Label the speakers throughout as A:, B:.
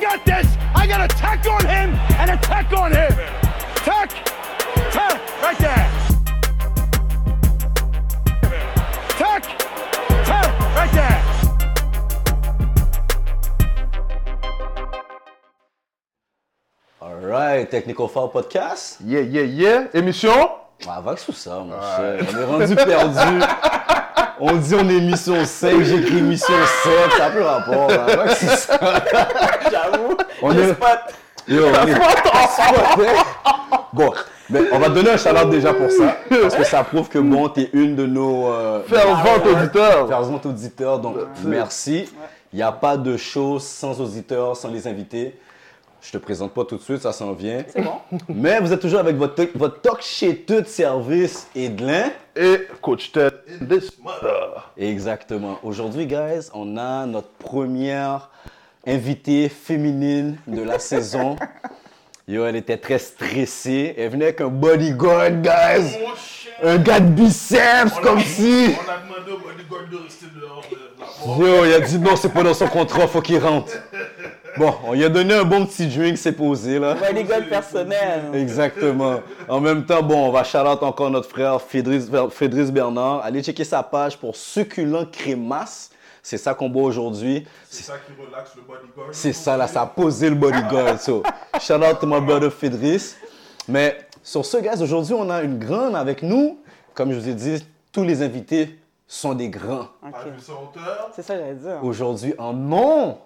A: got this. I got a tech on him and a tech on him. Tech, tech, right there. Tech, tech, right there.
B: Alright, Technico Foul Podcast.
C: Yeah, yeah, yeah. Émission?
B: Ah, vague sous ça, mon cher. On est rendu perdu. On dit on est mission 5, j'écris mission 7, ça n'a plus rapport. hein. Vague sous ça. J'avoue. On est Yo, on est- spot, hein. Bon, mais on va te donner un shout déjà pour ça. Parce que ça prouve que bon, t'es une de nos. Euh,
C: Fervent auditeur.
B: Fervent auditeur, donc merci. Il n'y a pas de show sans auditeurs, sans les invités. Je te présente pas tout de suite, ça s'en vient.
D: C'est bon.
B: Mais vous êtes toujours avec votre, votre talk chez tout service et de l'un.
C: Et coach Ted in this mother.
B: Exactement. Aujourd'hui, guys, on a notre première invitée féminine de la saison. Yo, elle était très stressée. Elle venait avec un bodyguard, guys.
E: Mon chien.
B: Un gars de biceps,
E: On a-
B: comme si.
E: On a demandé au bodyguard de rester dehors de la porte.
B: Yo, il a dit non, c'est pas dans son contrat, faut qu'il rentre. Bon, on lui a donné un bon petit drink, c'est posé, là.
D: Ouais, des goals personnels.
B: Exactement. En même temps, bon, on va shout out encore notre frère Fédrice, Fédrice Bernard. Allez checker sa page pour Succulent Crémasse. C'est ça qu'on boit aujourd'hui.
E: C'est ça qui relaxe le bodyguard.
B: C'est ça, là, ça a posé le bodyguard. So, shout out to my brother Fédrice. Mais sur ce, guys, aujourd'hui, on a une grande avec nous. Comme je vous ai dit, tous les invités sont des grands.
E: Pas
D: Ok.
E: vu sa hauteur.
D: C'est ça que j'allais dire.
B: Aujourd'hui, en nom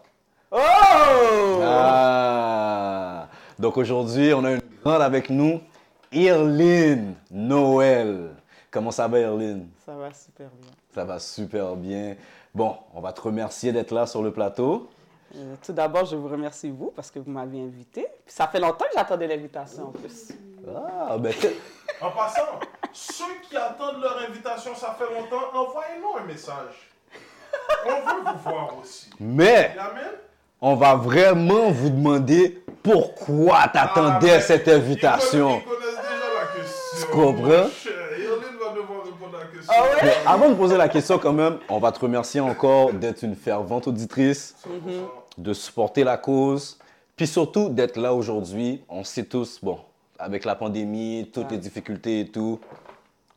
D: Oh!
B: Ah. Donc aujourd'hui, on a une grande avec nous, Irline Noël. Comment ça va, Irline?
D: Ça va super bien.
B: Ça va super bien. Bon, on va te remercier d'être là sur le plateau.
D: Euh, tout d'abord, je vous remercie, vous, parce que vous m'avez invité. Puis ça fait longtemps que j'attendais l'invitation, en plus.
B: Ah, ben,
E: En passant, ceux qui attendent leur invitation, ça fait longtemps, envoyez-nous un message. On veut vous voir aussi.
B: mais
E: Amen.
B: on va vraiment vous demander pourquoi t'attendais
E: Ah,
B: cette
E: mais ils
B: invitation.
E: conna- Ils connaissent déjà la question.
B: Tu comprends?
E: Mon cher, Irlene va devoir répondre à la question.
D: Ah ouais?
B: Mais avant de poser la question quand même, on va te remercier encore d'être une fervente auditrice.
D: Mm-hmm.
B: de supporter la cause, puis surtout d'être là aujourd'hui. On sait tous, bon, avec la pandémie, toutes les difficultés et tout,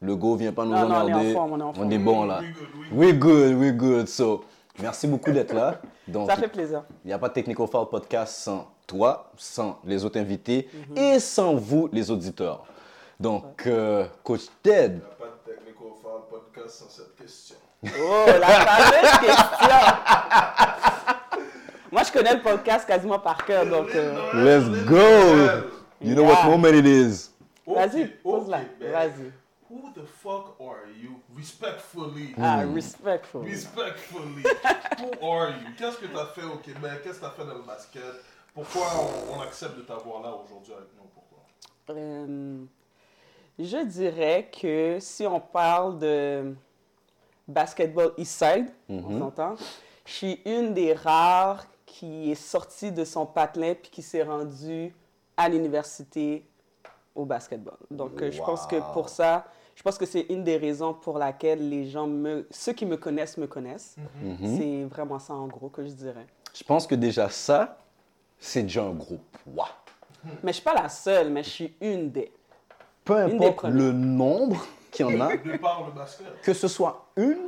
B: le go vient pas nous
D: Non, non, on est
B: emmerder.
D: en forme, on est en forme.
B: bon là.
E: We good, we good.
B: We're good, we're good. So, merci beaucoup d'être là. Donc,
D: Ça fait plaisir.
B: il n'y a pas de Technico Foul Podcast sans toi, sans les autres invités et sans vous, les auditeurs. Donc, euh, Coach Ted,
E: Il n'y a pas de technical foul podcast sans cette question.
D: Oh, la fameuse question! Moi, je connais le podcast quasiment par cœur, donc... euh,
B: let's go! You know what
D: Yeah.
B: moment it is.
E: Ok,
D: Vas-y,
E: ok,
D: pose-la.
E: ben,
D: Vas-y.
E: Who the fuck are you? Respectfully.
D: Ah, respectful.
E: Respectfully. Who are you? Qu'est-ce que t'as fait au Québec? Qu'est-ce que t'as fait dans le basket? Pourquoi on, on accepte de t'avoir là aujourd'hui avec nous? Pourquoi?
D: Euh, je dirais que si on parle de basketball Eastside, on s'entend, je suis une des rares qui est sortie de son patelin puis qui s'est rendue à l'université au basketball. Donc, euh, je pense que pour ça, je pense que c'est une des raisons pour laquelle les gens me... Ceux qui me connaissent, me connaissent. C'est vraiment ça, en gros, que je dirais.
B: Je pense que déjà ça, c'est déjà un gros poids.
D: Mais je suis pas la seule, mais je suis une des.
B: peu
D: Une des
B: importe
D: premières.
B: le nombre qu'il y en a,
E: De par le basket.
B: que ce soit une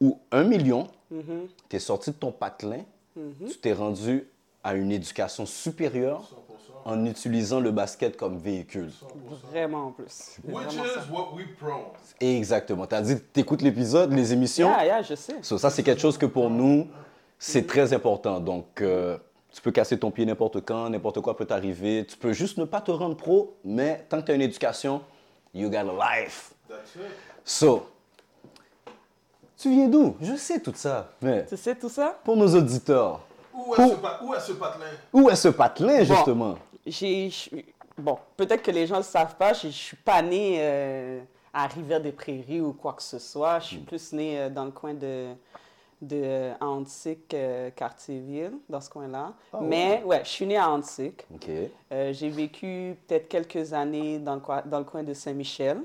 B: ou un million,
D: Mm-hmm.
B: tu es sorti de ton patelin, tu t'es rendu à une éducation supérieure
E: 100%.
B: en utilisant le basket comme véhicule.
E: 100%.
D: Vraiment en plus.
E: Which
D: Vraiment ça.
E: is what we prone.
B: Exactement. Tu as dit que écoutes l'épisode, les émissions.
D: Yeah, yeah, je sais.
B: So, ça, c'est quelque chose que pour nous, c'est très important. Donc, euh, tu peux casser ton pied n'importe quand, n'importe quoi peut t'arriver. Tu peux juste ne pas te rendre pro, mais tant que tu as une éducation, you got a life.
E: That's it.
B: So, tu viens d'où Je sais tout ça. Mais
D: Tu sais tout ça?
B: pour nos auditeurs,
E: Où est,
B: Who-
E: ce, pa- où est ce patelin?
B: où est ce patelin
D: Bon.
B: justement
D: J'ai. je suis- Bon, peut-être que les gens ne le savent pas, je je suis pas née euh, à Rivière-des-Prairies ou quoi que ce soit. Je suis
B: Hmm.
D: plus née euh, dans le coin de, de euh, Antique, euh, Cartierville, dans ce coin-là. Mais ouais, je suis née à Antique.
B: Ah Ok.
D: Euh, J'ai vécu peut-être quelques années dans le, coin, dans le coin de Saint-Michel.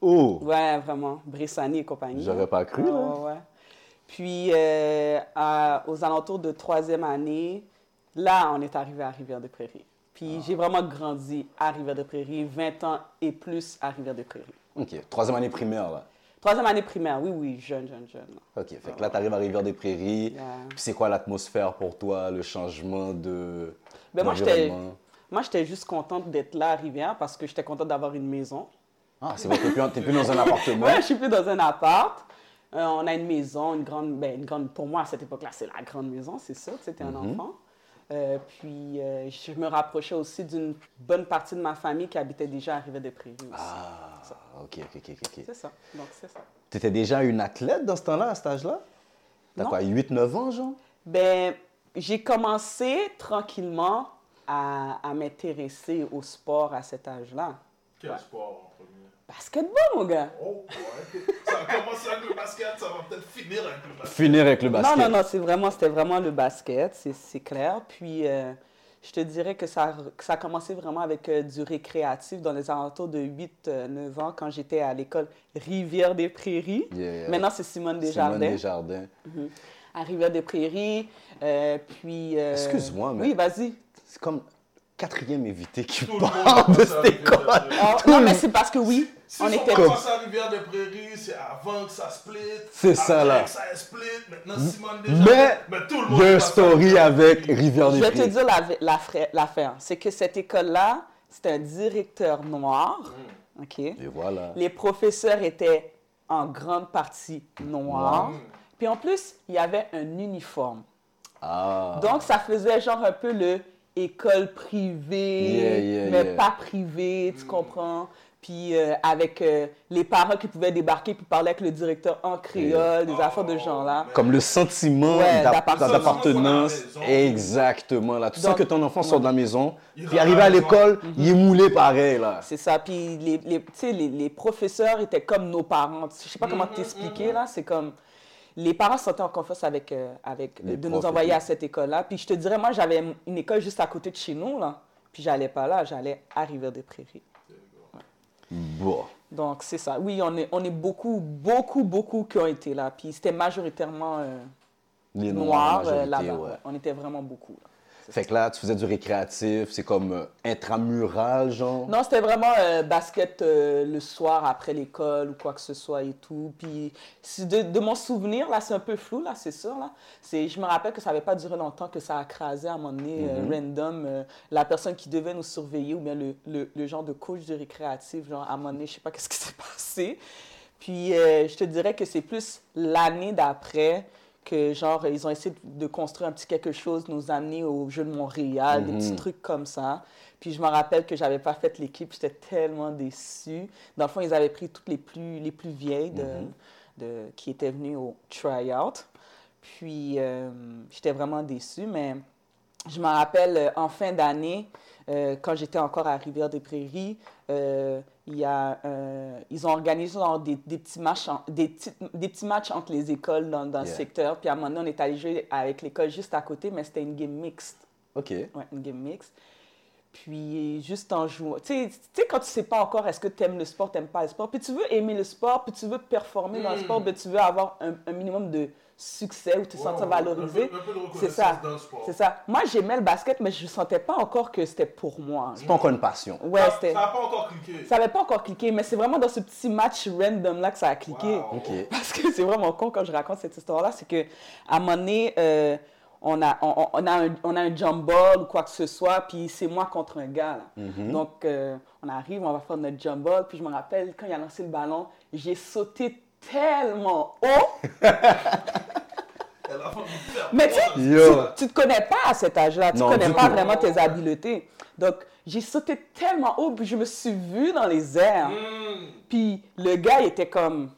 B: Oh
D: Ouais, vraiment. Bressani et compagnie. hein.
B: J'aurais pas cru,
D: Ouais,
B: là.
D: ouais, ouais. Puis, euh, à- aux alentours de troisième année, Là, on est arrivé à Rivière-des-Prairies. Puis
B: Ah.
D: j'ai vraiment grandi à Rivière-des-Prairies, 20 ans et plus à Rivière-des-Prairies.
B: OK. Troisième année primaire, là.
D: Troisième année primaire, oui, oui, jeune, jeune, jeune.
B: OK. Fait que là, t'arrives à Rivière-des-Prairies.
D: Yeah.
B: Puis c'est quoi l'atmosphère pour toi, le changement de.
D: Ben, moi, j'étais,
B: d'environnement?
D: moi, j'étais juste contente d'être là à Rivière parce que j'étais contente d'avoir une maison.
B: Ah, c'est vrai, t'es plus, t'es plus dans un appartement.
D: Ouais, je suis plus dans un appart. Euh, on a une maison, une grande, ben, une grande. Pour moi, à cette époque-là, c'est la grande maison, c'est ça. C'était un
B: Mhm.
D: enfant. Euh, puis euh, je me rapprochais aussi d'une bonne partie de ma famille qui habitait déjà à Rivière-des-Prairies aussi.
B: Ah, ok, ok, ok, ok.
D: C'est ça. Donc c'est ça.
B: T'étais déjà une athlète dans ce temps-là, à cet âge-là? T'as
D: Non.
B: quoi, 8-9 ans, genre?
D: Ben, j'ai commencé tranquillement à, à m'intéresser au sport à cet âge-là.
E: Quel sport en premier
D: Basketball, mon gars.
E: Oh, ouais. ça a commencé avec le basket, ça va peut-être finir avec le basket.
B: Finir avec le basket.
D: Non, non, non, c'est vraiment, c'était vraiment le basket, c'est- c'est clair. Puis, euh, je te dirais que ça, que ça a commencé vraiment avec euh, du récréatif dans les alentours de 8-9 ans quand j'étais à l'école Rivière-des-Prairies.
B: Yeah.
D: Maintenant, c'est Simone
B: Simone
D: Desjardins.
B: Desjardins.
D: À Rivière-des-Prairies, euh, puis... euh,
B: Excuse-moi, mais-
D: Oui, vas-y.
B: C'est comme quatrième invité qui
E: Tout le monde a
B: parle de
E: passé à
B: cette école.
E: Rivière-des-Prairies.
D: Ah, non, mais c'est parce que oui,
E: Si
D: on
E: on
D: était...
E: commence à Rivière-des-Prairies, c'est avant que ça split.
B: C'est ça,
E: après
B: là.
E: que ça split, maintenant Simone déjà.
B: Mais
E: tout le
B: il y a un
E: passe à
B: story avec
E: Rivière-des-Prairies.
B: Rivière
D: Je
B: des
D: vais te
B: Prix.
D: dire la- la fra- l'affaire. c'est que cette école-là, c'était un directeur noir, OK?
B: Et voilà.
D: Les professeurs étaient en grande partie noirs. Puis en plus, il y avait un uniforme.
B: Ah,
D: Donc, ça faisait genre un peu le école privée,
B: Yeah, yeah,
D: mais
B: yeah. Mm.
D: pas privée, tu comprends? Puis euh, avec euh, les parents qui pouvaient débarquer puis parler avec le directeur en créole,
B: Oh.
D: des affaires de ce genre-là.
B: comme le sentiment
D: Ouais,
B: d'app-
D: d'appartenance.
B: d'appartenance.
E: Sentiment qu'on a à la maison.
B: Exactement. Là, tu sens
D: Donc,
B: que ton enfant sort de la maison,
E: Il
B: puis
E: rentre
B: arrivé
E: à
B: à
E: la maison.
B: l'école, il est moulé pareil, là.
D: C'est ça. Puis les, les, tu sais, les, les professeurs étaient comme nos parents. Je sais pas comment t'expliquer, là. C'est comme... Les parents se sentaient en confiance avec, euh, avec
B: Les
D: de
B: profs
D: nous
B: et
D: envoyer
B: tout.
D: à cette école-là. Puis je te dirais, moi, j'avais une école juste à côté de chez nous, là. Puis j'allais pas là, j'allais à Rivière-des-Prairies.
B: Bon.
D: Donc, c'est ça. Oui, on est, on est beaucoup, beaucoup, beaucoup qui ont été là. Puis c'était majoritairement euh,
B: Les noirs,
D: noir
B: la
D: euh,
B: majorité,
D: là-bas.
B: ouais.
D: ouais. On était vraiment beaucoup. là.
B: Fait que là, tu faisais du récréatif, c'est comme euh, intramural, genre.
D: Non, c'était vraiment euh, basket euh, le soir après l'école ou quoi que ce soit et tout. Puis si- de, de mon souvenir, là, c'est un peu flou, là, c'est sûr. Là. C'est, je me rappelle que ça n'avait pas duré longtemps que ça a crasé à un moment donné, euh, random, euh, la personne qui devait nous surveiller ou bien le, le- le genre de coach du récréatif, genre à un moment donné, je sais pas qu'est-ce qui s'est passé. Puis euh, je te dirais que c'est plus l'année d'après que genre ils ont essayé de de construire un petit quelque chose, nous amener au jeu de Montréal, des petits trucs comme ça. Puis je me rappelle que j'avais pas fait l'équipe, j'étais tellement déçue. Dans le fond, ils avaient pris toutes les plus les plus vieilles de, de- qui étaient venues au try-out. Puis euh, j'étais vraiment déçue, mais je me rappelle euh, en fin d'année, euh, quand j'étais encore à Rivière-des-Prairies, euh, il y a, euh, ils ont organisé genre, des, des petits matchs en- des, petits, des petits matchs entre les écoles dans, dans le
B: Yeah.
D: secteur. Puis à un moment donné, on est allé jouer avec l'école juste à côté, mais c'était une game mixte.
B: OK.
D: Ouais, une game mixte. Puis juste en jouant. Tu sais- tu sais, quand tu sais pas encore est-ce que tu aimes le sport, tu pas le sport, puis tu veux aimer le sport, puis tu veux performer dans le sport, puis tu veux avoir un, un minimum de succès ou te
E: Mm. Ouais,
D: sentir
E: ouais, un peu-
D: valorisé.
E: un peu de
D: C'est
E: reconnaissance
D: ça.
E: dans le sport.
D: C'est ça. Moi, j'aimais le basket, mais je sentais pas encore que c'était pour moi.
B: C'est pas encore une passion.
D: Ouais, c'était.
E: Ça n'a pas encore cliqué.
D: Ça n'avait pas encore cliqué, mais c'est vraiment dans ce petit match random là que ça a cliqué.
E: Wow.
B: OK.
D: Parce que c'est vraiment con quand je raconte cette histoire-là, c'est que à un moment donné, euh, on, a, on, on- on a un, on a un jump ball ou quoi que ce soit, puis c'est moi contre un gars. là. Donc, euh, on arrive, on va faire notre jump ball, puis je me rappelle, quand il a lancé le ballon, j'ai sauté tellement haut.
E: Elle a envie de faire.
D: Mais tu sais,
B: Yo.
D: tu, tu te connais pas à cet âge-là, tu
B: Non,
D: connais
B: du
D: pas
B: tout.
D: vraiment tes habiletés. Donc, j'ai sauté tellement haut, puis je me suis vue dans les airs. Puis le gars, il était comme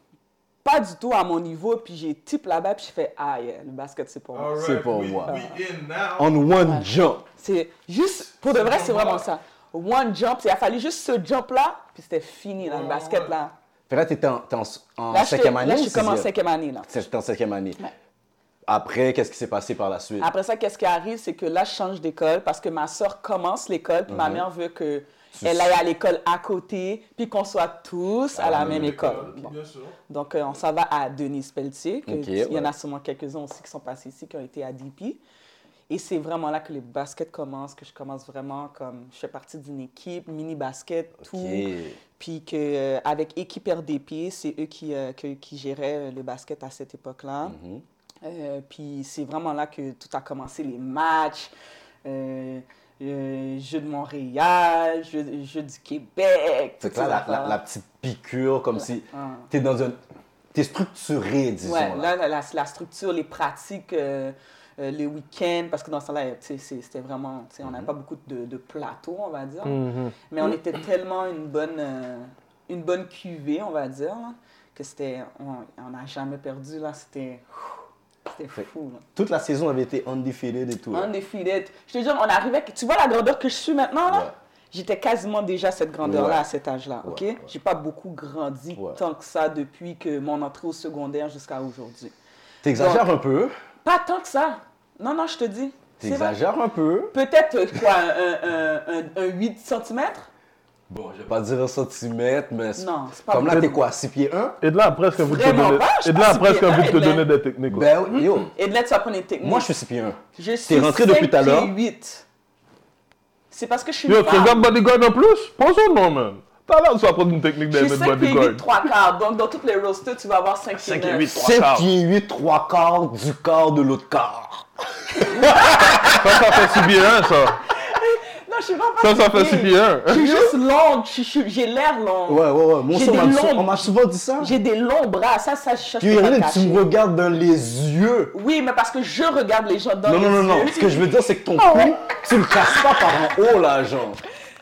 D: pas du tout à mon niveau. Puis j'ai type là-bas, puis j'ai fait Ah, yeah, le basket, c'est pour moi.
E: Alright,
B: C'est pour
E: we-
B: moi.
E: we in now.
B: On one jump.
D: C'est juste, pour de vrai,
E: pour
D: c'est
E: moi.
D: vraiment ça. One jump, il a fallu juste ce jump-là, puis c'était fini, là, le
E: Ouais,
D: basket,
E: ouais.
D: là.
B: Fait que là, t'étais en, t'es en, en
D: Là, j'étais-
B: cinquième année.
D: là, je suis
B: ou
D: comme en
B: sixième?
D: cinquième année, là.
B: C'était en cinquième année. Après, qu'est-ce qui s'est passé par la suite?
D: Après ça, qu'est-ce qui arrive, c'est que là, je change d'école parce que ma soeur commence l'école, puis ma
B: Mhm.
D: mère veut que elle aille à l'école à côté, puis qu'on soit tous à
B: Ah,
D: la même école. Bon.
E: Bien sûr.
D: Donc, euh, on s'en va à Denise Pelletier. que
B: Ok,
D: tu- il y en
B: ouais.
D: a sûrement quelques-uns aussi qui sont passés ici, qui ont été à DP. Et c'est vraiment là que le basket commence, que je commence vraiment comme je fais partie d'une équipe, mini-basket, tout.
B: Ok.
D: Puis que euh, avec équipe RDP, c'est eux qui, euh, que- qui géraient euh, le basket à cette époque-là.
B: Mm-hmm.
D: Euh, puis c'est vraiment là que tout a commencé, les matchs, euh, euh, Jeux de Montréal, Jeux, Jeux du Québec,
B: Fait
D: toutes
B: que là,
D: ces
B: la, la-
D: affaires-là.
B: la petite piqûre, comme si
D: Ah.
B: t'es dans un. T'es structuré, disons.
D: Ouais,
B: là.
D: là, la, la- la structure, les pratiques, euh, euh, les week-ends, parce que dans ce temps-là, tu sais, c'est- c'était vraiment, tu sais,
B: Mm-hmm.
D: on n'avait pas beaucoup de, de plateaux, on va dire, mais on était tellement une bonne, euh, une bonne cuvée, on va dire, là, que c'était, on- on n'a jamais perdu, là, c'était, c'était fou, là.
B: Toute la saison avait été undefeated et tout. là.
D: Un défilé. Je te dis, on arrivait. Tu vois la grandeur que je suis maintenant, là?
B: Ouais.
D: J'étais quasiment déjà cette grandeur-là
B: Ouais.
D: à cet âge-là,
B: Ouais,
D: OK?
B: ouais.
D: J'ai pas beaucoup grandi
B: Ouais.
D: tant que ça depuis que mon entrée au secondaire jusqu'à aujourd'hui.
B: T'exagères un peu.
D: Pas tant que ça. Non, non, je te dis. C'est vrai.
B: T'exagères un peu.
D: Peut-être euh, quoi, un, un- un- un 8 cm?
B: Bon, je vais pas dire un centimètre, mais. c'est-
D: Non, c'est pas
B: Comme là,
D: vrai.
B: t'es quoi, 6 pieds 1
C: Et de là, après, est-ce que vous te
D: Vraiment
C: donnez,
D: pas, je
C: et de
D: pense
C: là,
D: qu'il
C: après, est-ce
D: est
C: que vous te
D: là,
C: donnez des techniques? là?
B: Ben,
D: Mm-hmm.
B: oui, yo.
D: Et de là, tu vas prendre une technique.
B: Moi, je suis 6 pieds 1.
D: je suis
B: rentré depuis tout à l'heure.
D: 8. C'est parce que je suis
C: Yo,
D: une
C: tu
D: femme.
C: regardes Bodyguard en plus? Pense au nom, man. T'as l'air de soit prendre une technique
D: Je suis
C: d'Aimé
D: 5 pieds 8,
C: Bodyguard.
D: 3 quarts. Donc, dans toutes les rosters, tu vas avoir 5 pieds 9.
B: 7 pieds 8, 3 quarts du quart de l'autre quart.
C: Ça, ça fait si bien, hein, ça.
D: Non, je suis vraiment
C: Ça,
D: pas
C: ça fait
D: six
C: si
D: pieds.
C: bien.
D: Je suis juste longue, je suis- j'ai l'air longue.
B: Ouais, ouais, ouais. Moi,
D: J'ai
B: ça, on
D: des
B: m'a sou-
D: longues-
B: on m'a souvent dit ça.
D: J'ai des longs bras, ça, ça, je
B: Puis,
D: peux pas
B: Irene,
D: le
B: tu me
D: cacher.
B: regardes dans les yeux.
D: Oui, mais parce que je regarde les gens dans
B: Non,
D: les
B: non, non, non.
D: yeux.
B: Ce que je veux dire, c'est que ton
D: Oh.
B: cou, tu le casses pas par en haut, là, genre.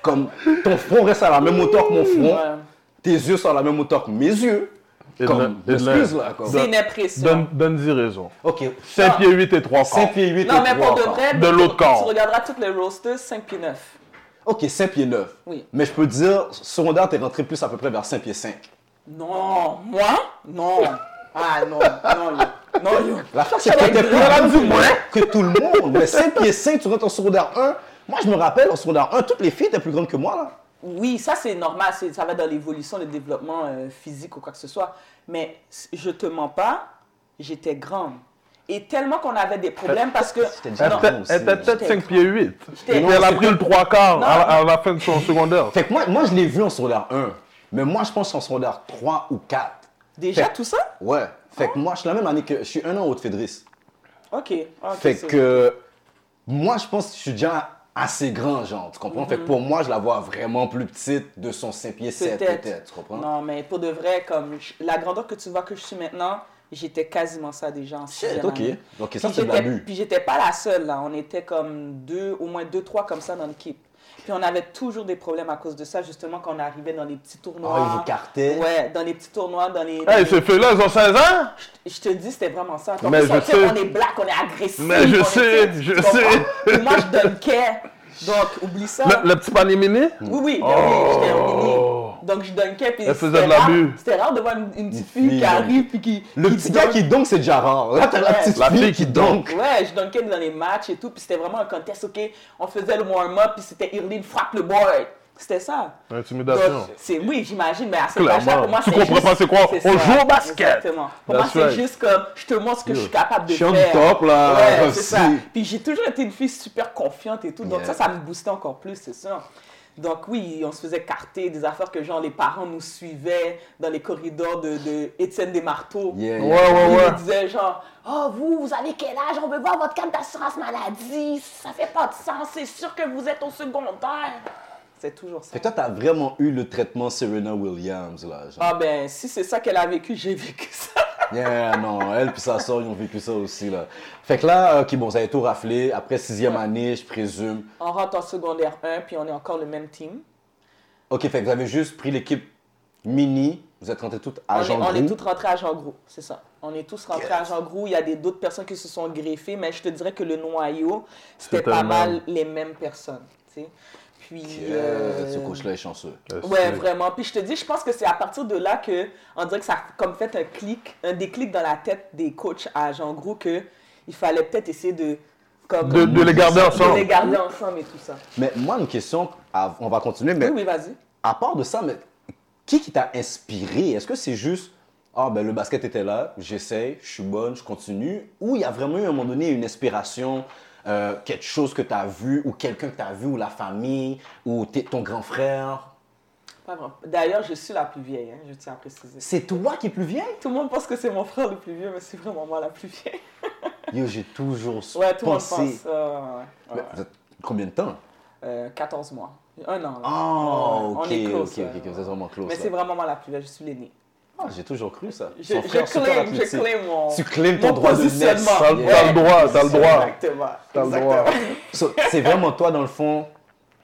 B: Comme ton front reste à la même hauteur que mon front,
D: Hmm. Ouais.
B: tes yeux sont à la même hauteur que mes yeux.
C: Et
B: Comme,
C: de la- et de la-
B: excuse, là, comme.
D: C'est une impression.
C: Donne- Donne-y raison.
B: Ok.
C: 5 pieds 8 et 3 quarts.
B: 5 pieds 8 et 3
D: Non, mais pour de vrai,
C: De l'autre
D: tu-
C: corps.
D: Tu regarderas toutes les rosters, 5 pieds 9.
B: Ok, 5 pieds 9.
D: Oui.
B: Mais je peux te dire, secondaire, t'es rentré plus à peu près vers 5 pieds 5.
D: Non, moi Non. Ah non, non, yo. Non, yo.
B: La face c'est
D: Ça
B: que
D: va
B: t'es
D: être
B: plus
D: grave.
B: grande du moins que tout le monde. Mais 5 pieds 5, tu rentres en secondaire 1. Moi, je me rappelle, en secondaire 1, toutes les filles étaient plus grandes que moi, là.
D: Oui, ça c'est normal, c'est- ça va dans l'évolution, le développement euh, physique ou quoi que ce soit. Mais c- je te mens pas, j'étais grande. Et tellement qu'on avait des problèmes parce que.
B: déjà
C: Elle
B: grande.
D: Non,
C: était-
B: aussi,
C: elle était
B: mais
C: peut-être
D: j'étais
C: 5 pieds 8. Et
D: J'étais-
C: elle a pris le 3 quarts
D: Non.
C: à, la- à la fin de son secondaire.
B: Fait que moi, moi je l'ai vu en secondaire 1. Mais moi, je pense en secondaire 3 ou 4.
D: Déjà
B: Fait-
D: tout ça
B: Ouais. Fait que moi, je suis la même année que. Je suis un an au de Fédrice.
D: Ok. Ah, ok,
B: Fait
D: c'est-
B: que. Moi, je pense que je suis déjà assez grand, genre. Tu comprends? Fait
D: Mhm.
B: que pour moi, je la vois vraiment plus petite de son 5 pieds 7, peut-être. tu comprends?
D: Non, mais pour de vrai, comme je- la grandeur que tu vois que je suis maintenant, j'étais quasiment ça déjà en sixième
B: ok.
D: année.
B: Ok, ça,
D: Puis
B: c'est de
D: j'étais-
B: l'abus.
D: Puis j'étais pas la seule, là. On était comme deux, au moins deux, trois comme ça dans l'équipe. Puis on avait toujours des problèmes à cause de ça, justement, quand on arrivait dans les petits tournois.
B: Ah, ils vous cartaient.
D: Ouais, dans les petits tournois, dans les... dans
C: Hey,
D: les-
C: ces filles-là, elles ont 16 ans?
D: Je te dis, c'était vraiment ça. Quand
C: Mais
D: on
C: je
D: sortait,
C: sais.
D: on est black, on est agressif.
C: Mais je
D: on est-
C: sais,
D: tu
C: je
D: comprends?
C: sais.
D: Puis moi, je donne care. Donc, oublie ça.
C: Le, le petit panier mini?
D: Oui, oui,
B: Oh.
D: ben oui, j'étais en mini. Donc, je dunkais. Puis
C: Elle faisait
D: c'était
C: de l'abus.
D: rare- C'était rare de voir une, une petite
B: Une
D: fille
B: fille, hein.
D: qui arrive puis qui.
B: Le petit gars
D: dunk.
B: qui donk, c'est déjà rare. Là, t'as la
D: Ouais.
B: petite
C: La
B: fille
C: fille
B: qui
C: qui
B: donk.
D: Ouais, je dunkais dans les matchs et tout. Puis c'était vraiment un contest, OK? On faisait le warm-up, puis c'était Irline frappe le board. C'était ça.
C: Intimidation.
D: Donc, c'est oui, j'imagine, mais à cette
C: Clairement.
D: âge-là, pour moi,
C: Tu
D: c'est
C: comprends
D: juste-
C: pas c'est quoi?
D: c'est
C: On
D: ça.
C: joue au basket.
D: Exactement. Pour
C: That's
D: moi, c'est
C: right.
D: juste comme je te montre ce que je suis capable de
B: je suis on
D: faire.
B: top, là,
D: Ouais,
B: aussi.
D: c'est ça. Puis j'ai toujours été une fille super confiante et tout, donc
B: Yeah.
D: ça, ça me boostait encore plus, c'est sûr. Donc oui, on se faisait carter des affaires que genre les parents nous suivaient dans les corridors de, de Étienne Desmarteaux.
B: Yeah,
C: Ouais, ouais,
D: Ils
C: ouais.
D: nous disaient genre, oh vous, vous avez quel âge? On veut voir votre carte d'assurance maladie. Ça fait pas de sens. C'est sûr que vous êtes au secondaire. C'est toujours ça.
B: Fait que toi, t'as vraiment eu le traitement Serena Williams, là. Genre.
D: Ah ben, si c'est ça qu'elle a vécu, j'ai vécu ça.
B: Yeah, non, elle puis sa sœur, ils ont vécu ça aussi, là. Fait que là, ok, bon, ça a tout raflé. Après sixième année, je présume.
D: On rentre en secondaire 1, puis on est encore le même team.
B: Ok, fait que vous avez juste pris l'équipe mini. Vous êtes rentrés toutes
D: On
B: à
D: est,
B: jean
D: on est tous rentrés à Jean Gros, c'est ça. On est tous rentrés à Jean Gros. Il y a des- d'autres personnes qui se sont greffées, mais je te dirais que le noyau, c'était
C: C'était
D: pas
C: le
D: mal
C: même.
D: les mêmes personnes. tu sais. Puis. euh,
B: Ce coach-là est chanceux.
D: Ouais, vraiment. Puis je te dis, je pense que c'est à partir de là que, on dirait que ça a comme fait un clic, un déclic dans la tête des coachs à Jean Gros que il fallait peut-être essayer de. Comme,
C: De, de les garder
D: de les
C: ensemble.
D: garder ensemble et tout ça.
B: Mais moi, une question, av- on va continuer, mais
D: Oui, oui, vas-y.
B: à part de ça, mais qui qui t'a inspiré Est-ce que c'est juste ah ben le basket était là, j'essaie, je suis bonne, je continue, ou il y a vraiment eu à un moment donné une inspiration, euh, quelque chose que tu as vu, ou quelqu'un que tu as vu, ou la famille, ou t'es- ton grand frère.
D: Pas vraiment. D'ailleurs, je suis la plus vieille, hein, je tiens à préciser.
B: C'est toi qui es plus vieille?
D: Tout le monde pense que c'est mon frère le plus vieux, mais c'est vraiment moi la plus vieille.
B: Yo, j'ai toujours su-
D: Ouais, tout le monde
B: pensé.
D: pense. euh, ouais, ouais,
B: Mais vous êtes- Combien de temps?
D: Euh, 14 mois. Un an. là.
B: Oh, ok,
D: Ouais, on est close,
B: ok,
D: ouais,
B: ok, ok,
D: ouais.
B: vous êtes vraiment close.
D: Mais
B: là.
D: c'est vraiment moi la plus vieille, je suis l'aînée.
B: Ah, j'ai toujours cru ça.
D: Je,
B: Son
D: je
B: frère, super
D: claim, je
B: athlétique.
D: claim mon.
B: Tu claimes ton
D: mon
B: droit de naissance.
D: positionnement.
C: T'as le-
D: Ouais.
C: t'as le droit, t'as le droit.
D: Exactement.
C: T'as le droit.
D: Exactement.
B: So, c'est vraiment toi, dans le fond,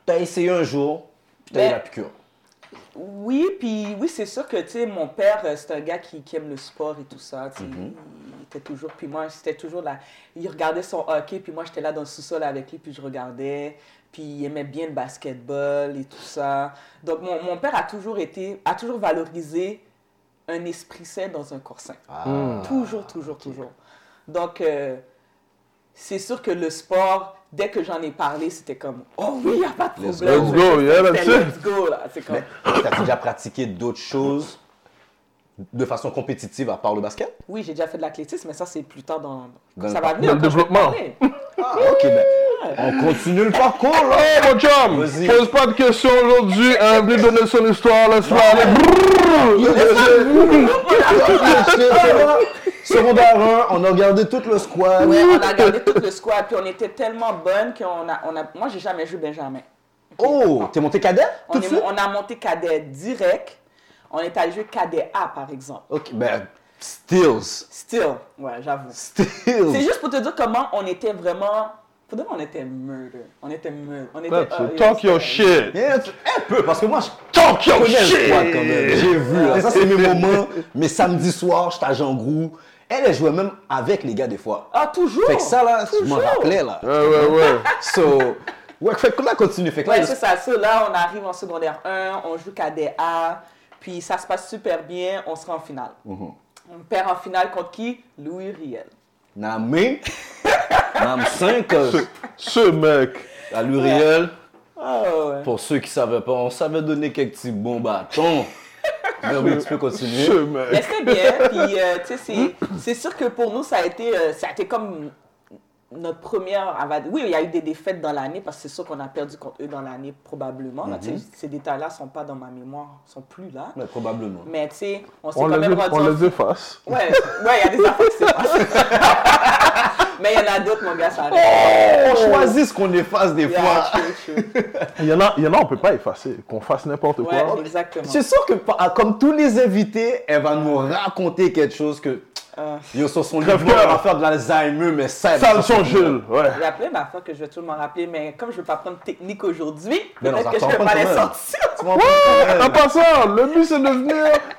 B: t'as essayé un jour, puis t'as
D: Ben-
B: eu la piqûre.
D: Oui, puis oui, c'est sûr que, tu sais, mon père, euh, c'est un gars qui, qui aime le sport et tout ça, tu sais.
B: Mm-hmm.
D: Il était toujours, puis moi, c'était toujours là. Il regardait son hockey, puis moi, j'étais là dans le sous-sol avec lui, puis je regardais. Puis il aimait bien le basketball et tout ça. Donc, mon, mon père a toujours été, a toujours valorisé un esprit sain dans un corps sain.
B: Ah,
D: Toujours, toujours, toujours. Donc, euh, c'est sûr que le sport, dès que j'en ai parlé, c'était comme, oh oui, il n'y a pas de
B: Let's
D: problème.
C: Let's go, yeah, that's
D: C'était
C: it.
D: Let's go, là. C'est comme,
B: Mais t'as déjà pratiqué d'autres choses de façon compétitive à part le basket?
D: oui, j'ai déjà fait de l'athlétisme, mais ça, c'est plus tard dans.
B: Dans le
D: ça va
B: parcours.
D: venir.
C: Dans le
D: quand je vais
C: développement.
D: parler.
B: Ah, ok, ben, on continue le parcours, là!
C: Hey, mon chum!
B: Vas-y.
C: Pose pas de questions aujourd'hui, hein, venez donner son histoire, laisse-la aller.
B: Secondaire 1, on a regardé tout le squad.
D: Ouais, on a regardé tout le squad, puis on était tellement bonnes qu'on a, on a. Moi, j'ai jamais joué Benjamin.
B: Oh, t'es monté cadet
D: On,
B: tout de
D: est-
B: suite?
D: on a monté cadet direct. On est allé jouer cadet A, par exemple.
B: Ok, ben, Stills.
D: Still, ouais, j'avoue. C'est
B: Stills.
D: juste pour te dire comment on était vraiment. Pour de vrai, on était murder. On était murder. On était.
C: That's
D: ah,
C: it.
D: yo,
C: Talk your
D: c'était-
C: shit!
B: Yeah, tu- Un peu, parce que moi, je
C: Talk your
B: connais le squad quand même.
C: shit!
B: J'ai vu, là. Ça, c'est mes moments. Mais samedi soir, j'étais à Jean Groux. Elle, elle jouait même avec les gars des fois.
D: Ah, toujours!
B: Fait que ça, là, je m'en
D: Toujours. Ah.
B: rappelais, là.
C: Ouais, ouais, ouais.
B: So, ouais, fait que là, continue. Fait que là,
D: Ouais,
B: le-
D: c'est ça. So, là, on arrive en secondaire 1, on joue cadet A, puis ça se passe super bien, on sera en finale. On perd en finale contre qui Louis Riel.
B: Nam main, Nam 5, euh,
C: Ce mec,
B: à l'Uriel.
D: Ah ouais.
B: Pour ceux qui savaient pas, on savait donner quelques petits bons bâtons. Mais oui, tu peux continuer.
C: ce mec.
D: Mais c'était bien, puis euh, tu sais, c'est- c'est sûr que pour nous, ça a été, euh, ça a été comme notre première. ava- Oui, il y a eu des défaites dans l'année, parce que c'est sûr qu'on a perdu contre eux dans l'année, probablement. là, tu sais, Ces détails-là sont pas dans ma mémoire, sont plus là.
B: Ouais, probablement.
D: Mais tu sais, on s'est
C: On
D: quand
C: les,
D: même
C: eff-
D: rendu
C: on
D: en
C: les efface.
D: Ouais, ouais, il y a des affaires qui se passent. Mais il y en a d'autres, mon gars, ça arrive.
B: Oh, On choisit ce qu'on efface des
D: Yeah,
B: fois.
D: true, true.
C: Il y en a, il y en a on peut pas effacer. Qu'on fasse n'importe quoi.
D: Ouais, exactement.
B: C'est sûr que, pa- comme tous les invités, elle va nous raconter quelque chose que.
D: Euh.
B: Yo, sur son livre,
C: Crève-cœur.
B: on va faire de l'Alzheimer, mais ça.
C: Sale son Jules, ouais.
D: Il y a plein d'affaires que je vais tout m'en rappeler, mais comme je ne veux pas prendre technique aujourd'hui,
B: Mais non,
D: peut-être
B: ça
D: que je
B: sort
D: vais
B: pas
D: pas
B: de
D: les
B: même.
D: sortir.
B: Tu m'en parles
C: En
B: quand même.
C: passant, le but c'est de venir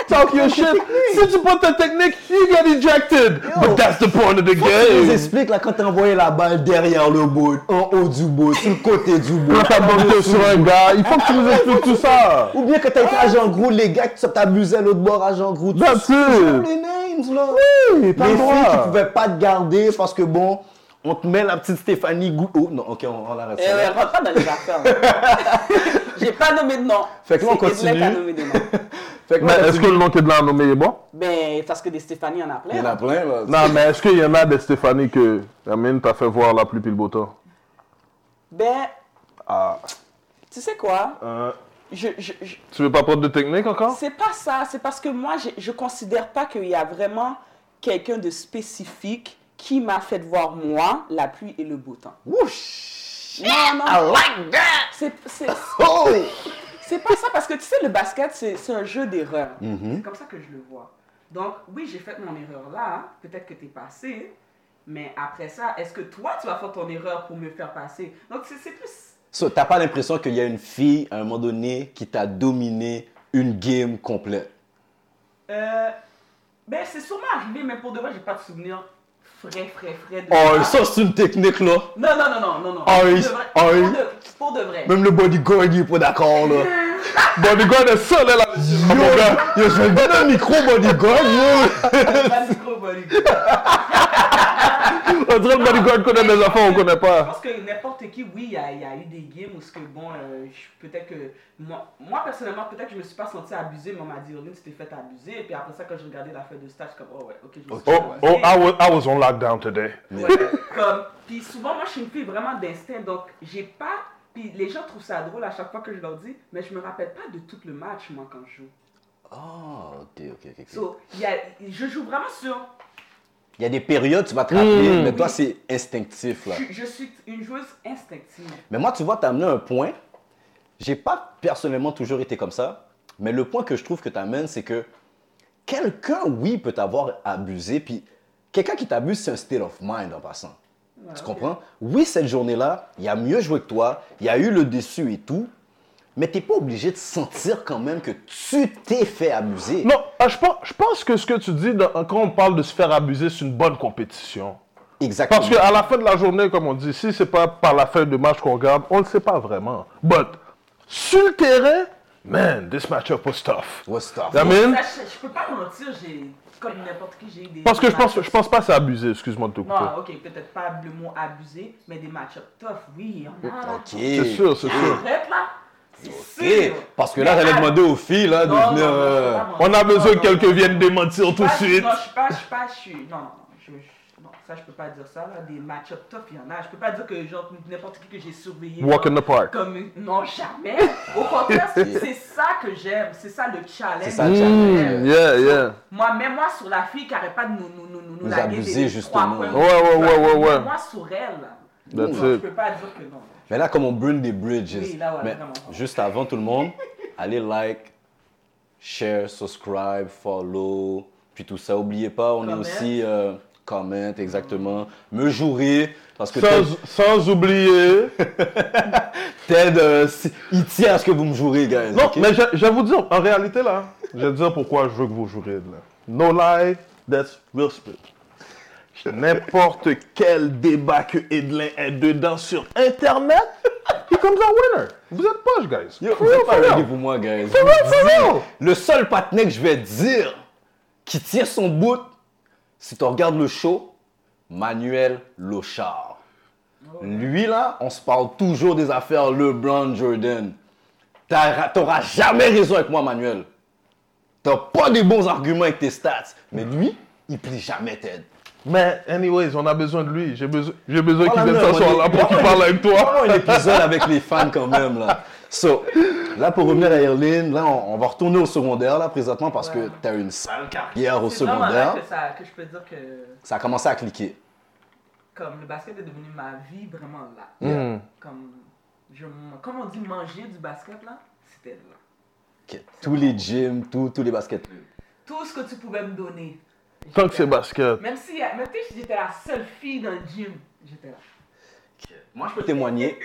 C: talk your shit. Si tu prends ta technique, you get ejected. But that's the point of the
B: Tu nous
C: game.
B: expliques là, quand t'as envoyé la balle derrière le bout, en haut du bout, sur le côté du bout.
C: Quand t'as bombé sur un gars, il faut que tu nous expliques tout ça.
B: Ou bien que t'as
D: Ah.
B: été agent gros, les gars, que tu t'abusais à l'autre bord agent gros. Tu
C: That's
B: sais
C: it.
B: les names, là.
C: Oui,
B: les
C: t'as le
B: filles
C: droit.
B: qui pouvaient pas te garder parce que bon, on te met la petite Stéphanie Gou. Oh, non, ok, on, on l'arrête.
D: Eh
B: ça,
D: ouais,
B: là.
D: rentre pas dans les affaires. hein. J'ai pas nommé de nom.
B: Fait que là, on
D: C'est Edley qui a
B: continue.
D: nommé des noms.
B: Fait que
C: Mais
B: là,
C: est-ce que le nom qui est de la nommée est bon?
D: Ben, parce que des Stéphanie, il y en a
B: Il y
D: plein.
B: en a
D: hein.
B: plein, là.
C: Non, mais est-ce qu'il y en a des Stéphanie que Amine t'a fait voir la pluie pile beau temps?
D: Ben,
C: Ah.
D: tu sais quoi?
C: Euh,
D: Je, je, je-
C: tu veux pas prendre de technique encore?
D: C'est pas ça, c'est parce que moi, je, je considère pas qu'il y a vraiment quelqu'un de spécifique qui m'a fait voir moi la pluie et le beau temps.
B: Wouh!
D: Non, non,
B: I like that!
D: c'est- c'est
B: Oh!
D: c'est pas ça parce que tu sais, le basket, c'est c'est un jeu d'erreur.
B: Mm-hmm.
D: C'est comme ça que je le vois. Donc, oui, j'ai fait mon erreur là, hein. peut-être que t'es passé, mais après ça, est-ce que toi, tu vas faire ton erreur pour me faire passer Donc, c'est c'est plus.
B: So, t'as pas l'impression qu'il y a une fille, à un moment donné, qui t'a dominé une game complète?
D: Euh, ben, c'est sûrement arrivé, mais pour de vrai, j'ai pas de souvenir frais, frais, frais de.
B: Oh, ça, c'est une technique, là.
D: Non, non, non, non, non, non.
B: Ah oui,
D: Pour de vrai-
B: ah
D: pour
B: oui.
D: de- Pour de vrai.
B: Même le bodyguard, il est pas d'accord, là.
C: Bon, le gars est seul, elle a
B: Yo, yo, je vais lui donner un micro bodyguard, yo!
D: Pas de micro, Bolly.
C: Oh,
E: On dirait le bodyguard connaît mes affaires, on connaît
D: Je
E: pas.
D: pense que n'importe qui, oui, il y, a- il y a eu des games où ce que, bon, euh, je- peut-être que. Moi, moi, personnellement, peut-être que je me suis pas senti abusé, mais on m'a dit, Aurine, tu t'es fait abuser. Et puis après ça, quand je regardais la feuille de stage, comme, oh ouais, ok, je me suis fait
E: Oh, oh,
B: ah
E: I was, I was on lockdown today.
D: Ouais, comme, puis souvent, moi, je suis une fille vraiment d'instinct, donc j'ai pas. Puis les gens trouvent ça drôle à chaque fois que je leur dis, mais je me rappelle pas de tout le match, moi, quand je joue.
B: Ah, ok, ok, ok. ok.
D: So, il y a, je joue vraiment sur.
B: Il y a des périodes, tu vas te rappeler,
E: Mm.
B: mais toi, c'est instinctif, là.
D: Je, je suis une joueuse instinctive.
B: Mais moi, tu vois, tu amené un point. J'ai pas personnellement toujours été comme ça, mais le point que je trouve que tu amènes, c'est que quelqu'un, oui, peut t'avoir abusé, puis quelqu'un qui t'abuse, c'est un state of mind en passant. Tu comprends? Oui, cette journée-là, il a mieux joué que toi, il a eu le déçu et tout, mais t'es pas obligé de sentir quand même que tu t'es fait abuser.
E: Non, ah, je pense, je pense que ce que tu dis dans- quand on parle de se faire abuser, c'est une bonne compétition.
B: Exactement.
E: Parce qu'à la fin de la journée, comme on dit, si c'est pas par la feuille de match qu'on regarde, on le sait pas vraiment. But, sur le terrain, man, this matchup was tough.
B: What's tough?
E: You know what I mean?
D: Ça, je, je peux pas mentir, j'ai. Comme n'importe qui, j'ai eu des.
E: Parce que je pense, je pense pas que c'est abusé, excuse-moi de te couper.
D: Non, ok, peut-être pas le mot abusé, mais des match tough, oui, il y en a.
B: Ok.
E: C'est sûr, c'est sûr.
D: Arrête là! C'est
B: Ok.
D: sûr! Ah,
B: Parce que là, j'allais demander aux filles là, de
D: Non, non,
B: venir.
D: non, non,
B: euh,
D: non, non,
E: On a
D: non,
E: besoin
D: non,
E: que quelqu'un
D: non,
E: vienne démentir tout de
D: pas-
E: suite.
D: Non, je suis pas, je suis pas, je suis. Non, non, non, je, je- non, ça je peux pas dire ça. Là. Des match-up top, il y en a. Je peux pas dire que genre n'importe qui que j'ai surveillé.
E: Walk in
D: genre,
E: the park.
D: Comme non jamais. Au contraire, c'est c'est ça que j'aime. C'est ça le challenge.
B: C'est ça le challenge.
E: Mm, yeah, yeah.
D: Moi, même moi sur la fille qui arrête pas de nous, nous, nous, nous, nous
B: Nous
D: laguer
B: abuser,
D: des- des
B: justement.
D: trois points.
E: Ouais, ouais, ouais, ouais, ouais. Bah,
D: Même Moi sur elle. là. Non,
E: That's
D: je
E: it.
D: peux pas dire que non.
B: Mais là, ah. comme on burn des bridges.
D: Oui, là, ouais,
B: mais
D: vraiment.
B: juste avant tout le monde, allez like, share, subscribe, follow, puis tout ça. Oubliez pas, on est
D: Comment.
B: aussi euh, comment exactement. Me jouer parce que Ted,
E: Sans, sans oublier.
B: Ted, euh, si- il tient à ce que vous me jouerez, guys.
E: Non,
B: ok?
E: mais je, je vais vous dire, en réalité, là, je vais dire pourquoi je veux que vous jouiez. Là. No lie, that's real spit. N'importe quel débat que Edlin est dedans sur Internet, he comes a winner. Vous êtes poche, guys.
B: Yo,
E: For
B: vous
E: real,
B: êtes pas
E: for real.
B: ready pour moi, guys.
E: For real, for real.
B: Le seul patinet que je vais dire qui tient son bout, si tu regardes le show, Manuel Lochard. Lui là, on se parle toujours des affaires LeBron Jordan. T'auras t'auras jamais raison avec moi, Manuel. T'as pas des bons arguments avec tes stats. Mais lui, il plie jamais Ted.
E: Mais, anyways, on a besoin de lui. J'ai besoin, j'ai besoin qu'il
B: Voilà,
E: vienne
B: là,
E: s'asseoir
B: on est-
E: là pour qu'il parle avec toi.
B: Vraiment un épisode avec les fans quand même là. So, là pour revenir à Erlin, là on, on va retourner au secondaire là présentement parce que t'as une sale carrière au
D: C'est vraiment là
B: secondaire.
D: que, ça, que je peux dire que
B: Ça a commencé à cliquer.
D: comme le basket est devenu ma vie vraiment là.
E: Hmm.
D: Comme, je, m- comme on dit manger du basket là, c'était là.
B: Ok. Tous les gyms, tous tous les baskets.
D: Tout ce que tu pouvais me donner.
E: Tant que c'est basket.
D: Même si, même si j'étais la seule fille dans le gym, j'étais là.
B: Moi je peux témoigner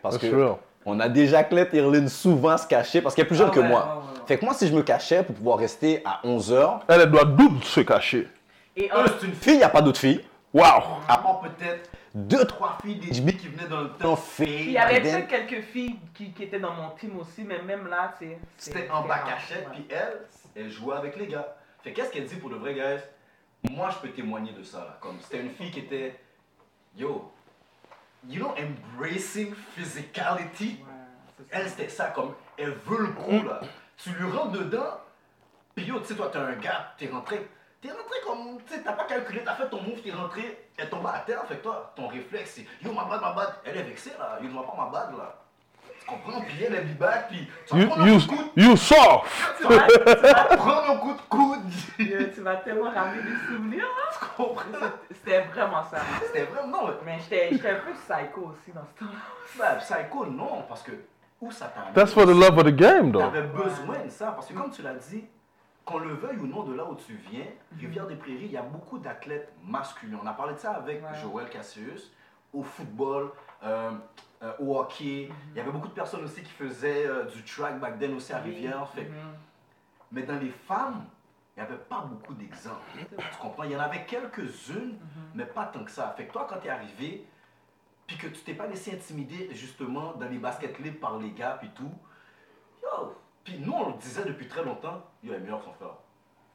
B: parce
E: For
B: que
E: sure.
B: On a déjà Clette et Irlin souvent se cacher parce qu'elle est plus jeune
D: Ah
B: que
D: ouais,
B: moi.
D: ouais, ouais, ouais.
B: Fait que moi, si je me cachais pour pouvoir rester à 11h,
E: Elle, elle doit double se cacher.
D: Et
C: Un, Ah,
D: un,
C: c'est une fille.
B: fille, il n'y a pas d'autres filles.
E: Wow.
C: À part peut-être
B: Deux,
C: trois
B: trois
C: filles d'HB qui venaient dans le temps.
B: filles.
D: il y avait
B: then-
D: peut-être quelques filles qui, qui étaient dans mon team aussi, mais même là, tu sais. c'est-
C: C'était en bas
D: c'est-
C: cachette,
D: ouais.
C: puis elle, elle jouait avec les gars. Fait qu'est-ce qu'elle dit pour de vrai, guys Moi, je peux témoigner de ça, là. Comme c'était une fille qui était. Yo, you know, embracing physicality
D: Ouais, c'est ça.
C: Elle, c'était ça, comme, elle veut le gros, là. Tu lui rentres dedans, pis yo, tu sais, toi, t'es un gars, t'es rentré, t'es rentré comme, tu sais, t'as pas calculé, t'as fait ton move, t'es rentré, elle tombe à terre, fait que toi, ton réflexe, c'est, yo, ma bad, ma bad, elle est vexée, là, yo, ne vois pas ma bad, là. Tu comprends? Pis elle, elle est back, pis tu vas
E: You,
C: prendre un
E: you,
C: coup de coude,
E: you soft.
C: tu vas- tu vas prendre un coup de coude,
D: Euh, tu vas tellement ramener des souvenirs.
C: tu comprends?
D: C'était vraiment ça.
C: C'était vraiment, non,
D: Mais j'étais j'étais un peu psycho aussi dans ce temps-là.
C: ça, psycho, non, parce que, où ça t'a
E: That's for the love of the game, though.
C: T'avais besoin de ça, parce que comme tu l'as dit, qu'on le veuille ou non de là où tu viens, Rivière-des-Prairies, il y a beaucoup d'athlètes masculins. On a parlé de ça avec
D: Ouais.
C: Joël Cassius, au football, euh, euh, au hockey. Il y avait beaucoup de personnes aussi qui faisaient euh, du track back then aussi à Rivière. Fait. Mais dans les femmes, il n'y avait pas beaucoup d'exemples. Tu comprends? Il y en avait quelques-unes, mais pas tant que ça. Fait que toi, quand tu es arrivé, puis que tu t'es pas laissé intimider justement dans les baskets libres par les gars, puis tout, yo! Puis nous, on le disait depuis très longtemps, yo, les meilleurs sont frères.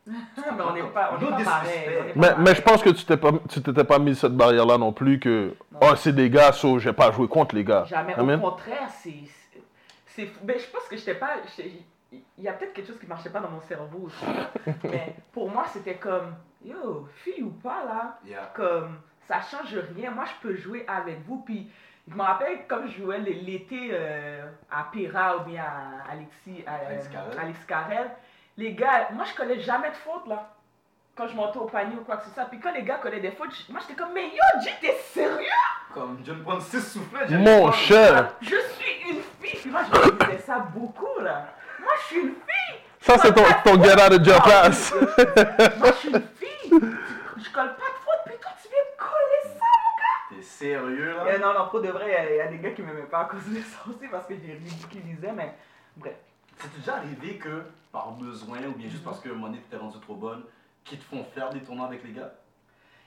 D: Ah, mais on n'est pas, on
B: No
D: est pas pareil.
B: disrespect.
D: on est pas
E: Mais,
D: pareil.
E: mais je pense que tu t'es pas- tu t'étais pas mis cette barrière-là non plus que oh, c'est des gars, so, j'ai pas joué contre les gars.
D: Jamais.
E: Amen.
D: Au contraire, c'est. c'est- c'est fou. Mais je pense que j'étais pas. j'étais- Il y a peut-être quelque chose qui marchait pas dans mon cerveau aussi. Mais pour moi, c'était comme Yo, fille ou pas là,
B: Yeah.
D: comme ça change rien. Moi, je peux jouer avec vous. Puis je me rappelle comme je jouais l- l'été euh, à Pira ou bien à Alexis, à,
B: Alex Carrel.
D: euh, Alex Carrel. Les gars, moi, je connais jamais de faute là. Quand je montais au panier ou quoi que ce soit. Puis quand les gars connaissent des fautes, j- moi, j'étais comme Mais yo, G, t'es sérieux?
B: Comme je ne prends six soufflets. je-
E: Mon cher,
D: Ah, Je suis une fille. Puis moi, je me disais ça beaucoup, là. Moi, je suis une fille.
E: ça Ah, c'est ton, ton get out of jail pass.
D: Moi, je suis une fille. Je colle pas de faute, puis toi, tu viens me coller ça.
B: T'es sérieux là?
D: Eh, non, non, pour de vrai, il y a des gars qui m'aimaient pas à cause de ça aussi parce que j'ai ridiculisé, mais bref.
B: C'est déjà arrivé que par besoin ou bien juste parce que mon nez t'es rendu trop bonne, qu'ils te font faire des tournois avec les gars?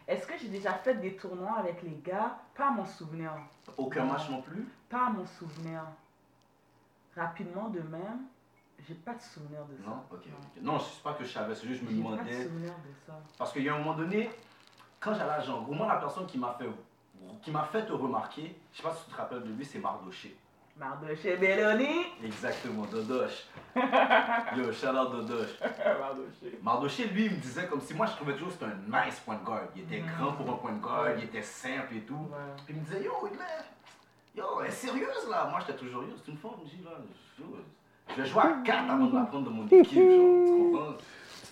D: Est-ce que j'ai déjà fait des tournois avec les gars Pas à mon souvenir.
B: Aucun match non plus?
D: Pas à mon souvenir. Rapidement de même, j'ai pas de souvenir de ça.
B: Non? Ok. ok. Non, je sais pas que je savais, c'est juste que je me
D: J'ai pas de
B: demandais.
D: souvenir de ça.
B: Parce qu'il y a un moment donné, quand j'allais à Jean Gros, moi la personne qui m'a fait qui m'a fait te remarquer, je sais pas si tu te rappelles de lui, c'est Mardoché.
D: Mardoché Belloni
B: Exactement, Dodoche. Yo, shout out Dodoche.
D: Mardoché.
B: Mardoché, lui, il me disait comme si moi je trouvais toujours que c'était un nice point guard. Il était
D: Mm.
B: grand pour un point guard, il était simple et tout. Puis il me disait, yo, il est- yo, elle est sérieuse là. Moi j'étais toujours, yo, c'est une forme, j'ai dit, là, yo, je vais jouer à 4 avant de la prendre de mon équipe, genre, tu comprends?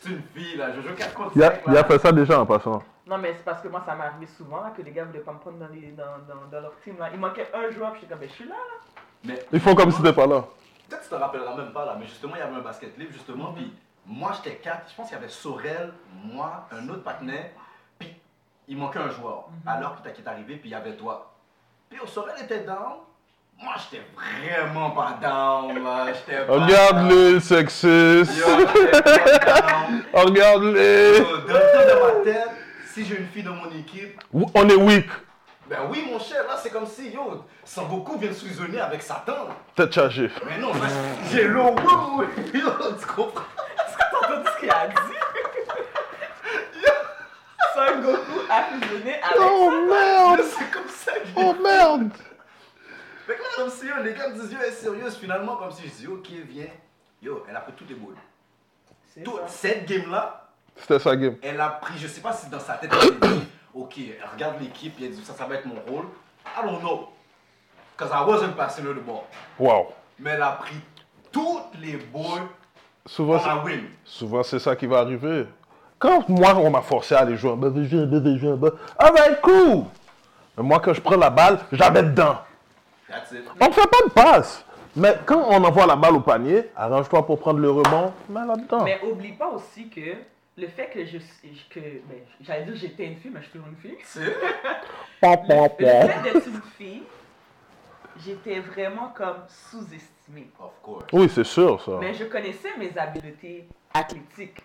B: C'est une fille là, je joue 4 contre 5.
E: Il a, il a fait ça déjà en passant.
D: Non, mais c'est parce que moi, ça m'est arrivé souvent là, que les gars voulaient pas me prendre dans, les, dans, dans, dans leur team. Là. Il manquait un joueur, puis j'étais comme, ben, je suis là. là.
B: Mais
E: Ils font comme si t'étais pas là.
B: Peut-être que tu te rappelleras même pas là, mais justement, il y avait un basket libre, justement, puis moi j'étais 4, je pense qu'il y avait Sorel, moi, un autre partenaire, puis il manquait un joueur. Alors que t'as qui est arrivé, puis il y avait toi. Puis oh, Sorel était down, moi j'étais vraiment pas down là, j'étais pas down.
E: Regarde-le,
B: Yo,
E: sexiste.
B: j'étais pas down.
E: Regarde-le.
B: Yo, Dans le temps de ma tête, si j'ai une fille dans mon équipe,
E: On est weak.
B: ben oui mon cher, là c'est comme si, yo, Sangoku vient de fusionner avec Satan.
E: Tête chargée.
B: Mais non, là, j'ai l'eau, wow, yo, tu comprends
D: T'as entendu ce qu'il a dit Son Goku a fusionné avec
E: Oh merde.
B: C'est comme ça que
E: Oh merde.
B: Fait que là, comme si yo, les gars me disent yo, elle est sérieuse, finalement, comme si je dis ok, viens. Yo, elle a pris toutes les boules.
D: C'est
B: Toute
D: ça.
B: cette game-là,
E: C'était sa game.
B: elle a pris, je sais pas si dans sa tête, elle s'est dit, ok, elle regarde l'équipe et elle dit ça, ça va être mon rôle. I don't know. Cause I wasn't passing her the ball.
E: Wow.
B: Mais elle a pris toutes les boules
E: Souvent,
B: pour
E: c'est-
B: la win.
E: Souvent, c'est ça qui va arriver. Quand moi, on m'a forcé à aller jouer en bas, je viens, je viens, en bas. Ah, va être cool! Mais moi, quand je prends la balle, je la mets dedans.
B: That's it.
E: On ne fait pas de passe. Mais quand on envoie la balle au panier, arrange-toi pour prendre le rebond, mets-la dedans.
D: Mais oublie pas aussi que le fait que je. que ben, J'allais dire j'étais une fille, mais je suis toujours une fille.
B: C'est
E: Pom,
D: Le,
E: pom,
D: le
E: pom.
D: fait d'être une fille, j'étais vraiment comme sous-estimée.
B: Of course.
E: Oui, c'est sûr, ça.
D: Mais je connaissais mes habiletés athlétiques.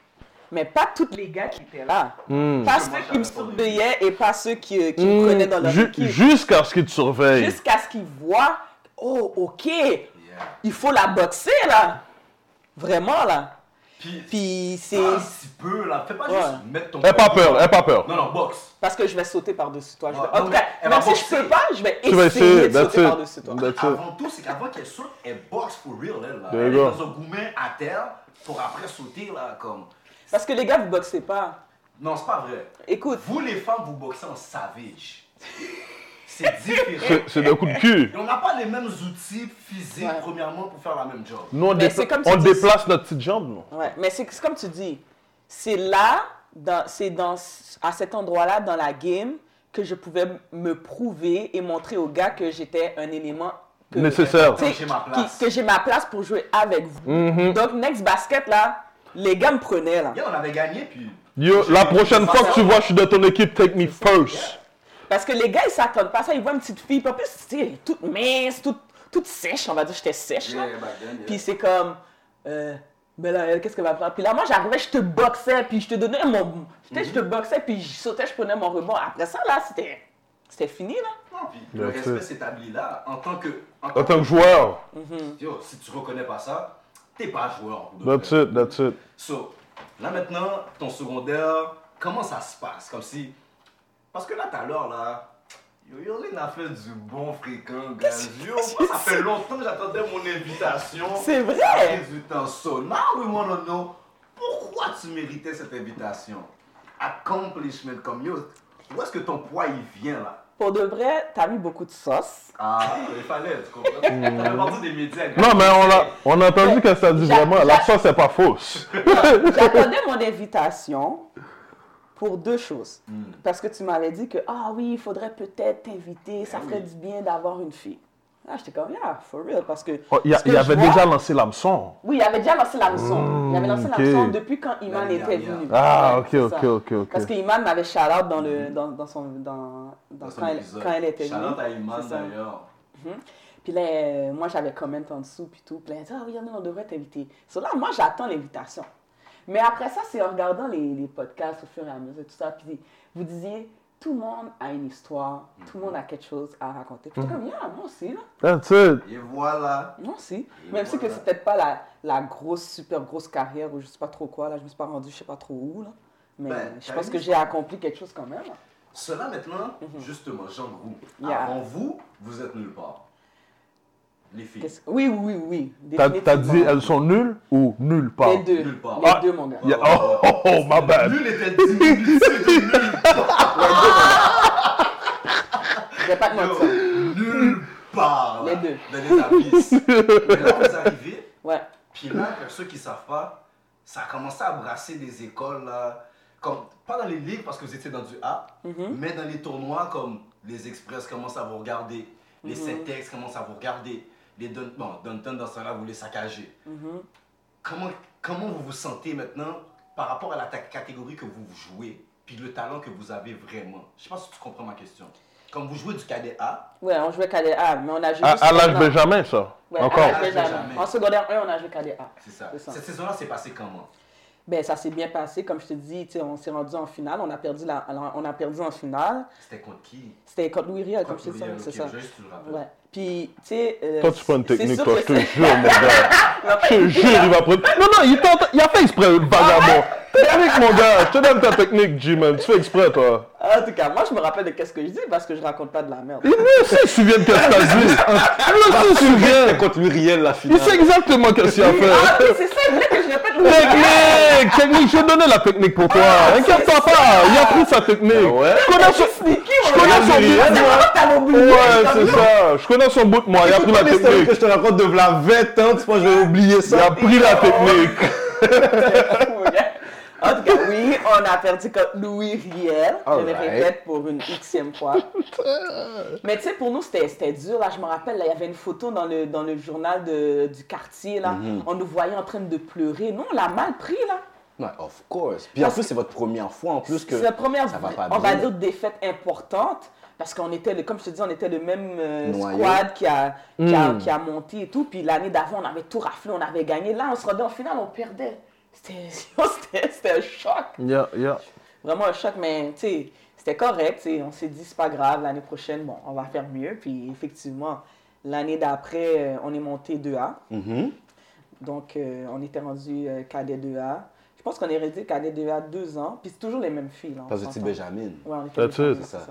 C: Mais pas toutes
D: Les gars qui étaient là.
C: là.
E: Hmm.
C: Pas
B: Moi,
C: ceux
B: j'avais
C: qui me
B: pas vu.
C: souriaient et pas ceux qui, qui
E: Hmm.
C: me prenaient dans leur
E: Ju-
C: équipe.
E: Jusqu'à ce qu'ils te surveillent.
C: Jusqu'à ce qu'ils voient, oh, OK,
B: Yeah.
C: il faut la boxer, là. Vraiment, là.
B: Puis,
C: Puis c'est...
D: Ah.
B: un petit peu là, fais pas juste
C: Ouais.
B: mettre ton.
E: Aie pas peur, aie pas peur.
B: Non, non, boxe.
C: Parce que je vais sauter par-dessus toi. Je
B: Ouais,
C: vais-
D: Ah,
B: non,
C: En tout cas,
B: mais elle
C: même
B: va
C: si je
B: boxer.
C: peux pas, je vais
E: Tu vas
C: essayer
E: essayer,
C: de
E: that's
C: sauter
E: it.
C: par-dessus toi.
E: That's it.
B: Avant tout, c'est qu'avant qu'elle saute, elle boxe for real, elle. Là.
E: There
B: Elle est
E: you go.
B: dans un goumet à terre pour après sauter, là, comme.
C: Parce que les gars, vous boxez pas.
B: Non, c'est pas vrai.
C: Écoute,
B: Vous, les femmes, vous boxez en savage. C'est différent.
E: C'est- C'est d'un coup de cul.
B: Et on n'a pas les mêmes outils physiques,
C: Ouais.
B: premièrement, pour faire la même job.
E: Nous, on,
C: Mais
E: dépla-
C: c'est comme si
E: on
C: tu-
E: déplace notre petite jambe, non?
C: ouais, mais c'est c'est comme tu dis, c'est là, dans- c'est dans, à cet endroit-là, dans la game, que je pouvais m- me prouver et montrer aux gars que j'étais un élément... que-
E: Nécessaire.
C: tu sais,
B: Que j'ai ma
C: qui-
B: place.
C: que j'ai ma place pour jouer avec vous.
E: Mhm.
C: Donc, next basket, là, les gars me prenaient, là.
B: Bien, on avait gagné, puis.
E: Yo, la prochaine
B: Ça,
E: fois
B: ça
E: que tu
B: va.
E: vois, je suis dans ton équipe, take me first.
C: Parce que les gars, ils s'attendent pas à ça. Ils voient une petite fille, puis en plus, tu sais, elle est toute mince, toute, toute sèche, on va dire, j'étais sèche, là.
B: Yeah, ben, back then, yeah.
C: Puis c'est comme, euh, mais là, elle, qu'est-ce qu'elle va faire? Puis là, moi, j'arrivais, je te boxais, puis je te donnais mon... Tu sais, je te boxais, puis je sautais, je prenais mon rebond. Après ça, là, c'était... C'était fini, là.
B: Non, puis le
E: Bien
B: respect
E: sûr.
B: s'établit là, en tant que.
E: En tant que joueur,
B: Yo, si tu reconnais pas ça, t'es pas joueur. pour de
E: that's
B: vrai.
E: it, that's it.
B: So, Là maintenant, ton secondaire, comment ça se passe Comme si. Parce que là, tout à l'heure, là. Yo, yo, Lynn a fait du bon fréquent, gars. Yo, moi, ça fait longtemps que j'attendais mon invitation.
D: C'est vrai.
B: Ça fait du temps. So now we wanna know pourquoi tu méritais cette invitation. Accomplishment comme yo. Où est-ce que ton poids il vient là
D: Pour de vrai, t'as mis beaucoup de sauce.
B: Ah, il fallait, tu comprends
D: Mm.
B: T'avais parti des médias. gars.
E: Ah,
C: Non, mais on a, on a entendu que ça dit
D: J'a-
C: vraiment. La sauce n'est pas fausse.
D: J'attendais mon invitation pour deux choses. Parce que tu m'avais dit que, ah oui, il faudrait peut-être t'inviter, ça ferait du bien d'avoir une fille. Là, j'étais comme, yeah, for real, parce que...
C: Il, Oh, y a-
D: ce que
C: il
D: je
C: avait
D: vois-
C: déjà lancé l'hameçon.
D: Oui, il avait déjà lancé la leçon. il avait lancé
C: Hmm, ok.
D: la leçon depuis quand Iman
B: L'année
D: était
B: dernière.
D: venu.
C: Ah,
D: Ouais,
C: ok,
D: c'est
C: ok,
D: ça.
C: ok, ok.
D: Parce que Iman m'avait shout-out dans, le, dans, dans son, dans, dans
B: Hmm. Dans son
D: quand, elle,
B: épisode.
D: quand elle était venue.
B: Shout-out à Iman,
D: C'est ça.
B: d'ailleurs.
D: Puis là, euh, moi, j'avais comment en dessous, puis tout. Puis là, elle dit, ah oui, Yannick, on devrait t'inviter. So là, moi, j'attends l'invitation. Mais après ça, c'est en regardant les, les podcasts au fur et à mesure, tout ça. Puis vous disiez, tout le monde a une histoire,
B: Hmm.
D: tout le monde a quelque chose à raconter. Puis j'étais
C: Hmm.
D: comme, yeah, moi aussi, là.
E: Hein,
C: That's it.
B: Et voilà.
D: Moi aussi.
B: Et
D: Même Ah si que
B: voilà.
D: c'est peut-être pas la, la grosse, super grosse carrière ou je sais pas trop quoi, là, je me suis pas rendue, je sais pas trop où, là. Mais
B: Ben,
D: je
B: t'as
D: pense
B: une
D: que j'ai accompli quelque chose quand même.
B: Cela maintenant, justement, Jean Groux.
D: Mhm. Yeah.
B: Avant vous, vous êtes nulle part. Les filles.
D: Qu'est-ce- Oui, oui, oui.
C: T'as
D: définitivement.
C: t'as dit elles sont nulles ou nulle part?
D: Les deux.
B: Nulle part.
D: Les
B: Ah.
D: deux, mon gars.
C: Il y a- Oh, oh, oh, my bad.
B: Nul était diminutif de nulle
D: Je vais pas te mentir.
B: part. Nulle part. là,
D: Les deux.
B: Dans les abysses. Mais là, vous arrivez,
D: Ouais.
B: puis là, pour ceux qui ne savent pas, ça a commencé à brasser des écoles, là. Comme, pas dans les ligues parce que vous étiez dans du A,
D: Mhm.
B: mais dans les tournois, comme les Express commencent à vous regarder, les
D: Mhm.
B: Syntex commencent à vous regarder, les Dun- bon, Dunton, dans ce là vous les saccagez.
D: Mhm.
B: comment, comment vous vous sentez maintenant par rapport à la ta- catégorie que vous jouez, puis le talent que vous avez vraiment Je sais pas si tu comprends ma question. Comme vous jouez du cadet A,
D: Ouais, on jouait KDA, mais on a joué.
C: À,
D: juste
C: à l'âge
D: maintenant.
C: Benjamin, ça.
D: Ouais,
C: Encore.
D: à l'âge Benjamin.
B: Benjamin.
D: En secondaire 1, on a joué KDA.
B: c'est ça.
D: C'est ça.
B: Cette saison-là, c'est passé comment
D: Ben, ça s'est bien passé. Comme je te dis, tu sais, on s'est rendu en finale. On a perdu, la, alors, on a perdu en finale.
B: C'était contre qui
D: C'était contre Louis Riel, comme
B: Contre
D: je te dis,
B: Uriel,
D: c'est
B: ok,
D: ça.
B: Juste, tu le rappelles.
D: Ouais. Puis, tu sais. euh,
C: Toi, tu prends une
D: c'est
C: technique,
D: sûr
C: toi,
D: que
C: je te
D: c'est-
C: jure, mon gars. Je te jure, il va prendre. Non, non, il, tente- il a fait exprès, le vagabond. Technique, mon gars. Je te donne ta technique, Jim. Tu fais exprès, toi.
D: En tout cas, moi, je me rappelle de qu'est-ce que je dis parce que je raconte pas de la merde.
C: Il lui aussi, il se souvient de ce que t'as dit. Il aussi, il se souvient.
F: Contre Muriel, la finale.
C: Il sait exactement ce qu'il a fait.
D: Ah, oui, c'est ça, il voulait que je répète Louis Riel.
C: Technique! Technique, je vais donner la technique pour toi. Inquiète-toi pas, il a pris sa technique. Je connais son, je connais son bout. Ouais,
D: Ah,
C: c'est ça. Je connais son bout de moi, il a pris la
F: Toute l'histoire
C: technique.
F: que je te raconte de v'là 20 ans, tu penses que je vais oublier
C: Il a
F: ça?
C: pris la technique.
D: En tout cas, oui, on a perdu contre Louis Riel. Je le
F: Alright.
D: répète pour une xème fois. Mais tu sais, pour nous, c'était c'était dur. Là, je me rappelle, là, il y avait une photo dans le, dans le journal de- du quartier. Là.
F: Mhm.
D: On nous voyait en train de pleurer. Non, on l'a mal pris, là.
F: Ouais, of course. Puis en plus, c'est votre première fois en plus que.
D: C'est la première,
F: ça va pas
D: on va
F: bien.
D: dire, défaite importante. Parce qu'on était, le- comme je te dis, on était le même euh,
F: Noyau. Hmm.
D: squad qui a, qui, a, qui a monté et tout. Puis l'année d'avant, on avait tout raflé, on avait gagné. Là, on se rendait en finale, on perdait. C'était c'était- c'était un choc.
C: Yeah, yeah.
D: Vraiment un choc, mais tu sais, c'était correct. tu sais, On s'est dit, c'est pas grave, l'année prochaine, bon, on va faire mieux. Puis effectivement, l'année d'après, euh, on est monté 2A.
F: Mhm.
D: Donc, euh, on était rendu euh, cadet 2A. Je pense qu'on est resté cadet 2A deux ans. Puis c'est toujours les mêmes filles. Là, on
F: Parce que tu es
D: s'entend.
F: Benjamin.
D: Ouais, on était
C: That's
D: Benjamin,
C: it.
D: c'est ça.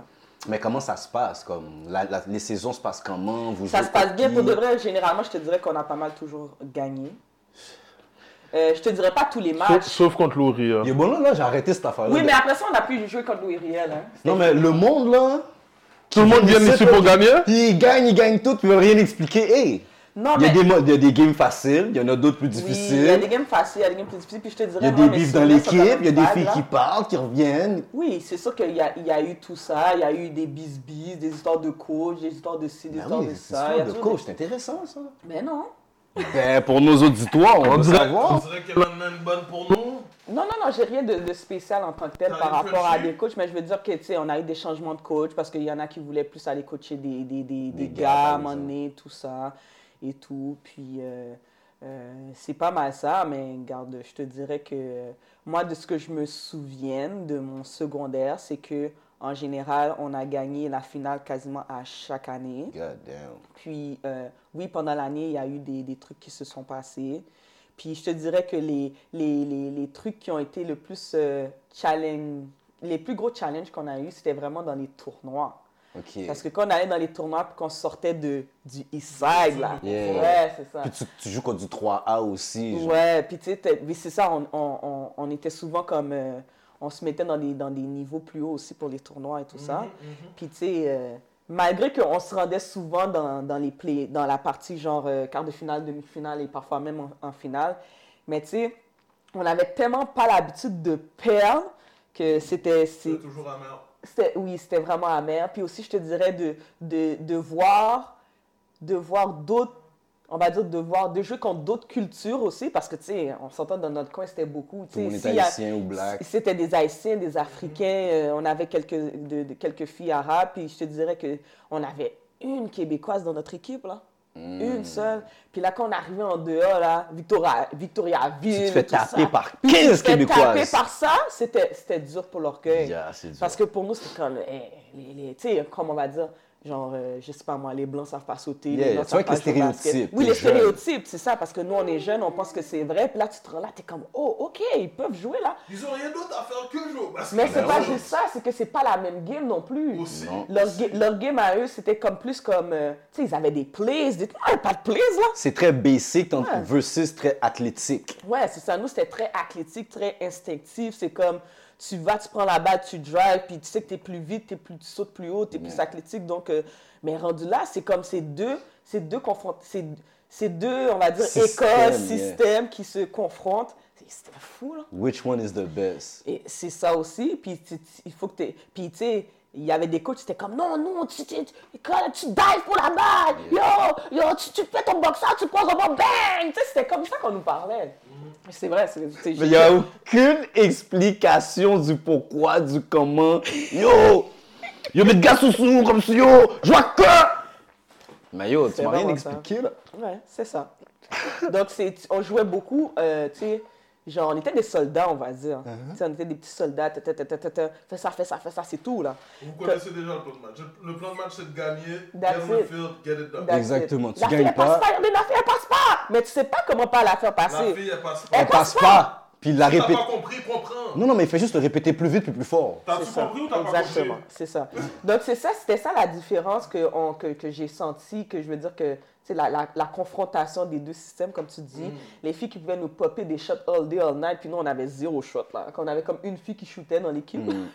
F: Mais comment ça se passe comme la- la- Les saisons se passent comment vous
D: Ça
F: jouez
D: se passe bien
F: qui
D: pour de vrai. Généralement, je te dirais qu'on a pas mal toujours gagné. Euh, je te dirais pas tous les
C: Sauf,
D: matchs.
C: sauf contre Loury.
B: hein.
F: Il est bon là, là j'ai arrêté cette affaire-là.
D: Oui,
F: de-
D: mais après ça, on a pu jouer contre Louis Riel. hein.
F: Non, mais le monde là.
C: Tout le monde vient ici pour gagner?
F: Ils gagnent, ils gagnent tout, puis ils veulent rien expliquer. Hey,
D: Non,
F: il, y a
D: mais-
F: des mo- il y a des games faciles, il y en a d'autres plus
D: Oui, il y a des
F: difficiles.
D: games faciles, il y a des games plus difficiles, puis je te dirais...
F: Il y a des
D: vraiment, mes
F: bifs dans
D: souvenirs
F: l'équipe,
D: sont
F: il y a des
D: vraiment
F: filles
D: vagues,
F: qui
D: là.
F: partent, qui reviennent.
D: Oui, c'est sûr qu'il y a, il y a eu tout ça, il y a eu des bisbis, des histoires de coach, des histoires de ci, des
F: Ben
D: histoires
F: oui,
D: de
F: c'est
D: ça. il y a
F: ça, le
D: toujours
F: coach,
D: des-
F: c'est intéressant ça.
D: Mais non.
F: Ben, pour nos auditoires, on va
C: On dirait-
E: On
F: savoir.
E: dirait qu'elle en a une bonne pour nous.
D: Non, non, non, j'ai rien de, de spécial en tant que tel
E: Dans
D: par
E: les
D: rapport à
E: coachings.
D: des coachs, mais je veux dire que, tu sais, on a eu des changements de coach parce qu'il y en a qui voulaient plus aller coacher des, des, des, des
F: Des gars,
D: gars à un
F: par
D: moment
F: exemple.
D: donné, tout ça et tout. Puis, euh, euh, c'est pas mal ça, mais garde, je te dirais que euh, moi, de ce que je me souviens de mon secondaire, c'est que en général, on a gagné la finale quasiment à chaque année.
F: God damn.
D: Puis, euh, oui, pendant l'année, il y a eu des, des trucs qui se sont passés. Puis je te dirais que les, les, les, les trucs qui ont été le plus euh, challenge, les plus gros challenges qu'on a eu, c'était vraiment dans les tournois.
B: OK.
D: Parce que quand on allait dans les tournois puis qu'on sortait de, du East Side, là.
B: Yeah.
D: Ouais, c'est ça.
B: Puis tu, tu joues contre du 3A aussi. genre.
D: Ouais, puis tu sais, t'es- mais c'est ça, on, on- on- on était souvent comme. euh, on se mettait dans des, dans des niveaux plus hauts aussi pour les tournois et tout ça. Puis tu sais, euh, malgré qu'on se rendait souvent dans, dans les play, dans la partie genre euh, quart de finale, demi-finale et parfois même en, en finale, mais tu sais, on n'avait tellement pas l'habitude de perdre que c'était. c'est-
E: C'est toujours amer.
D: c'était- oui, c'était vraiment amer. Puis aussi, je te dirais de, de, de voir de voir d'autres, on va dire de voir de jouer contre d'autres cultures aussi, parce que tu sais, on s'entend dans notre coin, c'était beaucoup. tu
B: Tout le monde est
D: sais, s'il y a-
B: haïtien ou black.
D: c'était des Haïtiens, des Africains, euh, on avait quelques, de, de- quelques filles arabes, puis je te dirais que on avait une Québécoise dans notre équipe, là.
B: Hmm.
D: Une seule. Puis là, quand on arrivait en dehors, là, Victoria, Victoriaville,
B: Tu te fais
D: tout ça.
B: taper par
D: Puis tu te
B: 15
D: fais taper
B: Québécoises.
D: par ça, c'était c'était dur pour l'orgueil.
B: Yeah, c'est dur.
D: Parce que pour nous, c'était comme, eh, les, les- tu sais, comme on va dire, genre, euh, je sais pas moi, les blancs savent pas sauter.
B: Yeah,
D: les blancs
B: tu vois
D: savent pas
B: avec les
D: jouer au basket.
B: stéréotypes,
D: Oui,
B: les
D: les
B: jeunes.
D: stéréotypes, c'est ça, parce que nous, on est jeunes, on pense que c'est vrai, puis là, tu te rends là, t'es comme, oh, ok, ils peuvent jouer là.
E: Ils ont rien d'autre à faire que jouer au basket.
D: Mais c'est
B: Ben
D: pas
B: ouais.
D: juste ça, c'est que c'est pas la même game non plus.
E: Aussi.
B: Non.
D: Leur, ga- leur game à eux, c'était comme plus comme, euh, tu sais, ils avaient des plays, des, ah, pas de plays là.
B: C'est très basic tant-
D: Ouais.
B: versus très athlétique.
D: Ouais, c'est ça. Nous, c'était très athlétique, très instinctif. C'est comme, tu vas, tu prends la balle, tu drives, puis tu sais que tu es plus vite, t'es plus, tu sautes plus haut, tu es plus athlétique. Donc, euh, mais rendu là, c'est comme ces deux, ces deux, confront- ces, ces deux, on va dire,
B: Système,
D: écoles,
B: yeah.
D: systèmes qui se confrontent. C'est- C'était fou, là.
B: Which one is the best?
D: Et c'est ça aussi. Puis tu- tu- il faut que tu. Puis tu sais, il y avait des coachs qui étaient comme non, non, tu, tu, tu- quand tu dives pour la balle. Yo, yo, tu, tu fais ton boxeur, tu poses au bord, bang! Tu sais, c'était comme ça qu'on nous parlait. Mais C'est vrai, c'est. c'est-
B: Mm. Mais il n'y a aucune explication du pourquoi, du comment. Yo! Yo, mais de gars sous sous, comme si yo! Je vois que! Mais yo, tu
D: C'est
B: m'as rien
D: vraiment ça.
B: expliqué là.
D: Ouais, c'est ça. Donc, c'est, on jouait beaucoup, euh, tu sais, genre, on était des soldats, on va dire.
B: Uh-huh.
D: Tu sais, on était des petits soldats, ta, ta, ta, ta, ta, ta, fais ça, fais ça, fais ça, c'est tout, là.
E: Vous connaissez déjà le plan de match. Le plan de match, c'est de gagner,
D: That's
E: get on the
D: it.
E: field, get it done.
D: That's it.
B: Exactement, tu
D: La fille,
B: gagnes
D: elle passe
B: pas.
D: pas, regardez, la fille, elle passe pas! Mais tu sais pas comment pas la faire passer.
E: La fille, elle passe
D: Elle
E: pas.
B: Elle passe pas! Puis il la
E: T'as
B: répète.
E: pas compris, comprends.
B: Non, non, mais il fait juste le répéter plus vite puis plus fort.
E: T'as-tu
D: C'est ça.
E: compris ou t'as pas compris?
D: Exactement, c'est ça. Donc, c'est ça, c'était ça la différence que, on- que, que j'ai sentie, que je veux dire que tu sais, la, la, la confrontation des deux systèmes, comme tu dis,
E: Mm.
D: les filles qui pouvaient nous popper des shots all day, all night, puis nous, on avait zéro shot, là. Qu'on avait comme une fille qui shootait dans l'équipe,
B: Mm.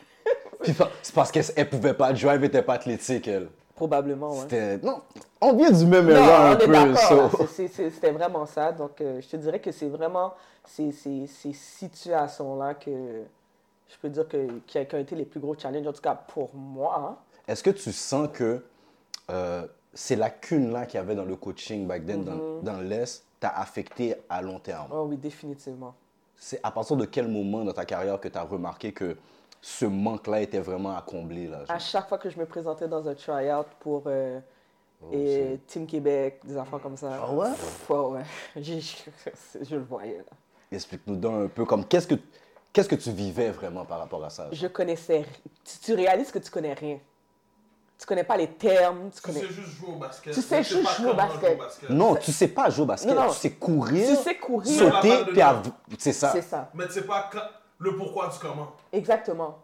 B: Puis fa- c'est parce qu'elle elle pouvait pas, drive était pas athlétique elle.
D: probablement, ouais.
B: C'était. Non, on vient du même
D: Non,
B: era
D: on
B: un
D: est
B: peu.
D: d'accord. là.
B: so-
D: C'est- c'est- c'est- C'était vraiment ça. Donc, euh, je te dirais que c'est vraiment ces, ces, ces situations-là que je peux dire que, qui, a, qui ont été les plus gros challenges, en tout cas pour moi. hein.
B: Est-ce que tu sens que euh, ces lacunes-là qu'il y avait dans le coaching back then,
D: Mm-hmm.
B: dans, dans l'Est, t'a affecté à long terme?
D: Oh oui, définitivement.
B: C'est à partir de quel moment dans ta carrière que tu as remarqué que ce manque-là était vraiment à combler? Là, genre?
D: À chaque fois que Ah, je me présentais dans un try-out pour euh, et Team Québec, des enfants comme ça.
B: Oh, Ah ouais?
D: pff, ouais, ouais. J'ai- je, je le voyais. là.
B: Explique-nous donc un peu comme qu'est-ce que qu'est-ce que tu vivais vraiment par rapport à ça? genre?
D: Je connaissais. ri- Tu, tu réalises que tu connais rien. Tu connais pas les termes. Tu
E: Tu
D: connais.
E: sais juste jouer au basket.
D: Tu
E: mais
D: sais juste
E: pas
D: jouer au
E: comment
D: basket.
B: Non, tu sais pas jouer au basket,
D: Non, non.
B: tu sais courir,
D: Tu sais courir.
B: sauter, puis
E: La balle
B: av- c'est ça.
D: C'est ça.
E: Mais tu sais pas quand- le pourquoi du comment.
D: Exactement.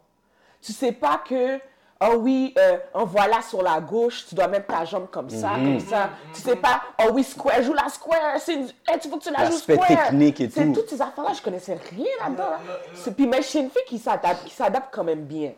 D: Tu sais pas que, oh oui, euh, en voilà sur la gauche, tu dois mettre ta jambe comme ça,
B: Mhm.
D: comme ça. Tu sais pas, oh oui, square, joue la square, c'est une- hey, tu faut que tu la joues
B: L'aspect
D: square.
B: technique et
D: C'est
B: tout.
D: toutes ces affaires-là, je connaissais rien là-dedans. là. C'est- Puis, mais je suis une fille qui s'adapte, qui s'adapte quand même bien.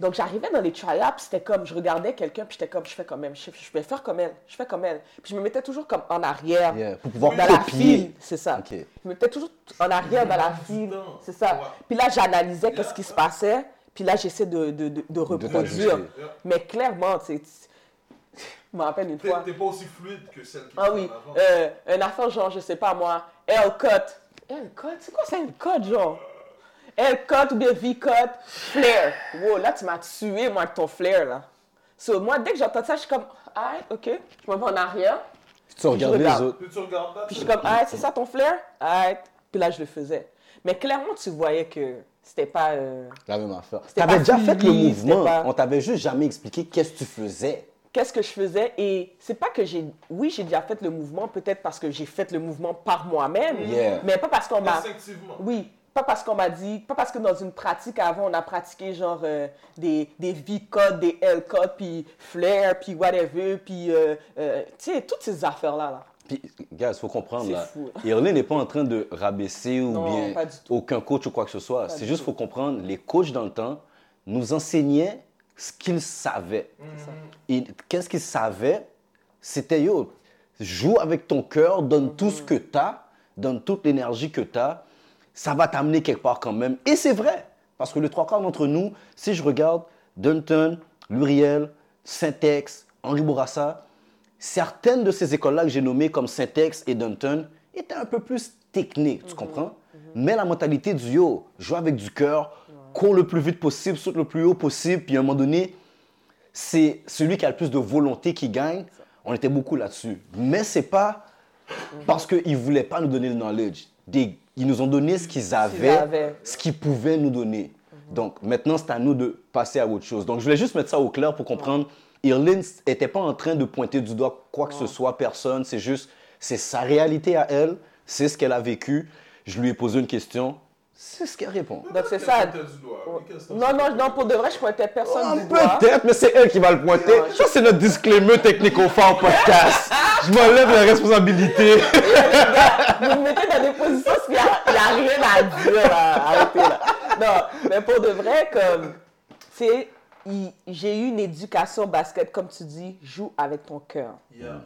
D: Donc, j'arrivais dans les try-ups, c'était comme, je regardais quelqu'un, puis j'étais comme, je fais comme elle, je, je vais faire comme elle, je fais comme elle. Puis je me mettais toujours comme en arrière.
B: Yeah, pour pouvoir
D: dans la
B: copier.
D: file, c'est ça.
B: Ok.
D: Je me mettais toujours en arrière dans la file,
E: Distant.
D: c'est ça.
E: Ouais.
D: Puis là, j'analysais qu'est-ce qui se passait. Puis là, j'essaie de, de, de, de reproduire.
B: t'ajuster.
D: Mais clairement, tu sais, tu- je me rappelle une
E: T'es
D: fois.
E: t'es pas aussi fluide que celle qui
D: Ah
E: était
D: oui,
E: en avant.
D: euh, une affaire genre, je sais pas moi, L-cut. L-cut? C'est quoi ça, L-cut, genre? L-cut ou bien V-cut? Flair. Wow, là, tu m'as tué, moi, avec ton flair, là. So, moi, dès que j'entends ça, je suis comme, ah, ok. Je me mets en arrière.
B: Puis tu regardes les
D: regarde.
B: autres.
E: Puis tu regardes là,
D: Puis
E: tu
D: je suis comme, ah, c'est ça ton flair? Ah, puis là, je le faisais. Mais clairement, tu voyais que c'était pas. euh,
B: La même affaire.
D: C'était
B: T'avais
D: pas
B: déjà fait le
D: fluide, c'était
B: mouvement,
D: pas-
B: on t'avait juste jamais expliqué qu'est-ce que tu faisais.
D: qu'est-ce que je faisais et c'est pas que j'ai oui j'ai déjà fait le mouvement peut-être parce que j'ai fait le mouvement par moi-même
B: Yeah.
D: mais pas parce qu'on m'a
E: Instinctivement.
D: oui pas parce qu'on m'a dit pas parce que dans une pratique avant on a pratiqué genre euh, des des V codes des L codes puis flair puis whatever puis euh, euh, tu sais toutes ces affaires là là
B: Puis, gars, il faut comprendre,
D: C'est
B: là.
D: fou. hein.
B: Irlin n'est pas en train de rabaisser ou
D: Non,
B: bien
D: pas du tout.
B: aucun coach ou quoi que ce soit.
D: Pas
B: C'est
D: du
B: juste,
D: tout.
B: faut comprendre, les coachs dans le temps nous enseignaient ce qu'ils savaient. Et Qu'est-ce qu'ils savaient? C'était, yo, joue avec ton cœur, donne
D: Mhm.
B: tout ce que tu as, donne toute l'énergie que tu as, ça va t'amener quelque part quand même. Et c'est vrai, parce que les trois quarts d'entre nous, si je regarde Dunton, Luriel, Saint-Ex, Henri Bourassa, certaines de ces écoles-là que j'ai nommées comme Saint-Ex et Dunton étaient un peu plus techniques, tu comprends? Mais la mentalité du yo, joue avec du cœur, cours le plus vite possible, saute le plus haut possible, puis à un moment donné, c'est celui qui a le plus de volonté qui gagne. On était beaucoup là-dessus. Mais c'est pas parce qu'ils voulaient pas nous donner le knowledge. Des- ils nous ont donné ce qu'ils avaient,
D: avaient.
B: ce qu'ils pouvaient nous donner. Donc maintenant, c'est à nous de passer à autre chose. Donc je voulais juste mettre ça au clair pour comprendre. Irlin n'était pas en train de pointer du doigt quoi que ce soit, personne. C'est juste, c'est sa réalité à elle, c'est ce qu'elle a vécu. Je lui ai posé une question, c'est ce qu'elle répond.
D: donc c'est ça Oh,
E: T'as du doigt. Qu'est-ce que t'as
D: non non non pour de vrai je pointais personne
B: Ah,
D: du doigt
B: Peut-être, mais c'est elle qui va le pointer. Ça, c'est notre disclaimer technico-fort podcast. Je m'enlève la responsabilité.
D: vous me mettez dans des positions parce qu'il n'y a, rien à dire, là. Arrêtez, là. Non, mais pour de vrai, comme, tu sais, il- j'ai eu une éducation basket, comme tu dis, joue avec ton cœur.
E: Yeah.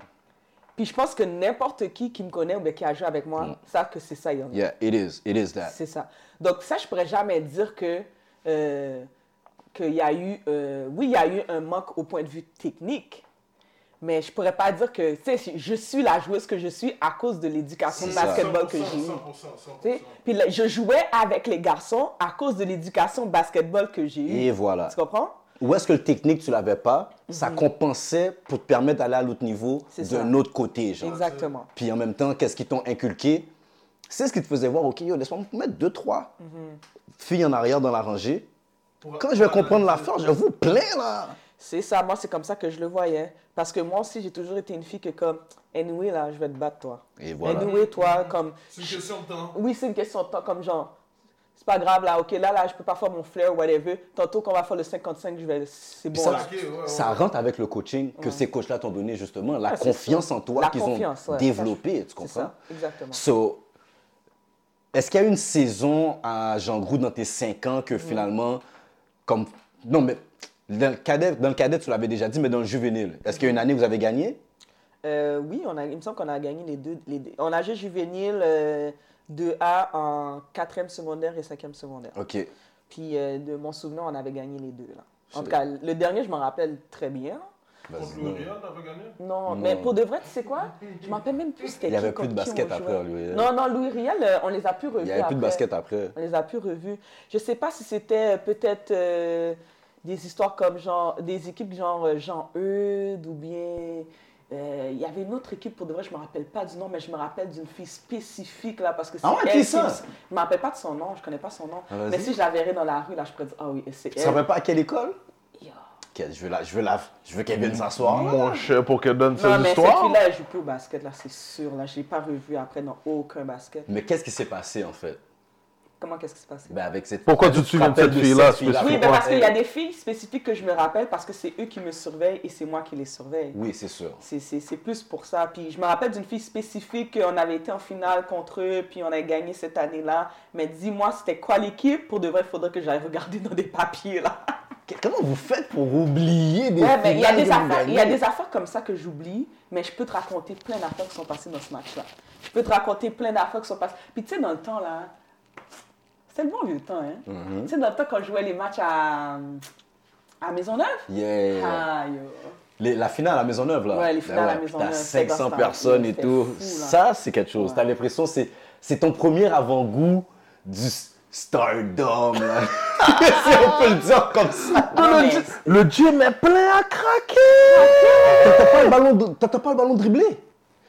D: Puis je pense que n'importe qui qui me connaît ou bien qui a joué avec moi savent que c'est ça, il y en a.
B: Mm. Yeah, it is. It is that.
D: C'est ça. Donc ça, je pourrais jamais dire que euh, qu'il y a eu, euh, oui, il y a eu un manque au point de vue technique, mais je pourrais pas dire que, tu sais, je suis la joueuse que je suis à cause de l'éducation de
B: ça.
D: basketball que j'ai
E: 100%, 100%,
D: eue.
E: 100%.
D: Tu sais, Puis là, je jouais avec les garçons à cause de l'éducation basketball que j'ai eue.
B: Et voilà.
D: Tu comprends?
B: Où est-ce que le technique, tu l'avais pas, ça compensait pour te permettre d'aller à l'autre niveau
D: Mhm. C'est ça.
B: d'un autre côté, genre.
D: Exactement.
B: Puis en même temps, qu'est-ce qu'ils t'ont inculqué? C'est ce qui te faisait voir, OK, yo, laisse-moi mettre deux, trois
D: Mhm.
B: filles en arrière dans la rangée.
E: Pour-
B: Quand je vais
E: pour
B: comprendre
E: analyser.
B: l'affaire, je vous plains, là.
D: C'est ça, moi, c'est comme ça que je le voyais. Parce que moi aussi, j'ai toujours été une fille que comme, anyway, là, je vais te battre, toi.
B: Et voilà.
D: Anyway, toi, comme,
E: C'est une question de temps.
D: oui, c'est une question de temps, comme genre, c'est pas grave, là, OK, là, là, je peux pas faire mon flair, whatever. Tantôt, qu'on va faire le 55, je vais, c'est
B: Puis
D: bon.
B: ça,
D: là.
E: ok, ouais, ouais.
B: ça rentre avec le coaching que ces coachs-là t'ont donné justement, la
D: Ah, c'est
B: confiance
D: ça.
B: en toi
D: La
B: qu'ils ont
D: confiance, ouais,
B: développée, tu
D: C'est
B: comprends?
D: ça, exactement.
B: So, est-ce qu'il y a eu une saison à Jean Groux dans tes 5 ans
D: Mm.
B: que finalement, comme. Non, mais dans le cadet, dans le cadet tu l'avais déjà dit, mais dans le juvénile, est-ce qu'il y a une année où vous avez gagné?
D: Euh, oui, on a, il me semble qu'on a gagné les deux. Les deux. On a joué juvénile euh, 2A en 4e secondaire et 5e secondaire.
B: OK.
D: Puis euh, de mon souvenir, on avait gagné les deux. Là. En tout cas, le dernier, je m'en rappelle très bien.
E: Contre le Real, on avait gagné.
D: Non, mais pour de vrai, tu sais quoi Je m'en rappelle même plus c'était
B: Il n'y
D: qui,
B: avait plus de
D: contre qui on
B: basket après,
D: jouait.
B: lui.
D: Non, non, Louis Riel, euh, on les a plus revus.
B: Il n'y avait plus de
D: après.
B: basket après.
D: On les a plus revus. Je sais pas si c'était euh, peut-être euh, des histoires comme genre, des équipes genre euh, Jean Eudes ou bien. euh, Il y avait une autre équipe, pour de vrai, je me rappelle pas du nom, mais je me rappelle d'une fille spécifique là, parce que c'est
B: Ah ouais, qui
D: elle
B: ça?
D: me- Je me rappelle pas de son nom, je connais pas son nom.
B: Ah, vas-y.
D: mais si je la verrais dans la rue, là, je pourrais dire, ah oui, c'est
B: Tu ne
D: elle.
B: savais pas à quelle école?
D: Yo.
B: Ok, Je veux, la, je veux, la, je veux qu'elle
E: Mm.
B: vienne s'asseoir. là.
C: Mon cher, pour qu'elle donne
D: Non,
C: ses
D: mais cette
C: histoires.
D: fille-là, elle joue plus au basket, là, c'est sûr. Là, je l'ai pas revue après dans aucun basket.
B: Mais qu'est-ce qui s'est passé en fait?
D: Comment, qu'est-ce qui s'est passé?
B: Ben, avec cette...
C: Pourquoi tu te souviens de cette
B: Rappelle de
C: fille-là
B: cette fille-là.
C: spécifiquement?
D: oui, ben, parce qu'il y a des filles spécifiques que je me rappelle parce que c'est eux qui me surveillent et c'est moi qui les surveille.
B: Oui, c'est sûr.
D: C'est- C'est c'est plus pour ça. Puis je me rappelle d'une fille spécifique, on avait été en finale contre eux, puis on a gagné cette année-là. Mais dis-moi, c'était quoi l'équipe? Pour de vrai, il faudrait que j'aille regarder dans des papiers, là.
B: Que- Comment vous faites pour oublier des
D: Ouais, mais il y, a
B: finales
D: des
B: que vous
D: affaires- il y a
B: gagnez?
D: des affaires comme ça que j'oublie, mais je peux te raconter plein d'affaires qui sont passées dans ce match-là. Je peux te raconter plein d'affaires qui sont passées. Puis tu sais, dans le temps, là, c'était le bon vieux temps, hein? Tu sais, dans le temps, quand je jouais les matchs à, à Maisonneuve,
B: Yeah.
D: Ah, yo.
B: Les- la finale à la Maisonneuve, là. Ben
D: Ouais, les finales à la
B: putain,
D: Maisonneuve, c'est
B: 500
D: dans ce
B: personnes
D: temps-là.
B: et
D: C'était
B: tout.
D: fou, là.
B: Ça, c'est quelque chose. T'as l'impression, c'est, c'est ton premier avant-goût du s- stardom, là. si on peut le dire comme ça.
D: Non, mais-
C: Le gym est plein à craquer.
B: T'as pas le ballon, de- t'as pas le ballon dribblé.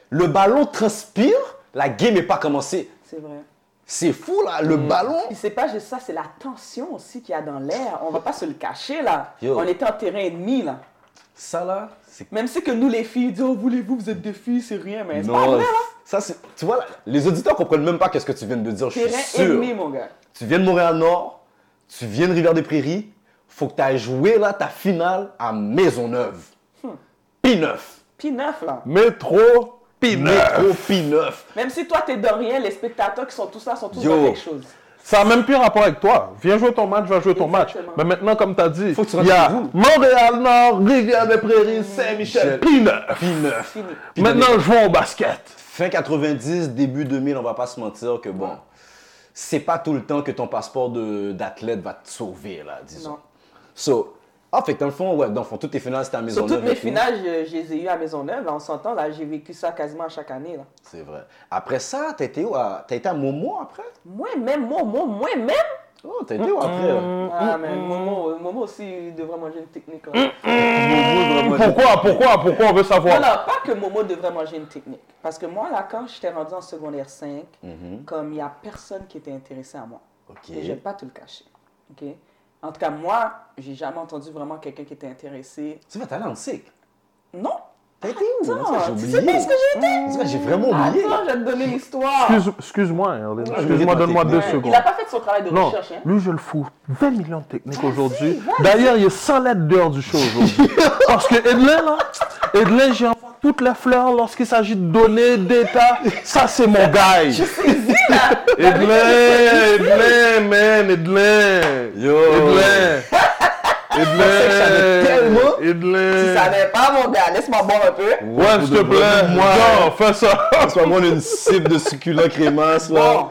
B: Le ballon transpire, la game n'est pas commencée.
D: c'est vrai.
B: C'est fou, là. Le ballon,
D: Puis c'est pas juste ça, c'est la tension aussi qu'il y a dans l'air. On va pas se le cacher là.
B: Yo.
D: On était en terrain ennemi là.
B: Ça là, c'est.
D: Même si que nous, les filles, disons, oh, voulez-vous, vous êtes des filles, c'est rien, mais c'est pas
B: Non,
D: vrai, là.
B: ça c'est. Tu vois, là, les auditeurs comprennent même pas qu'est-ce que tu viens de dire, je suis
D: Terrain
B: sûr.
D: ennemi, mon gars.
B: Tu viens de Montréal-Nord, tu viens de Rivière-des-Prairies, faut que tu ailles jouer là ta finale à Maisonneuve. P9.
D: Puis neuf, là.
C: Métro P9.
B: Métro P9.
D: Même si toi, t'es dans rien, les spectateurs qui sont tous là sont tous
B: Yo.
D: dans quelque chose.
C: Ça a même pire rapport avec toi. Viens jouer ton match, va jouer ton match.
D: Exactement.
C: Mais maintenant, comme tu as dit,
B: Faut que tu
C: il y a
B: rentres chez vous.
C: Montréal-Nord, Rivière-des-Prairies, Saint-Michel,
B: Michel.
C: P9.
B: P9.
D: Fini.
B: Puis
C: Maintenant, jouons au basket.
B: Fin 90, début 2000, on va pas se mentir que bon, c'est pas tout le temps que ton passeport de- d'athlète va te sauver, là, disons.
D: Non.
B: So, ah, fait que dans le fond, ouais, dans le fond, toutes tes finales, c'était à
D: Sur
B: Maisonneuve.
D: toutes mes
B: et tout.
D: finales, je, je les ai eues à Maisonneuve. Là, on s'entend, là, j'ai vécu ça quasiment à chaque année, là.
B: C'est vrai. Après ça, t'as été où à- T'as été à Momo après
D: Moi-même, moi, moi, moi-même.
B: Oh, t'as
D: Euh,
B: été où après
D: Ah,
B: mm,
D: mais Momo, Momo aussi, il devrait manger une technique, hein. là.
B: Momo, vraiment.
C: Pourquoi, pourquoi, pourquoi on veut
D: Non,
C: savoir
D: non, pas que Momo devrait manger une technique. Parce que moi, là, quand j'étais rendu en secondaire 5,
C: Mhm.
D: comme il n'y a personne qui était intéressé à moi.
B: Ok.
D: Et je vais pas tout le cacher. OK? En tout cas, moi, j'ai jamais entendu vraiment quelqu'un qui était intéressé.
B: Tu vas t'aller en cycle.
D: Non!
C: Oh,
B: T'as été où
D: Attends,
B: Attends,
D: tu
B: J'ai
D: sais
B: oublié.
D: pas ce que j'ai été?
B: En tout cas, J'ai vraiment oublié.
D: Attends, je vais te donner l'histoire.
C: Excuse- Excuse-moi, Erlin.
B: Ouais.
C: excuse-moi, donne-moi
B: Ouais.
C: deux
D: Ouais, Il
C: secondes.
D: n'a pas fait son travail de
C: Non,
D: recherche. Hein.
C: lui, je le fous. 20 millions de techniques aujourd'hui. D'ailleurs, il est 100 lettres d'heure du show aujourd'hui. Parce que Edlin, là, Edlin, j'ai envoie toutes les fleurs lorsqu'il s'agit de données, d'état. Ça, c'est mon gars. Edlin, Edlin, man, Edlin.
B: Yo.
C: Edlin.
D: savais tellement.
C: Edlin.
D: Tu
C: Edlin.
D: savais pas, mon gars. Laisse-moi boire un peu.
C: Ouais, s'il te plaît.
B: Moi.
C: Non, fais ça.
B: Sois moi une cible de succulent crémasse là.
D: Bon,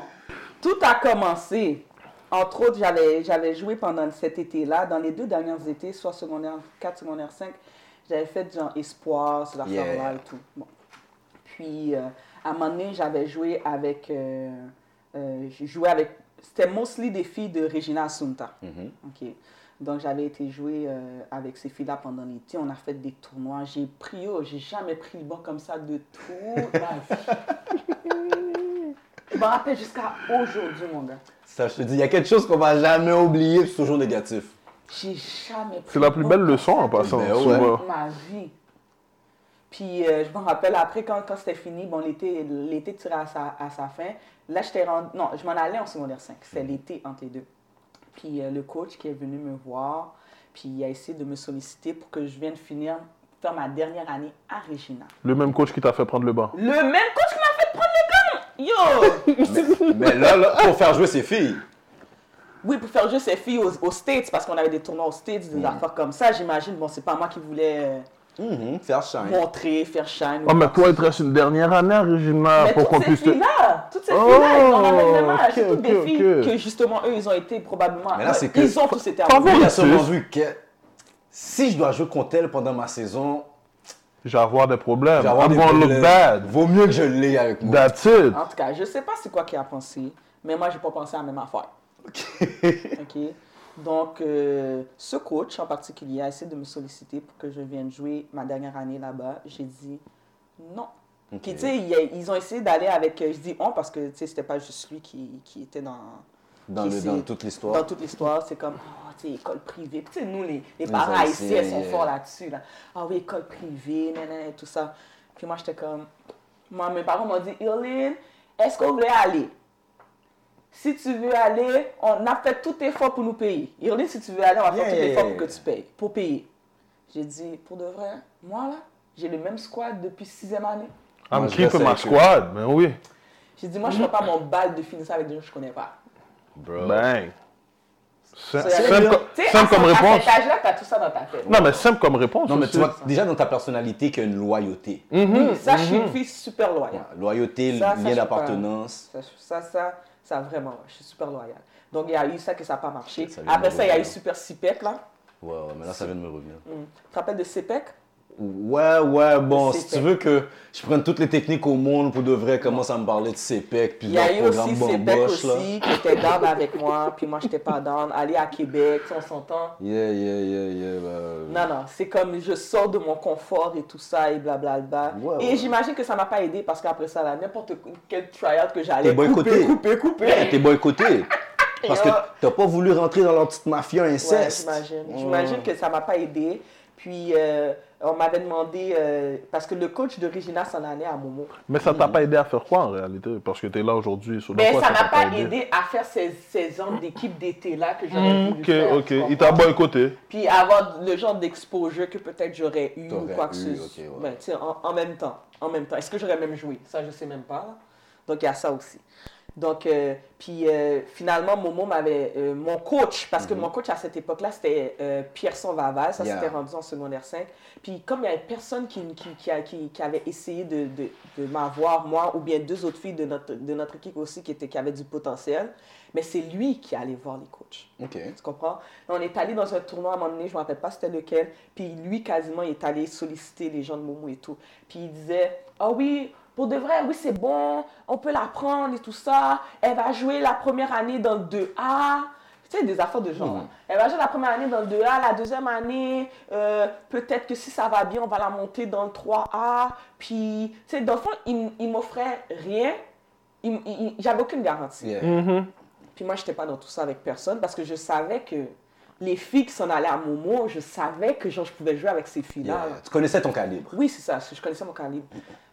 D: tout a commencé. Entre autres, j'allais, j'allais jouer pendant cet été-là. Dans les deux derniers étés, soit secondaire 4, secondaire 5, j'avais fait genre espoir, ces affaires-là
B: Yeah.
D: et tout. Bon. Puis, euh, à un moment donné, j'avais joué avec... euh, euh, j'ai joué avec... C'était mostly des filles de Regina Assunta. OK. Donc, j'avais été jouer euh, avec ces filles-là pendant l'été. On a fait des tournois. J'ai pris... Oh, j'ai jamais pris le banc comme ça de toute ma vie. Je me rappelle jusqu'à aujourd'hui, mon gars.
B: Ça, je te dis, il y a quelque chose qu'on va jamais oublier, puis c'est toujours négatif.
D: J'ai jamais pris
C: C'est la plus
D: autant
C: belle leçon en
D: de
C: passant. euh,
B: Ben ouais.
C: souvent.
D: Ma vie. Puis euh, je me rappelle après, quand, quand c'était fini, bon, l'été, l'été tirait à sa, à sa fin. Là, j'étais rendu. Non, je m'en allais en secondaire 5. C'était l'été entre les deux. Puis euh, le coach qui est venu me voir, puis il a essayé de me solliciter pour que je vienne finir, faire ma dernière année à Regina.
C: Le même coach qui t'a fait prendre le banc.
D: Le même coach qui m'a fait prendre le camp! Yo!
B: Mais là, là, pour faire jouer ses filles.
D: Oui, pour faire jouer ses filles aux, aux States, parce qu'on avait des tournois aux States, des affaires comme ça. J'imagine, bon, c'est pas moi qui voulais
B: Mhm, faire
D: euh,
B: shine.
D: montrer, faire shine.
C: Oh, mais toi, il te reste une dernière année, Regina,
D: Mais
C: pour qu'on
D: toutes ces
C: puisse te.
D: filles-là, toutes ces
C: Oh,
D: filles-là, elles ont la même image. c'est
C: ok,
D: toutes des
C: ok,
D: filles
C: ok.
D: que justement, eux, ils ont été probablement. euh,
B: Mais là, c'est que-
D: Ils ont tous été
C: Pas
D: amoureux.
B: Lui, il a
C: Raciste.
B: sûrement vu que si je dois jouer contre elle pendant ma saison,
C: J'ai avoir des problèmes.
B: je vais avoir
C: I'm
B: des
C: gonna
B: problèmes. Ah.
C: look bad.
B: Vaut mieux que je l'ai avec moi.
C: That's it.
D: En tout cas, je sais pas c'est quoi qui a pensé, mais moi, j'ai pas pensé à la même affaire. OK. Donc, euh, ce coach en particulier a essayé de me solliciter pour que je vienne jouer ma dernière année là-bas. J'ai dit non. Puis, tu sais, il y a- ils ont essayé d'aller avec. euh, Je dis on parce que, tu sais, c'était pas juste lui qui, qui était dans.
B: Dans,
D: qui
B: le-
D: s'est-
B: dans toute
D: Dans
B: l'histoire.
D: toute l'histoire, c'est comme, oh, tu sais, école privée. Puis, tu sais, nous, les,
B: Les
D: les parents ici,
B: Haïtiens,
D: elles sont
B: yeah.
D: forts là-dessus. Là. Ah oui, école privée, nan, nan, et tout ça. Puis moi, j'étais comme, moi, mes parents m'ont dit, Irline, est-ce qu'on voulait aller? Si tu veux aller, on a fait tout effort pour nous payer. Irline, si tu veux aller, on va faire
B: Yeah,
D: tout
B: yeah,
D: effort
B: yeah.
D: pour que tu payes, pour payer. J'ai dit, pour de vrai, moi, là, j'ai le même squad depuis sixième année.
C: I'm
B: Moi, je
C: keeping
B: reste
C: my
B: avec eux.
C: squad, mais oui.
D: J'ai dit, moi,
B: Mm-hmm.
D: je ne fais pas mon bal de finir ça avec des gens que je connais pas.
B: Bro.
C: Bang. Sim-
D: So,
C: Simple,
D: elle a dit,
C: co-
D: Tu sais,
C: simple
D: à-
C: comme
D: À
C: réponse.
D: cet âge-là, tu as tout ça dans ta tête.
C: Non, mais simple comme réponse.
B: non, mais
C: aussi.
B: tu vois, déjà dans ta personnalité, qu'il y a une loyauté.
C: Mm.
D: Oui, ça, je suis une fille super loyale.
B: Loyauté,
D: Ça, ça, je
B: lien
D: sais
B: d'appartenance.
D: Ça, ça, ça, ça, vraiment, ouais, je suis super loyale. Donc, il y a eu ça que ça n'a pas marché.
B: Ça vient
D: Après
B: de
D: ça, il y a eu
B: revenir.
D: Super Cipec, là.
B: Ouais, ouais, mais là, ça vient de me revenir.
D: Tu te rappelles de Cipec?
B: Ouais, ouais, bon,
D: Le
B: si tu
D: CPEC.
B: veux que je prenne toutes les techniques au monde pour de vrai, commence à me parler de CPEC, puis
D: Il
B: de
D: y a
B: leur
D: eu aussi
B: programme
D: Cipec
B: Bamboche, là.
D: aussi, qui était down avec moi, puis moi, je n'étais pas down. Aller à Québec, tu sais, on s'entend.
B: Yeah, yeah, yeah, yeah. bah,
D: Non, non, c'est comme je sors de mon confort et tout ça, et blablabla.
B: Ouais,
D: et
B: ouais.
D: j'imagine que ça m'a pas aidé parce qu'après ça, là, n'importe quel tryout que
B: T'es
D: j'allais, couper,
B: boycotté.
D: couper, couper.
B: Ouais, T'es boycotté. Parce que t'as pas voulu rentrer dans leur petite mafia
D: Ouais,
C: Mm.
B: inceste.
D: j'imagine.
B: Ouais.
D: J'imagine que ça m'a pas aidé. Puis euh, on m'avait demandé, euh, parce que le coach d'Origina s'en allait à Momo.
C: Mais ça t'a pas aidé à faire quoi en réalité Parce que t'es là aujourd'hui. sur
D: Mais
C: quoi
D: Ben, ça m'a
C: t'a
D: pas aidé à faire ces saisons d'équipe d'été là que j'aurais
C: Hmm,
D: voulu
C: Ok,
D: faire,
C: ok.
D: tu
C: Il
D: comprends?
C: t'a boycotté.
D: Puis avoir le genre d'exposure que peut-être j'aurais eu ou
B: T'aurais
D: quoi que
B: eu,
D: ce
B: ok,
D: soit.
B: ouais.
D: Ben, tu sais, en, en même temps. En même temps. Est-ce que j'aurais même joué Ça, je sais même pas. là. Donc, il y a ça aussi. Donc, euh, puis euh, finalement, Momo m'avait. euh, mon coach, parce que mon coach à cette époque-là, c'était euh, Pierson Vavas, ça
B: Mm-hmm. Yeah.
D: s'était rendu en secondaire 5. Puis, comme il n'y avait personne qui, qui, qui, a- qui- qui avait essayé de, de, de m'avoir, moi ou bien deux autres filles de notre, de notre équipe aussi qui, étaient, qui avaient du potentiel, mais c'est lui qui allait voir les coachs.
B: Ok.
D: Tu comprends? On est allé dans un tournoi à un moment donné, je ne me rappelle pas c'était lequel, puis lui, quasiment, il est allé solliciter les gens de Momo et tout. Puis il disait Ah oui, pour de vrai, oui, c'est bon, on peut la prendre et tout ça. Elle va jouer la première année dans le 2A. Tu sais, des affaires de genre. hein. Elle va jouer la première année dans le 2A, la deuxième année, euh, peut-être que si ça va bien, on va la monter dans le 3A. Puis, tu sais, dans le fond, il, m- il m'offrait rien. Il m- il- il- J'avais aucune garantie.
B: Yeah.
C: Mm.
D: Puis moi, je n'étais pas dans tout ça avec personne parce que je savais que les filles qui s'en allaient à Momo, je savais que genre, je pouvais jouer avec ces filles-là.
B: Yeah. Tu connaissais ton calibre.
D: Oui, c'est ça, je connaissais mon calibre.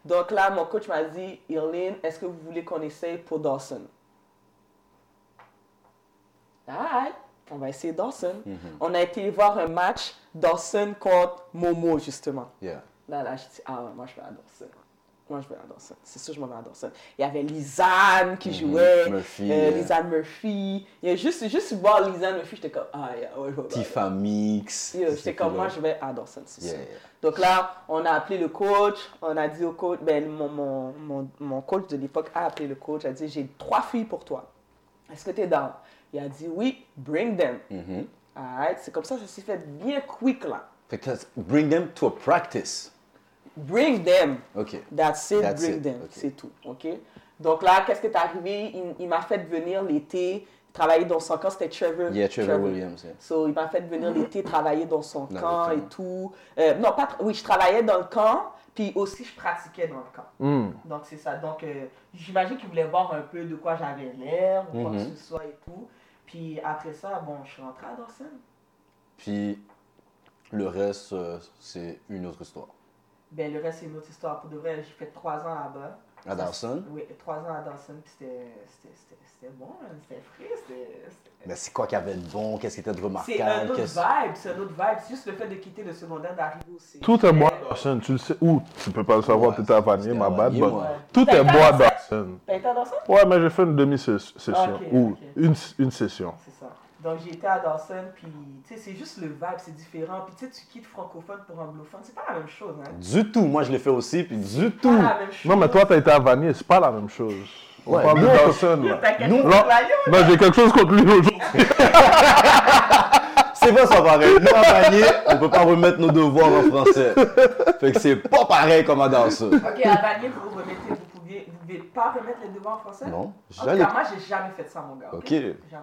D: Donc là, mon coach m'a dit, Irline, est-ce que vous voulez qu'on essaye pour Dawson? Alright, on va essayer Dawson. On a été voir un match Dawson contre Momo, justement.
B: Yeah.
D: Là, là, je dis, ah ouais, moi, je vais à Dawson. Moi, je vais à Dawson. C'est sûr, je m'en vais à Dawson. Il y avait Lisanne qui jouait.
B: Mhm. Murphy,
D: euh,
B: yeah.
D: Lisanne Murphy. Il y a juste, juste voir Lisanne Murphy, j'étais comme, ah, yeah, ouais, je vais.
B: Tifa Mix.
D: Yo,
B: ces
D: J'étais comme,
B: filles-là.
D: moi, je vais à Dawson, c'est
B: Yeah,
D: sûr.
B: yeah.
D: Donc là, on a appelé le coach, on a dit au coach, ben, mon, mon, mon, mon coach de l'époque a appelé le coach, a dit J'ai trois filles pour toi. Est-ce que tu es down Il a dit Oui, bring them.
B: Mhm.
D: Alright, c'est comme ça, ça s'est fait bien quick là.
B: Fait que t'as- bring them to a practice.
D: Bring them.
B: Ok.
D: That's it,
B: That's
D: bring
B: it,
D: them.
B: ok.
D: C'est tout. OK Donc là, qu'est-ce qui est arrivé Il, il m'a fait venir l'été, travailler dans son camp, c'était Trevor.
B: Yeah, Trevor Williams. yeah. Mm.
D: So, il m'a fait venir l'été travailler dans son
B: Dans le
D: camp
B: camp.
D: et tout. Euh, non, pas. tra- Oui, je travaillais dans le camp, puis aussi je pratiquais dans le camp.
C: Hmm.
G: Donc, c'est ça. Donc, euh, j'imagine qu'ils voulaient voir un peu de quoi j'avais l'air ou quoi
B: Mhm.
G: que ce soit et tout. Puis après ça, bon, je suis rentrée à Dawson.
B: Puis le reste, euh, c'est une autre histoire.
G: Ben, le reste, c'est une autre histoire. Pour de vrai, j'ai fait trois ans là-bas.
B: À Dawson.
G: Oui, trois ans à Dawson, puis c'était- c'était c'était- c'était bon, hein. c'était frais, c'était... c'était-
B: Mais c'est quoi qu'il y avait de bon? Qu'est-ce qui était de
G: C'est un
B: remarquable?
G: autre
B: Qu'est-ce-
G: vibe, c'est un autre vibe. C'est juste le fait de quitter le secondaire, d'arriver aussi.
C: Tout est bon à Dawson. Tu le sais où Tu peux pas le savoir.
B: Ouais,
C: T'étais à Vanier,
B: c'était
C: ma
B: à
C: bad.
B: Vanier,
C: but
B: moi.
C: Tout est bon à Dawson.
G: T'as été Ben, à Dawson?
C: Ouais, mais j'ai fait une demi-session.
G: Ok,
C: Ou
G: ok.
C: une, une session.
G: C'est ça. Donc j'étais à Dawson, puis tu sais, c'est juste le vibe, c'est différent. Puis tu sais, tu quittes francophone pour anglophone, c'est pas la même chose, hein?
B: Du tout. Moi, je l'ai fait aussi, puis du
G: C'est
B: tout.
G: Pas la même chose.
C: Non, mais toi, t'as été à Vanier. C'est pas la même chose. On
B: Ouais,
C: parle de
B: nous, on-
C: Dawson, là.
G: T'as
B: Nous,
G: nous,
C: là-
G: hein.
C: Non, j'ai quelque chose contre lui aujourd'hui.
B: C'est pas ça pareil. Nous, en panier, on peut pas remettre nos devoirs en français. Fait que c'est pas pareil comme à Dawson.
G: Ok, à Vanier, vous remettez, vous pouviez, vous pouvez pas remettre les devoirs en français?
B: Non?
G: En tout
B: J'allais.
D: ah,
G: cas, moi, j'ai jamais fait ça, mon gars.
B: Ok.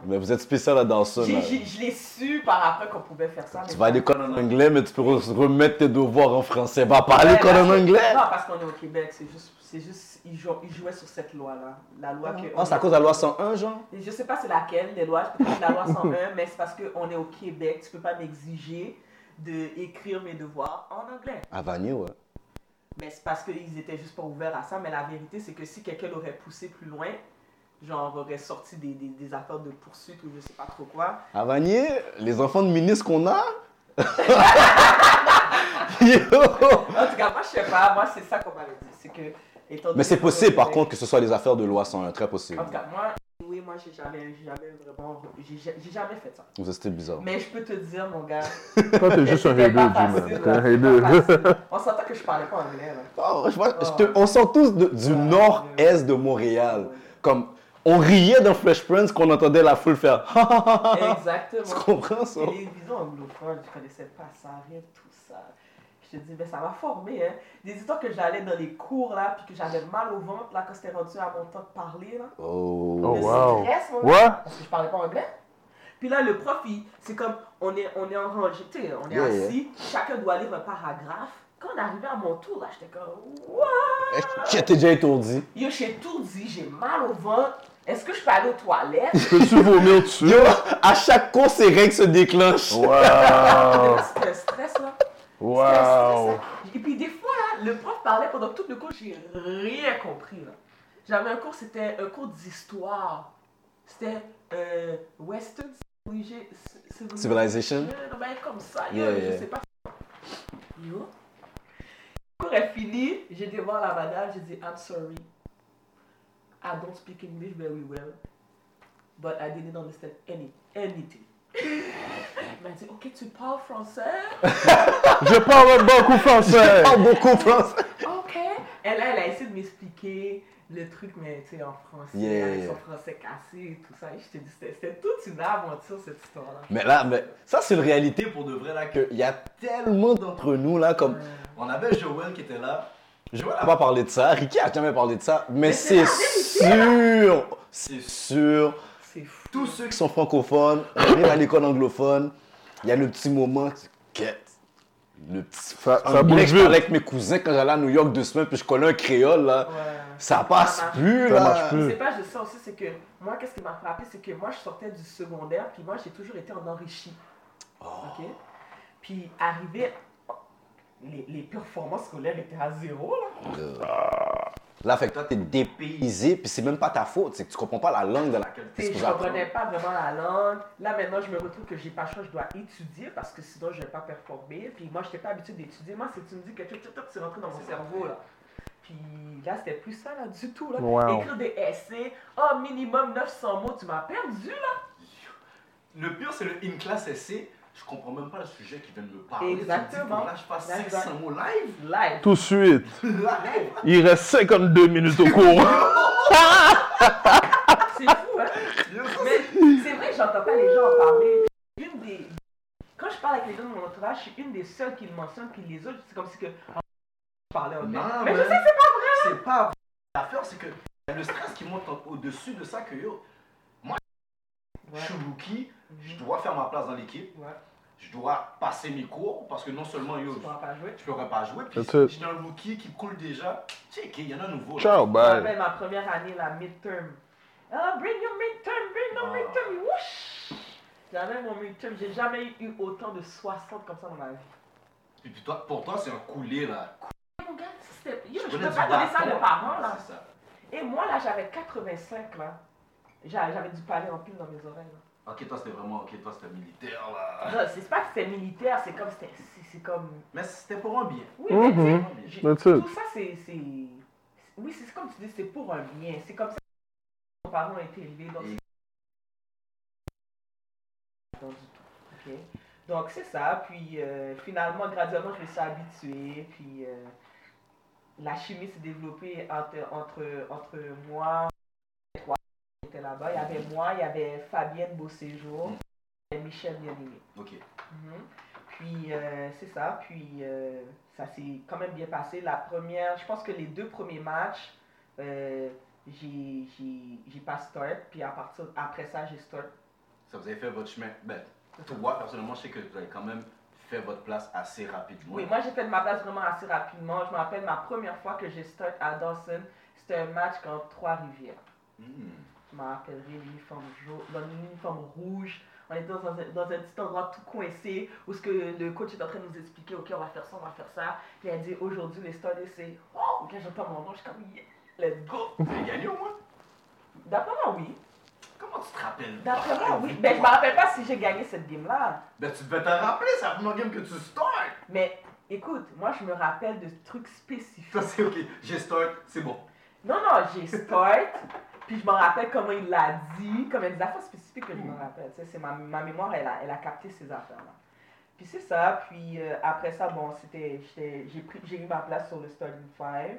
B: Mais vous êtes spécial à Dawson.
G: J'ai-
B: là.
G: j'ai- Je l'ai su par après qu'on pouvait faire ça. mais-
B: Tu vas à l'école en anglais, mais tu peux re- remettre tes devoirs en français. Va pas à l'école en
G: parce que-
B: anglais.
G: Non, parce qu'on est au Québec, c'est juste, c'est juste ils, jou- ils jouaient sur cette loi-là. La loi que.
B: Ah, c'est à cause de la loi 101, genre?
G: Et Je sais pas c'est laquelle, les lois, peut-être la loi 101, mais c'est parce qu'on est au Québec, tu peux pas m'exiger d'écrire mes devoirs en anglais.
B: À Vanier, ouais.
G: Mais c'est parce qu'ils étaient juste pas ouverts à ça, mais la vérité c'est que si quelqu'un l'aurait poussé plus loin, genre aurait sorti des, des, des affaires de poursuite ou je sais pas trop quoi,
B: À Vanier, les enfants de ministres qu'on a. Yo!
G: En tout cas, moi, je sais pas. Moi, c'est ça qu'on m'avait dit. C'est que. étant donné
B: Mais c'est
G: qu'on est au
B: possible, par
G: Québec-
B: contre, que ce soit les affaires de loi 101. Très possible.
G: En tout cas, moi, oui, moi, j'ai jamais, j'ai jamais vraiment. J'ai j'ai jamais fait ça.
B: Vous êtes c'était bizarre.
G: Mais je peux te dire, mon gars.
C: Toi, t'es juste un
G: c'était
C: hater,
G: pas
C: Jim.
G: facile,
C: T'es un
G: là, c'était
C: hater.
G: pas facile. On s'entend que je parlais pas anglais, là.
B: Oh, je vois- je te- on sort tous de- du nord-est de Montréal. Comme, on riait dans Fresh Prince qu'on entendait la foule faire. tu
G: Exactement.
B: comprends ça?
G: Télévision anglophone, je connaissais pas ça, rien de tout ça. Je te dis, ben ça m'a formé, hein. Des histoires que j'allais dans les cours, là, puis que j'avais mal au ventre, là, quand c'était rendu à mon temps de parler, là.
B: Oh.
G: Le
C: wow.
G: stress, mon gars.
C: Ouais.
G: parce que je parlais pas anglais. Puis là, le prof, il- c'est comme, on est, on est en rangée, tu sais, on est
B: Yeah, yeah.
G: assis, chacun doit lire un paragraphe. Quand on arrivait à mon tour, là, j'étais comme, what?
B: J'étais déjà étourdi.
G: Yo, j'ai tout dit, j'ai mal au ventre. Est-ce que je peux aller aux toilettes?
C: Peux-tu vomir dessus?
B: Yo, à chaque cours, ces règles se déclenchent.
C: Wow.
G: C'était un stress, là.
C: Wow.
D: Et puis des fois, là, le prof parlait pendant tout le cours, j'ai rien compris. là. J'avais un cours, c'était un cours d'histoire. C'était euh, Western Civilization.
B: Civilization?
D: Non, ben, comme ça, yo,
B: Yeah,
D: je
B: yeah.
D: sais pas. Yo. Le cours est fini, j'ai été voir la madame, j'ai dit, I'm sorry. I don't speak English very well, but I didn't understand any, anything. Elle m'a dit, ok, tu parles français?
C: Je parle beaucoup français.
B: Pas beaucoup français.
D: Ok. Elle, elle a essayé de m'expliquer le truc, mais tu sais, en français,
B: Yeah,
D: avec
B: yeah.
D: son français cassé et tout ça. Et je te dis, c'était- c'était toute une aventure, cette histoire-là.
B: Mais là, mais ça, c'est une réalité pour de vrai, là, qu'il y a tellement d'entre nous, là, comme.
H: On avait Joël qui était là. Joël
B: On
H: a
B: va parler de ça. Ricky a jamais parlé de ça. Mais,
D: c'est
B: c'est sûr.
H: C'est
B: C'est sûr.
D: C'est fou.
H: tous ceux
B: Qui
H: qui
B: sont francophones, on arrive à l'école anglophone. Il y a le petit moment, tu quêtes. Le petit.
C: Ça-
B: En
C: ça
B: anglais,
C: bouge
B: je
C: vite.
B: parlais avec mes cousins quand j'allais à New York deux semaines, puis je connais un créole, là.
D: Ouais.
B: Ça passe
D: Ça marche.
B: plus,
C: Ça
B: là.
C: marche plus.
D: C'est pas juste ça aussi, c'est que moi, qu'est-ce qui m'a frappé, c'est que moi, je sortais du secondaire, puis moi, j'ai toujours été en enrichi. Ok? Puis, arrivé, les, les performances scolaires étaient à zéro, là.
B: Là, fait que toi, t'es dépaysé, puis c'est même pas ta faute, c'est que tu comprends pas la langue de laquelle
D: Tu
B: t'es
D: sais, je
B: supposé apprendre.
D: comprenais pas vraiment la langue. Là, maintenant, je me retrouve que j'ai pas le choix, je dois étudier parce que sinon, je vais pas performer. Puis moi, je n'étais pas habituée d'étudier. Moi, c'est tu me dis que tchou, tchou, tchou, c'est rentré dans mon cerveau, là. Puis là, c'était plus ça, là, du tout, là.
C: Wow.
D: Écrire des essais, oh, minimum 900 mots, tu m'as perdu, là.
H: Le pire, c'est le in-class essai. Je comprends même pas le sujet qu'ils viennent me parler.
D: Exactement.
H: Là, je passe
D: Exact.
H: 500 mots live.
D: Live.
C: Tout de suite.
H: Live.
C: Il reste 52 minutes au cours.
H: Ah,
D: C'est fou, hein. Mais c'est vrai que j'entends pas les gens en parler. Une des... Quand je parle avec les gens de mon entourage, je suis une des seules qui le mentionne, puis les autres, c'est comme si que... Ah, Je parlais en
H: Non,
D: Mais je
H: man.
D: sais que c'est
H: C'est pas vrai. L'affaire, c'est que y a le stress qui monte en- au-dessus de ça que yo. Moi, je suis rookie. Je dois faire ma place dans l'équipe.
D: Mhm. Ouais.
H: Je dois passer mes cours parce que non seulement yo,
D: tu pourras pas jouer.
H: je pourrais pas jouer. Puis
C: That's it.
H: j'étais un rookie qui coule déjà. Check, il y en a un nouveau. là.
C: Ciao,
D: Je me
C: bye.
D: rappelle Ah, ben, ma première année, la midterm. Ah, bring your midterm, bring your
H: Ah.
D: midterm, wouh! J'avais mon midterm, j'ai jamais eu autant de 60 comme ça dans ma vie.
H: Et puis toi, pour toi, c'est un coulé là.
D: Mon gars, c'était- yo, je
H: Prenez
D: peux
H: du
D: pas donner ça à
H: bâton.
D: mes parents là.
H: C'est ça.
D: Et moi là, j'avais 85 là. J'a- J'avais du palais en pile dans mes oreilles. là.
H: Ok, toi, c'était vraiment. Ok, toi, c'était militaire là.
D: Non, c'est pas que c'était militaire, c'est comme. c'était- C'est c'est comme.
H: Mais c'était pour un bien.
D: Oui, mais tu sais,
C: Mhm.
D: j'ai-
C: That's it.
D: Tout ça, c'est. c'est- Oui, c'est comme tu dis, c'est pour un bien. C'est comme ça que nos parents ont été élevés. Donc, c'est- Non, du tout. ok? Donc, c'est ça. Puis, euh, finalement, graduellement, je me suis habituée. Puis, euh, la chimie s'est développée entre, entre, entre moi et toi. qui était là-bas. Il y avait moi, il y avait Fabienne Beauséjour et Michel Bien-Aimé.
H: Ok.
D: Mhm. Puis euh, c'est ça, puis euh, ça s'est quand même bien passé. La première, je pense que les deux premiers matchs, euh, j'ai j'ai- j'ai pas start, puis à partir, après ça, j'ai start.
H: Ça vous avez fait votre chemin. Ben, toi, personnellement, je sais que vous avez quand même fait votre place assez rapidement.
D: Oui, moi j'ai fait de ma place vraiment assez rapidement. Je me rappelle ma première fois que j'ai start à Dawson, c'était un match contre Trois-Rivières.
H: Hmm.
D: Je me rappellerai l'uniforme jaune, dans l'uniforme rouge. On était dans un, dans un petit endroit tout coincé où ce que le coach est en train de nous expliquer, ok, on va faire ça, on va faire ça. Puis il a dit aujourd'hui les stars c'est oh, ok, j'entends mon nom, je suis comme yeah, let's go.
H: Vous avez gagné au moins
D: D'après moi oui,
H: Comment tu te rappelles
D: d'après
H: pas
D: moi
H: de
D: oui.
H: victoire?
D: Mais je me rappelle pas si j'ai gagné cette game là.
H: Ben, tu devais t'en rappeler, c'est la première game que tu start.
D: Mais écoute, moi je me rappelle de trucs
H: Toi,
D: spécifiques.
H: c'est ok, j'ai start, c'est bon.
D: Non non, j'ai start. Puis je me rappelle comment il l'a dit, comme il y a des affaires spécifiques que je me rappelle. Tu sais, c'est ma, ma mémoire, elle a, elle a capté ces affaires-là. Puis c'est ça. Puis euh, après ça, bon, c'était, j'étais- j'ai, pris, j'ai eu ma place sur le starting five.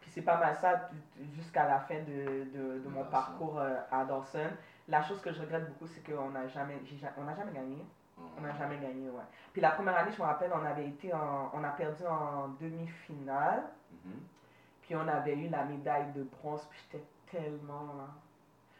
D: Puis c'est pas mal ça tu- tu- jusqu'à la fin de, de, de mon
H: Dawson.
D: parcours euh, à Dawson. La chose que je regrette beaucoup, c'est qu'on n'a jamais, j'ai ja- on n'a jamais gagné. On n'a jamais gagné, ouais. Puis la première année, je me rappelle, on avait été en- on a perdu en demi-finale.
H: Mhm.
D: Puis on avait eu la médaille de bronze, puis j'étais tellement là.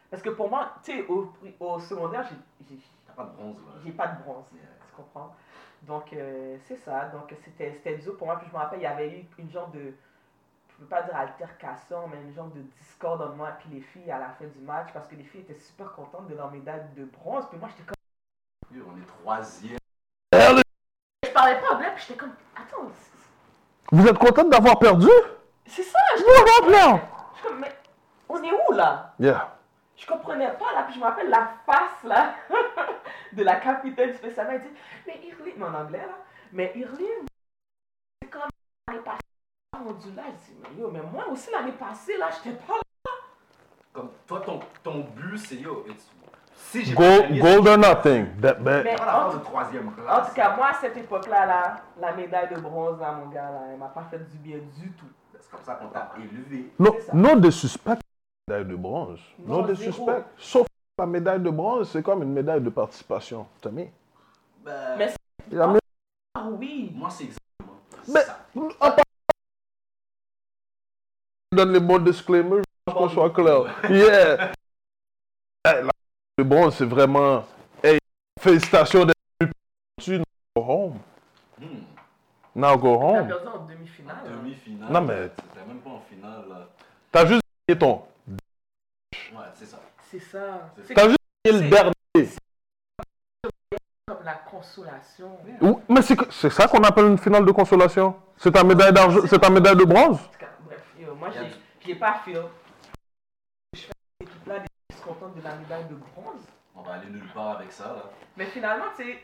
D: Parce que pour moi, tu sais, au, au secondaire, j'ai- j'ai
H: T'as pas de bronze là.
D: j'ai pas de bronze, euh,
H: Yeah.
D: tu comprends? Donc, euh, c'est ça. Donc, c'était c'était dur pour moi. Puis, je me rappelle, il y avait eu une genre de, je peux pas dire altercation, mais une genre de discorde entre moi et puis les filles à la fin du match parce que les filles étaient super contentes de leur médaille de bronze. Puis moi, j'étais comme,
H: Yo, On est troisième.
D: je parlais pas anglais,
G: là, puis j'étais comme, attends, c'est-
C: Vous êtes contente d'avoir perdu?
G: c'est ça, je
C: What up now?
G: Je suis comme, mais on est où là
C: Yeah.
G: Je comprenais pas là, puis je me rappelle la face là de la capitaine du spécial. Elle dit, mais Irline, mais en anglais là, mais Irline, c'est comme l'année passée, rendu là. Je dis, mais yo, mais moi aussi l'année passée là, j'étais pas là.
H: Comme toi, ton, ton but, c'est yo. it's- Si j'ai pas
C: Gold,
H: gagné,
C: gold or nothing. Ben, That bet.
G: Mais
H: c'est pas la
G: en,
H: part de troisième
G: en
H: place.
G: tout cas, moi à cette époque là, là, la médaille de bronze là, mon gars là, elle m'a pas fait du bien du tout.
H: C'est comme ça qu'on t'a élevé.
C: Non,
G: ça.
C: non de suspect. Médaille de bronze. Non,
G: Non,
C: de
G: zéro.
C: suspect. Sauf la médaille de bronze, c'est comme une médaille de participation. T'as mis?
H: Ben,
G: Mais
C: La mé-
G: Ah oui.
H: moi, c'est exactement
C: Mais-
H: ça.
C: Ah, par- Je donne les bons disclaimers, je pense qu'on soit clair. Yeah! Eh, la- Le bronze, c'est vraiment. Hey, félicitations d'être venu. Tu- now Go home.
H: Hmm.
C: Now go
G: On a
C: home.
G: perdu en demi-finale. hein?
D: Ah.
H: Demi-finale.
C: Non, mais-
H: C'était même pas en finale. là.
C: T'as juste gagné ton.
H: Ouais, c'est ça.
G: C'est ça. C'est
C: T'as juste gagné le dernier.
G: comme la consolation.
C: Ou- Mais c'est que- c'est ça qu'on appelle une finale de consolation? C'est ta médaille d'argent, c'est ta médaille de bronze?
G: En tout cas, bref, yo, moi,
H: Y a
G: j'ai-
H: du-
G: je l'ai pas fait. hein. Je fais des trucs là, des qui se contentent de la médaille de bronze.
H: On va aller nulle part avec ça, là.
G: Mais finalement, tu sais,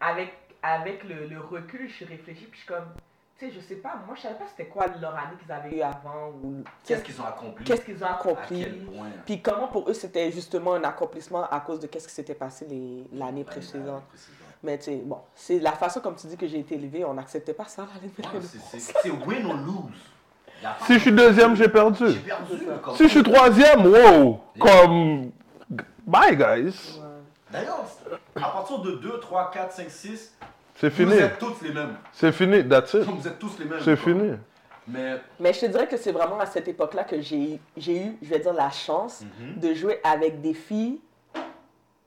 G: avec, avec le, le recul, je suis réfléchie, puis je suis comme, tu sais, je sais pas, moi, je savais pas c'était quoi leur année qu'ils avaient eu avant, ou
H: Qu'est-ce qu'ils ont accompli
D: Qu'est-ce qu'ils ont
H: À
D: accompli?
H: quel point hein?
D: Puis comment pour eux c'était justement un accomplissement à cause de qu'est-ce qui s'était passé les- l'année
H: ben,
D: précédente. Mais tu sais, bon, c'est la façon comme tu dis que j'ai été élevée, on n'acceptait pas ça l'année
H: Ouais,
D: précédente.
H: c'est- c'est c'est win or lose. Y a pas-
C: Si je suis deuxième, j'ai perdu.
H: J'ai perdu. comme-
C: Si je suis troisième, wow! Comme. Bye, guys!
H: D'ailleurs, à partir de 2, 3, 4, 5, 6,
C: C'est
H: vous
C: fini.
H: êtes tous les mêmes.
C: C'est fini, that's it.
H: Vous êtes tous les mêmes.
C: C'est
H: quoi.
C: fini.
H: Mais
D: Mais je te dirais que c'est vraiment à cette époque-là que j'ai j'ai eu, je vais dire, la chance
H: Mhm.
D: de jouer avec des filles,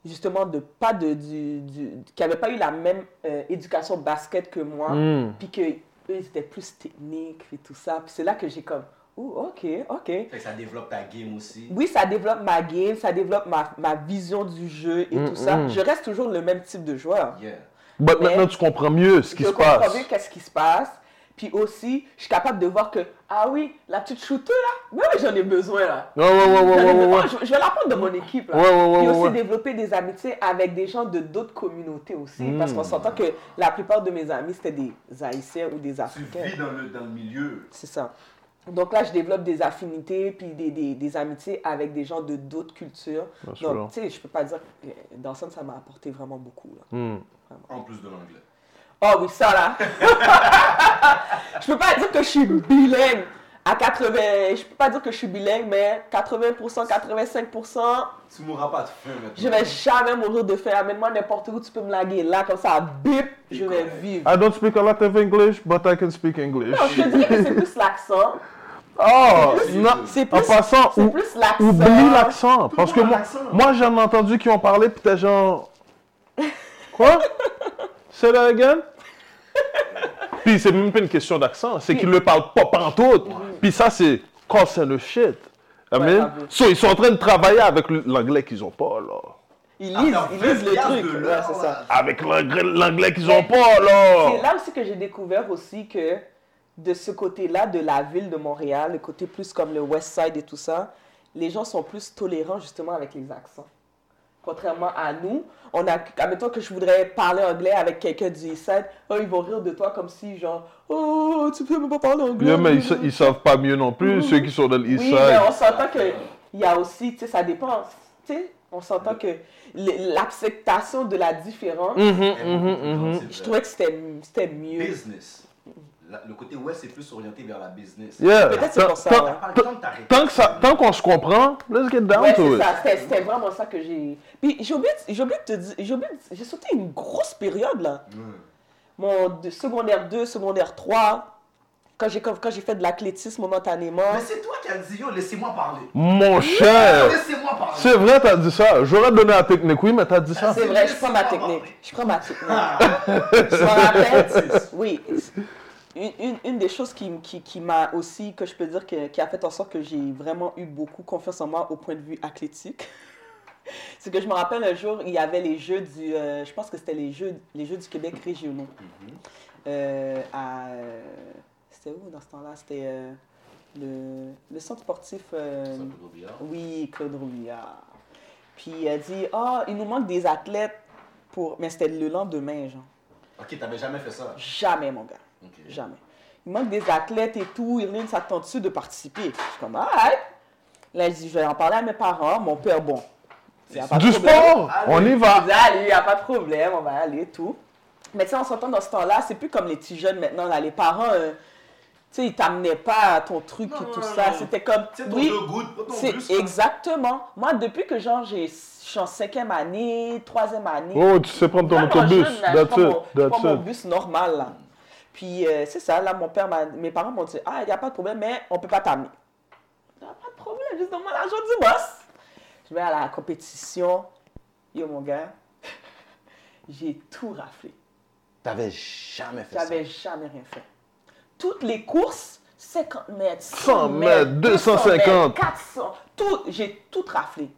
D: justement, de pas de, du, du- qui n'avaient pas eu la même euh, éducation basket que moi,
C: Hmm.
D: puis que eux ils étaient plus techniques et tout ça. Puis c'est là que j'ai comme, ouh, ok, ok.
H: fait que ça développe ta game aussi.
D: Oui, ça développe ma game, ça développe ma, ma vision du jeu et
C: Mm,
D: tout ça.
C: mm.
D: Je reste toujours le même type de joueur.
H: Yeah.
C: But
D: Mais-
C: maintenant, tu comprends mieux ce qui
D: je
C: se
D: comprends
C: passe.
D: mieux qu'est-ce qui se passe. Puis aussi, je suis capable de voir que, ah oui, la petite shooter là, mais oui, j'en ai besoin là.
C: Ouais, ouais, ouais,
D: J'en ai
C: ouais, ouais,
D: besoin.
C: ouais.
D: Je, je vais la prendre dans mon équipe là.
C: Ouais, ouais,
D: Puis
C: ouais,
D: aussi
C: ouais, ouais.
D: développer des amitiés avec des gens de d'autres communautés aussi.
C: Mm.
D: Parce qu'on s'entend que la plupart de mes amis, c'était des Haïtiens ou des
H: Tu
D: Africains.
H: vis dans le, dans le milieu.
D: C'est ça. Donc là, je développe des affinités puis des, des- des amitiés avec des gens de d'autres cultures.
C: Bien sûr.
D: Donc, tu sais, je peux pas dire que euh, dans ça, ça m'a apporté vraiment beaucoup. là.
C: Hmm.
H: En plus de l'anglais.
D: Ah oui, ça là! je peux pas dire que je suis bilingue à 80... Je peux pas dire que je suis bilingue, mais 80%, 85%,
H: Tu mourras pas de faim maintenant.
D: je vais jamais mourir de faim. Amène-moi n'importe où, tu peux me laguer là, comme ça, bip, je vais
H: correct.
D: vivre.
C: I don't speak a lot of English, but I can speak English.
D: Non, je te dirais que c'est plus l'accent.
C: Oh!
D: c'est plus-
C: non.
D: c'est plus-
C: En passant,
D: C'est
C: ou-
D: plus l'accent.
C: oublie l'accent. Parce
H: le
C: que
H: monde
C: moi,
H: a l'accent.
C: moi j'en ai entendu qui ont parlé, puis t'es genre. Quoi? Say that again? Puis c'est même pas une question d'accent, c'est qu'ils le parlent pas pantoute. Puis ça, c'est concernant le shit. Amen.
D: bravo.
C: so, ils sont en train de travailler avec le- l'anglais qu'ils ont pas, là.
D: Ils lisent, ils lisent le truc. Ouais, c'est ça.
C: Avec l'anglais l'anglais qu'ils ont pas, là.
D: C'est là aussi que j'ai découvert aussi que de ce côté-là de la ville de Montréal, le côté plus comme le West Side et tout ça, les gens sont plus tolérants justement avec les accents. Contrairement à nous, on a, admettons que je voudrais parler anglais avec quelqu'un du East Side, oh, ils vont rire de toi comme si genre, oh, tu peux même pas parler anglais.
C: Yeah, mais ils, sa- ils savent pas mieux non plus,
D: Mhm.
C: ceux qui sont dans l'East
D: Oui, mais
C: Side.
D: on s'entend que il y a aussi, tu sais, ça dépend, tu sais, on s'entend que l- l'acceptation de la différence,
B: Mm-hmm,
C: Mhm,
H: Mhm,
C: mhm,
H: mhm.
C: mhm.
D: je trouvais que c'était c'était mieux.
H: Business. La- le côté ouest, c'est plus orienté vers la business.
C: Yeah.
D: Peut-être c'est pour ça,
C: Tant-
D: ouais.
H: Pas le temps de t'arrêter.
C: Tant que ça- tant qu'on se comprend, let's get down
D: Ouais,
C: to
D: c'est
C: it.
D: ça. C'était- C'était vraiment ça que j'ai. Puis j'ai oublié, de- j'ai oublié de te dire, j'ai oublié de- j'ai sauté une grosse période là.
H: Mm.
D: Mon de- secondaire 2, secondaire 3, quand j'ai quand j'ai fait de l'athlétisme momentanément.
H: Mais c'est toi qui as dit, yo, laissez-moi parler.
C: Mon cher,
H: Laissez-moi parler.
C: c'est vrai, t'as dit ça. J'aurais donné la technique, oui, mais t'as dit ça. Ah.
D: C'est vrai, je prends ma technique. Je prends ma technique. Je m'en rappelle. Oui. Une, une- une des choses qui, m- qui, qui m'a aussi, que je peux dire, que- qui a fait en sorte que j'ai vraiment eu beaucoup confiance en moi au point de vue athlétique, c'est que je me
C: Mm-hmm.
D: rappelle un jour, il y avait les Jeux du. euh, je pense que c'était les Jeux, les jeux du Québec régionaux. euh, à. euh, C'était où dans ce temps-là C'était euh, le, le centre sportif. euh,
H: Ça peut être bien.
D: oui, Claude Rouillard. Puis il a dit Ah, il nous manque des athlètes pour. Mais c'était le lendemain, genre.
H: Ok, t'avais jamais fait ça.
D: Jamais, mon gars.
H: Ok.
D: Jamais. Il manque des athlètes et tout. Irline s'attend-tu de participer? Je suis comme, alright. Là, je dis, je vais en parler à mes parents. Mon père, bon. il y a pas de
C: Du
D: problème.
C: sport,
D: Allez.
C: on y va.
H: Ah.
D: Il dit, allez, y a pas de problème, on va aller et tout. Mais tu sais, on s'entend dans ce temps-là, c'est plus comme les petits jeunes maintenant. Là. Les parents, euh, tu sais, ils t'amenaient pas à ton truc
H: Non,
D: et tout
H: non,
D: ça.
H: non.
D: C'était comme,
H: Tu sais, ton
D: oui,
H: deux gouttes, pas ton plus.
D: c'est exactement. Moi, depuis que genre, j'ai, je suis en cinquième année, troisième année,
C: Oh, tu sais prendre ton
D: non, non,
C: autobus.
D: jeune, là, je
C: That's
D: prends mon-
C: it.
D: je prends
C: That's
D: mon
C: it.
D: bus normal, là. Puis, euh, c'est ça, là, mon père, m'a- mes parents m'ont dit Ah, il n'y a pas de problème, mais on ne peut pas t'amener. Ah, Pas de problème, juste donne-moi l'argent du boss. Je vais à la compétition. Yo, mon gars, j'ai tout raflé.
B: T'avais jamais fait ça.
D: J'avais jamais rien fait. Toutes les courses, 50 mètres,
C: 100
D: 100 mètres,
C: mètres,
D: 200
C: 250.
D: mètres, 400, tout, j'ai tout raflé.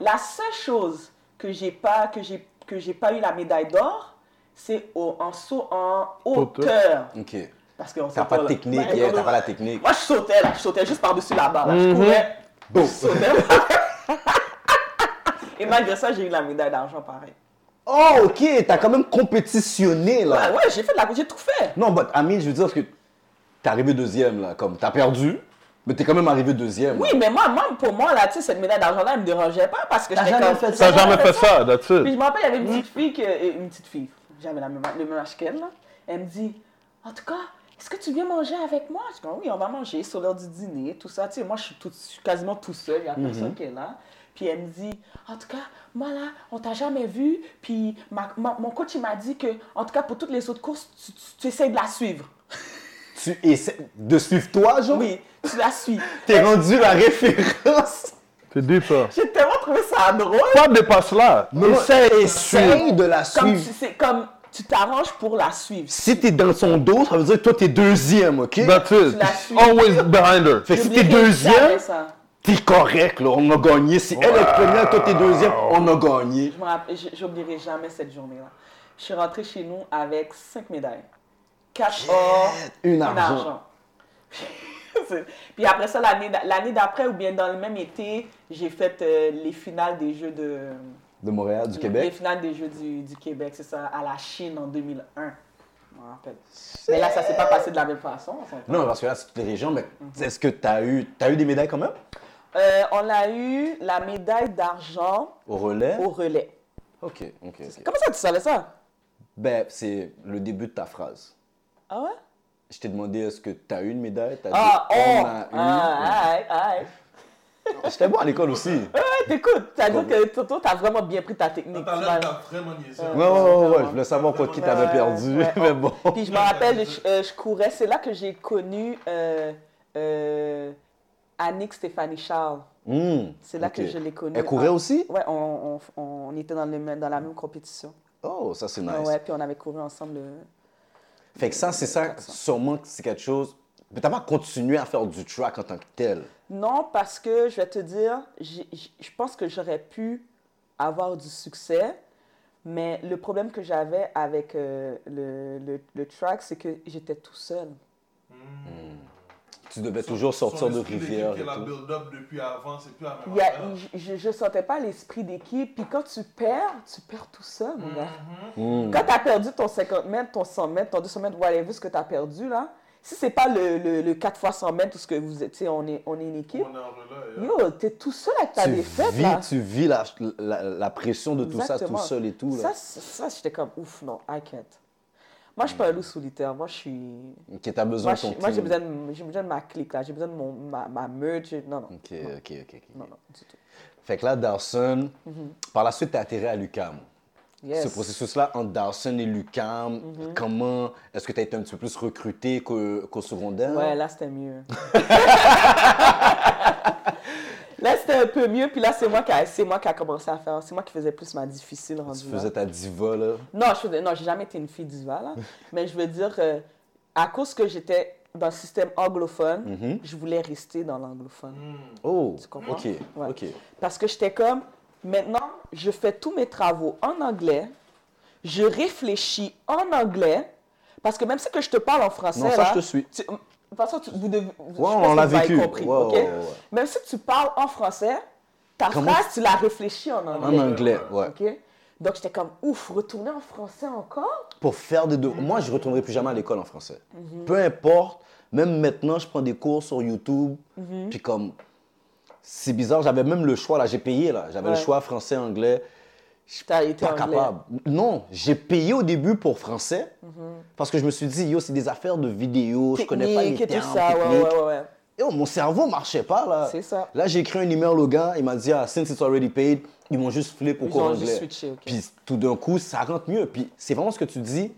D: La seule chose que j'ai pas, que j'ai, que j'ai pas eu la médaille d'or, c'est au- en saut en hauteur.
B: Ok.
D: Parce qu'on
B: T'as pas de technique,
D: Bah,
B: yeah, t'as pas la technique.
D: Moi, je sautais, là, je sautais juste par-dessus la barre. là. Je courais, je sautais. Et malgré ça, j'ai eu la médaille d'argent pareil.
B: Oh, ok, t'as quand même compétitionné là.
D: Ouais, ouais, j'ai fait de la j'ai tout fait.
B: Non, but I mean, je veux dire, parce que t'es arrivé deuxième là, comme t'as perdu, mais t'es quand même arrivé deuxième.
D: Oui, mais moi, moi pour moi, là, tu sais, cette médaille d'argent-là, elle me dérangeait pas parce que
B: T'as
D: j'étais
B: jamais
C: T'as
B: fait
D: comme...
B: ça, Mm.
D: J'avais
C: jamais fait ça, that's
D: Puis je
C: it.
D: me rappelle, il y avait une petite fille, que, euh, une petite fille, j'avais la même, le même âge qu'elle, là. Elle me dit, en tout cas, est-ce que tu viens manger avec moi? Je dis, oui, on va manger sur l'heure du dîner, tout ça. Tu sais, moi, je suis, tout- je suis quasiment tout seul, il n'y a
B: Mm-hmm.
D: personne qui est là. Puis elle me dit, en tout cas, moi là, on t'a jamais vu. Puis ma- ma- mon coach, il m'a dit que, en tout cas, pour toutes les autres courses, tu, tu, tu essaies de la suivre.
B: Tu essaies de suivre toi, genre?
D: Oui, tu la suis.
B: T'es rendu la référence.
C: C'est deep ça.
D: J'ai tellement trouvé ça drôle.
C: Pas dépasse là.
B: Essaye, essaye de la
D: Comme
B: suivre.
D: tu, c'est comme tu t'arranges pour la suivre.
B: Si t'es dans son dos, ça veut dire que toi t'es deuxième, ok?
C: That's
D: Tu
C: it.
D: la suis.
C: Always behind her.
B: Fait que Oh, si t'es
D: J'oubliais que j'avais
B: deuxième,
D: ça.
B: t'es correct, là. On a gagné. Si elle est première, toi t'es deuxième, on a gagné.
D: Je me rappelle- je- j'oublierai jamais cette journée-là. Je suis rentrée chez nous avec cinq médailles. Quatre or,
B: Une
D: une
B: argent.
D: argent. C'est- Puis après ça, l'année d'a- l'année d'après, ou bien dans le même été, j'ai fait euh, les finales des Jeux de...
B: De Montréal, du
D: Les
B: Québec.
D: finales des Jeux du, du Québec, c'est ça, à la Chine en 2001. Je me rappelle. Mais là, ça s'est pas passé de la même façon. on s'entend.
B: Non, parce que là, c'est toutes les régions, mais est-ce que t'as eu, t'as eu des médailles quand même?
D: Euh, on a eu la médaille d'argent
B: Au relais?
D: au relais.
B: Ok, ok, ok.
D: Comment ça, tu savais ça?
B: Ben, c'est le début de ta phrase.
D: Ah ouais?
B: Je t'ai demandé est-ce que t'as eu une médaille? T'as
D: Ah,
B: dit
D: oh!
B: on a eu.
D: Ah, aïe, aïe.
B: J'étais bon à l'école aussi.
D: Ouais, t'écoutes. T'as dit que Toto, t'as vraiment bien pris ta technique.
E: T'as
D: tu
E: l'air
D: vois.
E: t'as vraiment niaisé.
B: Ouais, ouais, ouais, ouais, je voulais savoir contre qui t'avais
D: Ouais,
B: perdu,
D: ouais.
B: mais bon.
D: Puis je me rappelle, je, euh, je courais. C'est là que j'ai connu euh, euh, Annick Stéphanie Charles.
B: Hmm,
D: C'est là
B: ok.
D: que je l'ai connue.
B: Elle courait
D: Ah.
B: aussi?
D: Ouais, on, on- on était dans, le même- dans la même compétition.
B: Oh, ça c'est nice.
D: Ouais, puis on avait couru ensemble. euh,
B: Fait que ça, c'est ça, sûrement que c'est quelque chose. Mais t'as pas continué à faire du track en tant que tel.
D: Non, parce que je vais te dire, j'ai- j- je pense que j'aurais pu avoir du succès, mais le problème que j'avais avec euh, le, le, le track, c'est que j'étais tout seul.
E: Ah,
B: Tu devais toujours sortir de rivière et
E: et la
B: tout.
E: build-up depuis avant, c'est plus la même
D: Il y a-
E: affaire.
D: j- je ne sentais pas l'esprit d'équipe, puis quand tu perds, tu perds tout seul, mon gars.
E: Mm-hmm.
B: Hmm.
D: Quand tu as perdu ton 50 mètres, ton 100 mètres, ton 200 mètres, whatever ce que tu as perdu, là, si c'est pas le, le, le 4 x 100 mètres, tout ce que vous êtes, tu sais, on est, on est une équipe,
E: On est en relais. hein.
D: yo, tu es tout seul avec ta
B: Tu
D: défaite,
B: vis,
D: là.
B: tu vis la, la- la pression de tout
D: Exactement.
B: ça tout seul et tout.
D: Ça,
B: Là.
D: c'est- ça j'étais comme ouf, non, I can't. Moi, je suis pas un loup solitaire. Moi, je suis.
B: Ok, t'as besoin
D: Moi,
B: de
D: je-
B: ton
D: moi, j'ai
B: team.
D: besoin, de- j'ai besoin de ma clique, là. J'ai besoin de mon, ma, ma meute. j'ai- Non, non.
B: Ok,
D: non,
B: ok, ok. ok.
D: non, non, du tout.
B: Fait que là, Dawson, par la suite, t'es atterri à l'UCAM.
D: Mm-hmm. Yes. Mm-hmm.
B: Ce processus-là entre Dawson et l'UCAM, comment est-ce que t'as été un petit peu plus recruté qu'au qu'au secondaire?
D: Ouais, là, c'était mieux. là, c'était un peu mieux. Puis là, c'est moi, qui a- c'est moi qui a commencé à faire. C'est moi qui faisais plus ma difficile rendue.
B: Tu
D: là.
B: faisais ta diva, là.
D: Non, je faisais- non, j'ai jamais été une fille diva, là. Mais je veux dire, euh, à cause que j'étais dans le système anglophone,
B: Mhm.
D: je voulais rester dans l'anglophone.
B: Oh,
D: Tu comprends?
B: ok,
D: Ouais.
B: ok.
D: Parce que j'étais comme, maintenant, je fais tous mes travaux en anglais, je réfléchis en anglais, Parce que même si que je te parle en français,
B: Non, ça,
D: là,
B: je te suis.
D: tu- de toute façon, tu- vous devez. je
B: Ouais,
D: pense
B: on
D: que
B: l'a
D: vous avez
B: vécu.
D: compris,
B: Ouais,
D: ok?
B: ouais, ouais.
D: Même si tu parles en français, ta
B: Comment-
D: phrase, tu la réfléchis en anglais.
B: En anglais, ouais.
D: ok? Donc j'étais comme, ouf, retourner en français encore?
B: Pour faire des devoirs. Moi, je ne retournerai plus jamais à l'école en français.
D: Mhm.
B: Peu importe. Même maintenant, je prends des cours sur YouTube.
D: Mhm.
B: Puis comme, c'est bizarre, j'avais même le choix, là, j'ai payé, là. J'avais le
D: Ouais.
B: choix français, anglais. Je suis
D: T'as
B: pas
D: été anglais. Mhm.
B: capable. Non, j'ai payé au début pour français. Parce que je me suis dit, yo, c'est des affaires de vidéo, je connais pas les
D: Technique et
B: termes
D: tout ça, ouais,
B: techniques.
D: ouais, ouais, ouais.
B: Yo, mon cerveau marchait pas là.
D: C'est ça.
B: Là, j'ai écrit un email au gars, il m'a dit ah, since it's already paid, ils m'ont juste flip au
D: Ils
B: cours
D: ont juste
B: anglais.
D: switché, ok.
B: Puis tout d'un coup, ça rentre mieux. Puis c'est vraiment ce que tu dis.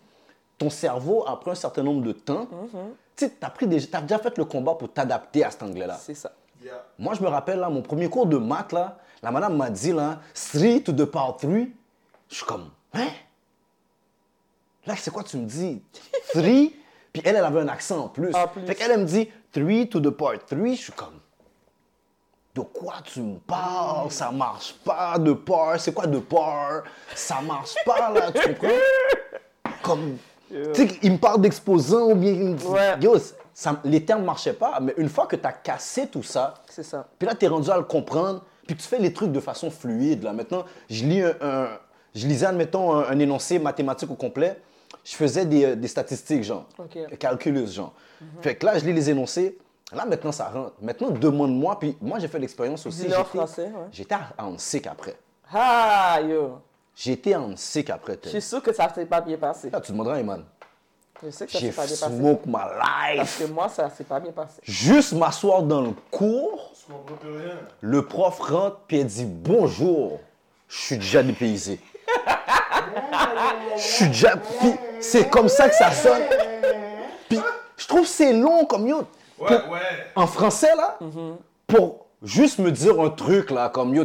B: Ton cerveau, après un certain nombre de temps,
D: Mm-hmm.
B: tu sais, t'as pris des- t'as déjà fait le combat pour t'adapter à cet anglais-là.
D: C'est ça.
E: Yeah.
B: Moi, je me rappelle là, mon premier cours de maths là, la madame m'a dit là, three to the power three. Je suis comme, hein? Là, c'est quoi tu me dis? Three? Puis elle, elle avait un accent en plus.
D: En plus.
B: Fait qu'elle, elle me dit, three to the power three. Je suis comme, de quoi tu me parles? Ça marche pas, de power. C'est quoi de power? Ça marche pas là, tu comprends? Comme, tu sais, il me parle d'exposant ou bien il me dit,
D: Ouais.
B: yo, ça- les termes marchaient pas, mais une fois que tu as cassé tout ça,
D: C'est ça.
B: puis là, tu es rendu à le comprendre, puis tu fais les trucs de façon fluide. Là. Maintenant, je, lis un, un- je lisais, admettons, un, un énoncé mathématique au complet. Je faisais des, euh, des statistiques, genre,
D: Ok. Mhm.
B: calculus, genre. Fait que là, je lis les énoncés. Là, maintenant, ça rentre. Maintenant, demande-moi, puis moi, j'ai fait l'expérience aussi.
D: Dis-le en
B: j'étais-
D: français, ouais.
B: J'étais à Hansik après.
D: Ah, yo.
B: J'étais à Hansik après.
D: Je
B: Ted.
D: suis sûre que ça s'est pas bien passé.
B: Là, tu demanderas à Eman.
D: Je sais que ça
B: J'ai
D: s'est pas bien passé.
B: smoke my
D: Parce
B: life.
D: que moi, ça s'est pas bien passé.
B: Juste m'asseoir dans le cours.
E: Je comprends plus rien.
B: Le prof rentre puis elle dit bonjour. Je suis déjà dépaysé. Je suis déjà. puis c'est comme ça que ça sonne. Puis je trouve que c'est long comme yo.
E: Ouais, ouais.
B: En français là, pour juste me dire un truc là comme yo,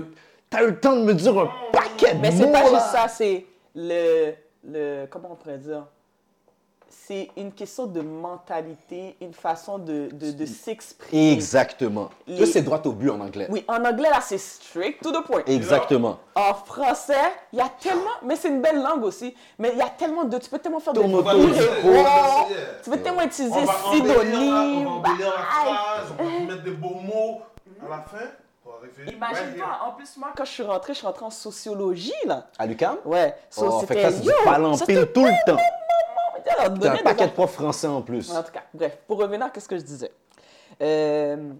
B: t'as eu le temps de me dire un paquet de
D: Mais c'est
B: mots,
D: pas
B: là.
D: juste ça, c'est le, le. Comment on pourrait dire C'est une question de mentalité, une façon de, de, de s'exprimer.
B: Exactement.
D: Les-
B: Là, c'est droit au but en anglais.
D: Oui, en anglais, là, c'est strict, to the point.
B: Exactement.
D: En français, il y a tellement. Mais c'est une belle langue aussi. Mais il y a tellement de. Tu peux tellement faire de
B: Tourne autour
D: mots,
B: du
D: des
B: pot.
D: mots,
E: Yeah.
D: Tu peux tellement utiliser
E: On va embellir la- on va
D: synonyme.
E: embellir la phrase, on va mettre des beaux mots. À la fin, on va arriver. right
D: Imagine-toi,
E: here.
D: en plus, moi, quand je suis rentrée, je suis rentrée en sociologie, là.
B: À l'UQAM?
D: Ouais. So,
B: Oh, fait que
D: c'était.
B: ça, c'est du
D: yo,
B: palampine
D: c'était
B: tout le temps.
D: tellement-
B: T'as
D: donner
B: un
D: des Ah.
B: paquet de profs français en plus.
D: En tout cas, bref, pour revenir à ce que je disais. Euh,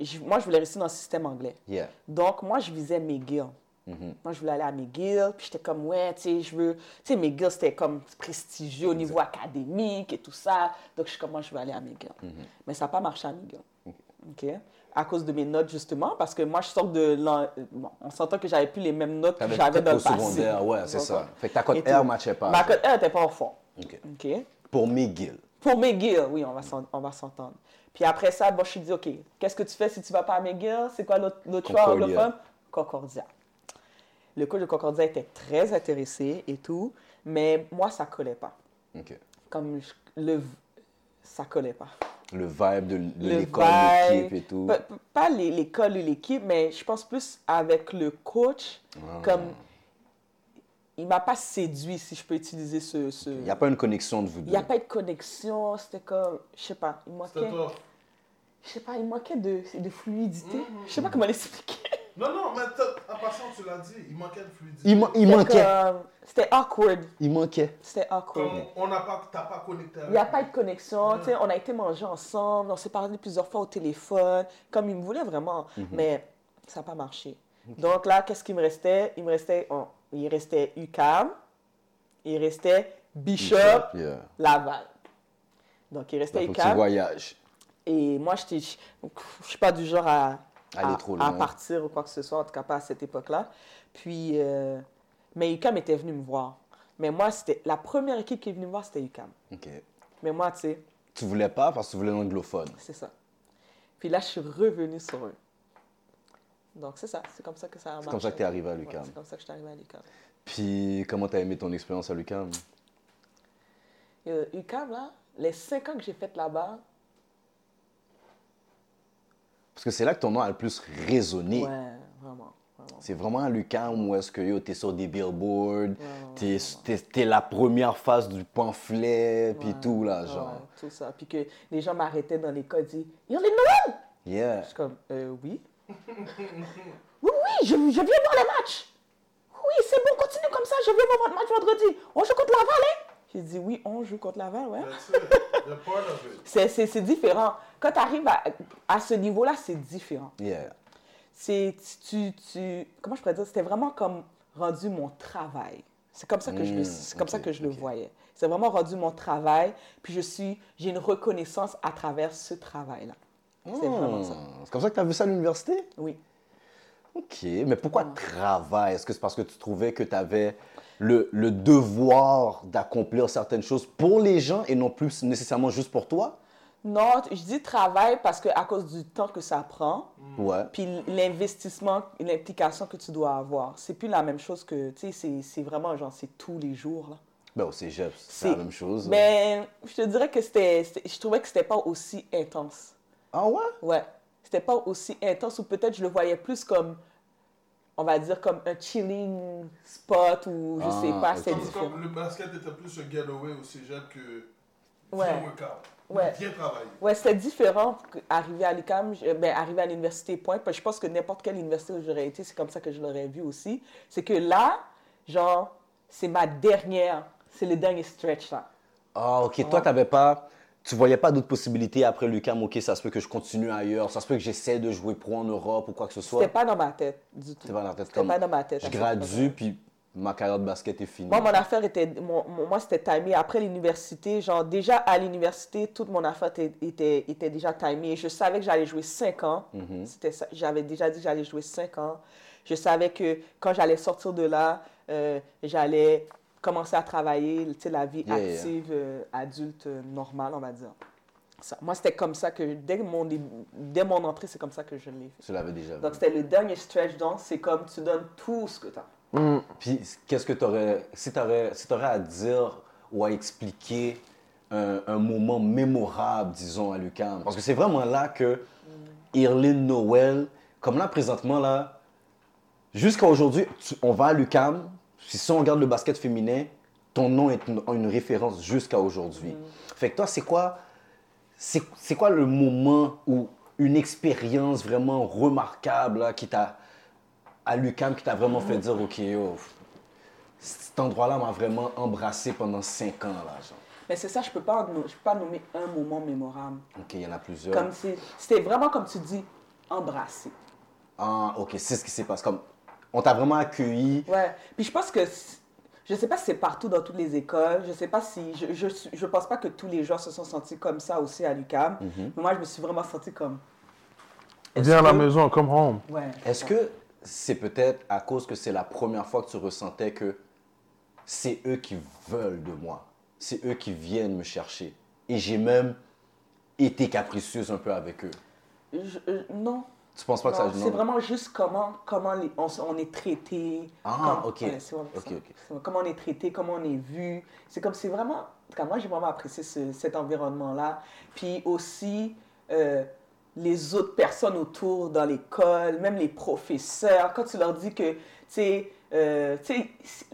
D: je- moi, je voulais rester dans le système anglais.
B: Yeah. Mm-hmm.
D: Donc, moi, je visais McGill. Moi, je voulais aller à McGill, puis j'étais comme, ouais, tu sais, je veux. Tu sais, McGill, c'était comme prestigieux au niveau académique et tout ça. Donc, je suis comme, moi, je veux aller à McGill.
B: Mm-hmm.
D: Mais ça n'a pas marché à McGill. OK? À cause de mes notes, justement, parce que moi, je sors de. l'en- Bon, on s'entend que j'avais plus les mêmes notes que
B: T'avais
D: j'avais
B: peut-être au
D: dans le passé.
B: secondaire, ouais, c'est ça. Fait que ta cote
D: Et
B: R
D: tout.
B: matchait pas.
D: Ma cote R n'était pas au fond.
B: Ok.
D: OK?
B: Pour McGill.
D: Pour McGill, oui, on va s'en- on va s'entendre. Puis après ça, bon, je suis dit, OK, qu'est-ce que tu fais si tu vas pas à McGill? C'est quoi l'autre l'autre choix
B: Concordia.
D: anglophone? Concordia. Le coach de Concordia était très intéressé et tout, mais moi, ça collait pas.
B: Ok.
D: Comme je- le... Ça collait pas.
B: Le vibe de, de
D: Le
B: l'école,
D: vibe,
B: l'équipe et tout.
D: Pas, pas- pas les- l'école et l'équipe, mais je pense plus avec le coach,
B: Ah.
D: comme... Il m'a pas séduit, si je peux utiliser ce... ce...
B: Il n'y a pas une connexion de vous
D: Il
B: deux.
D: n'y a pas eu de connexion, c'était comme, je sais pas, il
E: C'était
D: manquait...
E: toi.
D: Je sais pas, il manquait de, de fluidité. Je sais pas comment l'expliquer.
E: Non, non, mais t'as- en passant, tu l'as dit, il manquait de fluidité.
B: Il, man- il manquait.
D: Comme, C'était awkward.
B: Il manquait.
D: C'était awkward.
E: Comme on n'a pas, t'as pas connecté
D: Il
E: avec
D: n'y a pas eu de connexion. tu sais, On a été manger ensemble. On s'est parlé plusieurs fois au téléphone. Comme il me voulait vraiment.
B: Mm-hmm.
D: Mais ça n'a pas marché. Donc là, qu'est-ce qui me restait Il me restait, oh, il restait UCAM. Il restait Bishop,
B: Yeah. Bah,
D: Laval. Donc il restait
B: Faut que tu
D: UCAM.
B: voyages.
D: Et moi, j'étais- je je suis pas du genre à,
B: Aller
D: à-
B: trop
D: à
B: loin.
D: partir ou quoi que ce soit, en tout cas pas à cette époque-là. Puis, euh, mais UCAM était venu me voir. Mais moi, c'était la première équipe qui est venue me voir, c'était UCAM.
B: Ok.
D: Mais moi, tu sais,
B: Tu voulais pas parce que tu voulais l'anglophone.
D: c'est ça. Puis là, je suis revenue sur eux. Donc, c'est ça. C'est comme ça que ça a marché.
B: comme ça que t'es arrivé à
D: Ouais,
B: l'UQAM.
D: c'est comme ça que je suis arrivée à l'UCAM.
B: Puis comment t'as aimé ton expérience à l'UQAM
D: Euh, UCAM, là, les cinq ans que j'ai fait là-bas,
B: Parce que c'est là que ton nom a le plus résonné.
D: ouais, vraiment. vraiment.
B: C'est vraiment à l'UQAM où est-ce que yo, t'es sur des billboards, t'es, t'es- t'es la première face du pamphlet, puis
D: Ouais.
B: tout, là,
D: Ouais,
B: Ah, genre.
D: tout ça. Puis que les gens m'arrêtaient dans l'école et disaient Ils ont les Noël
B: Yeah.
D: Je suis comme Euh, Oui. oui, oui, je, je viens voir les matchs. Oui, c'est bon, continue comme ça, je viens voir votre match vendredi. On joue contre Laval, hein J'ai dit Oui, on joue contre Laval, ouais.
E: That's it. The part of it.
D: C'est- C'est c'est différent. Quand tu arrives à, à ce niveau-là, c'est différent.
B: Yeah.
D: C'est tu, tu- tu- comment je pourrais dire, c'était vraiment comme rendu mon travail. C'est comme ça que je le
B: Mm,
D: c'est comme ça
B: ok,
D: que je le
B: ok.
D: voyais. C'est vraiment rendu mon travail, puis je suis j'ai une reconnaissance à travers ce travail là. C'est vraiment ça.
B: Hmm. C'est comme ça que t'as vu ça à l'université?
D: Oui.
B: OK. Mais pourquoi travail? Est-ce que c'est parce que tu trouvais que t'avais le, le devoir d'accomplir certaines choses pour les gens et non plus nécessairement juste pour toi?
D: Non, je dis travail parce que à cause du temps que ça prend,
B: Ouais.
D: puis l'investissement, l'implication que tu dois avoir, c'est plus la même chose que tu sais c'est- c'est vraiment genre c'est tous les jours là.
B: Ben, au cégep, c'est la
D: C'est-
B: même chose.
D: Ben, je te dirais que c'était. c'était- Je trouvais que c'était pas aussi intense.
B: Ah ouais?
D: Ouais. C'était pas aussi intense, ou peut-être je le voyais plus comme. On va dire comme un chilling spot, ou je
B: Ah,
D: sais pas,
B: ok.
D: c'est
E: Comme-
D: différent.
E: comme le basket était plus un getaway au cégep que
D: Ouais.
E: bien workout.
D: Ouais.
E: Bien travaillé.
D: Ouais, c'était différent arrivé à l'UQAM, je- ben, arrivé à l'université, point. Parce que je pense que n'importe quelle université où j'aurais été, c'est comme ça que je l'aurais vu aussi. C'est que là, genre, c'est ma dernière, c'est le dernier stretch là.
B: Ah, ok. Toi, t'avais pas. Tu voyais pas d'autres possibilités après Lucam, ok, ça se peut que je continue ailleurs, ça se peut que j'essaie de jouer pro en Europe ou quoi que ce soit.
D: C'était pas dans ma tête du tout.
B: C'était pas dans ta tête,
D: C'était
B: comme,
D: pas dans ma tête.
B: Je
D: à ce
B: gradue, puis ma carrière de basket est finie.
D: Moi, mon affaire était. mon- mon- moi, c'était timé. Après l'université, genre, déjà à l'université, toute mon affaire était, était, était déjà timée. Je savais que j'allais jouer 5 ans.
B: Mhm.
D: C'était ça. J'avais déjà dit que j'allais jouer 5 ans. Je savais que quand j'allais sortir de là, euh, j'allais commencer à travailler, tu sais, la vie
B: Yeah, yeah.
D: active, euh, adulte, euh, normale, on va dire. Ça- moi, c'était comme ça que, dès mon, dé- dès mon entrée, c'est comme ça que je l'ai fait.
B: Tu l'avais déjà vu.
D: Donc, c'était le dernier stretch, donc c'est comme tu donnes tout ce que tu as.
B: Puis, qu'est-ce que t'aurais. Si t'aurais si t'aurais à dire ou à expliquer un, un moment mémorable, disons, à Lucam. Parce que c'est vraiment là que Irlin Noël, comme là présentement, là, jusqu'à aujourd'hui, tu- on va à Lucam. Si, si on regarde le basket féminin, ton nom est une, une référence jusqu'à aujourd'hui. Fait que toi, c'est quoi, c'est, c'est quoi le moment ou une expérience vraiment remarquable là, qui t'a, à l'UCAM qui t'a vraiment fait dire, OK, yo, cet endroit-là m'a vraiment embrassé pendant cinq ans. Là, genre.
D: Mais c'est ça, je peux pas, en- je peux pas nommer un moment mémorable.
B: OK, il y en a plusieurs.
D: Comme si, c'était vraiment comme tu dis, embrasser.
B: Ah, OK, c'est ce qui s'est passé. Comme, on t'a vraiment accueilli.
D: Ouais. Puis je pense que, c- je sais pas si c'est partout dans toutes les écoles. Je sais pas si, je, je, suis- je pense pas que tous les gens se sont sentis comme ça aussi à l'UCAM. Mais moi, je me suis vraiment sentie comme. est-ce
C: Viens à la
D: que-
C: maison, come home.
D: Ouais.
B: Est-ce que c'est peut-être à cause que c'est la première fois que tu ressentais que c'est eux qui veulent de moi, c'est eux qui viennent me chercher. Et j'ai même été capricieuse un peu avec eux.
D: Je- je- non.
B: Tu penses pas que
D: Non,
B: ça non.
D: c'est vraiment juste comment, comment les- on, s- on est traité.
B: Ah,
D: comme-
B: ok.
D: ouais, c'est vraiment
B: Ok,
D: ça.
B: ok.
D: C'est Comment on est traité, comment on est vu. C'est comme, c'est vraiment. En tout cas, moi, j'ai vraiment apprécié ce- cet environnement-là. Puis aussi, euh, les autres personnes autour dans l'école, même les professeurs, quand tu leur dis que, tu sais, euh, tu sais, c'est-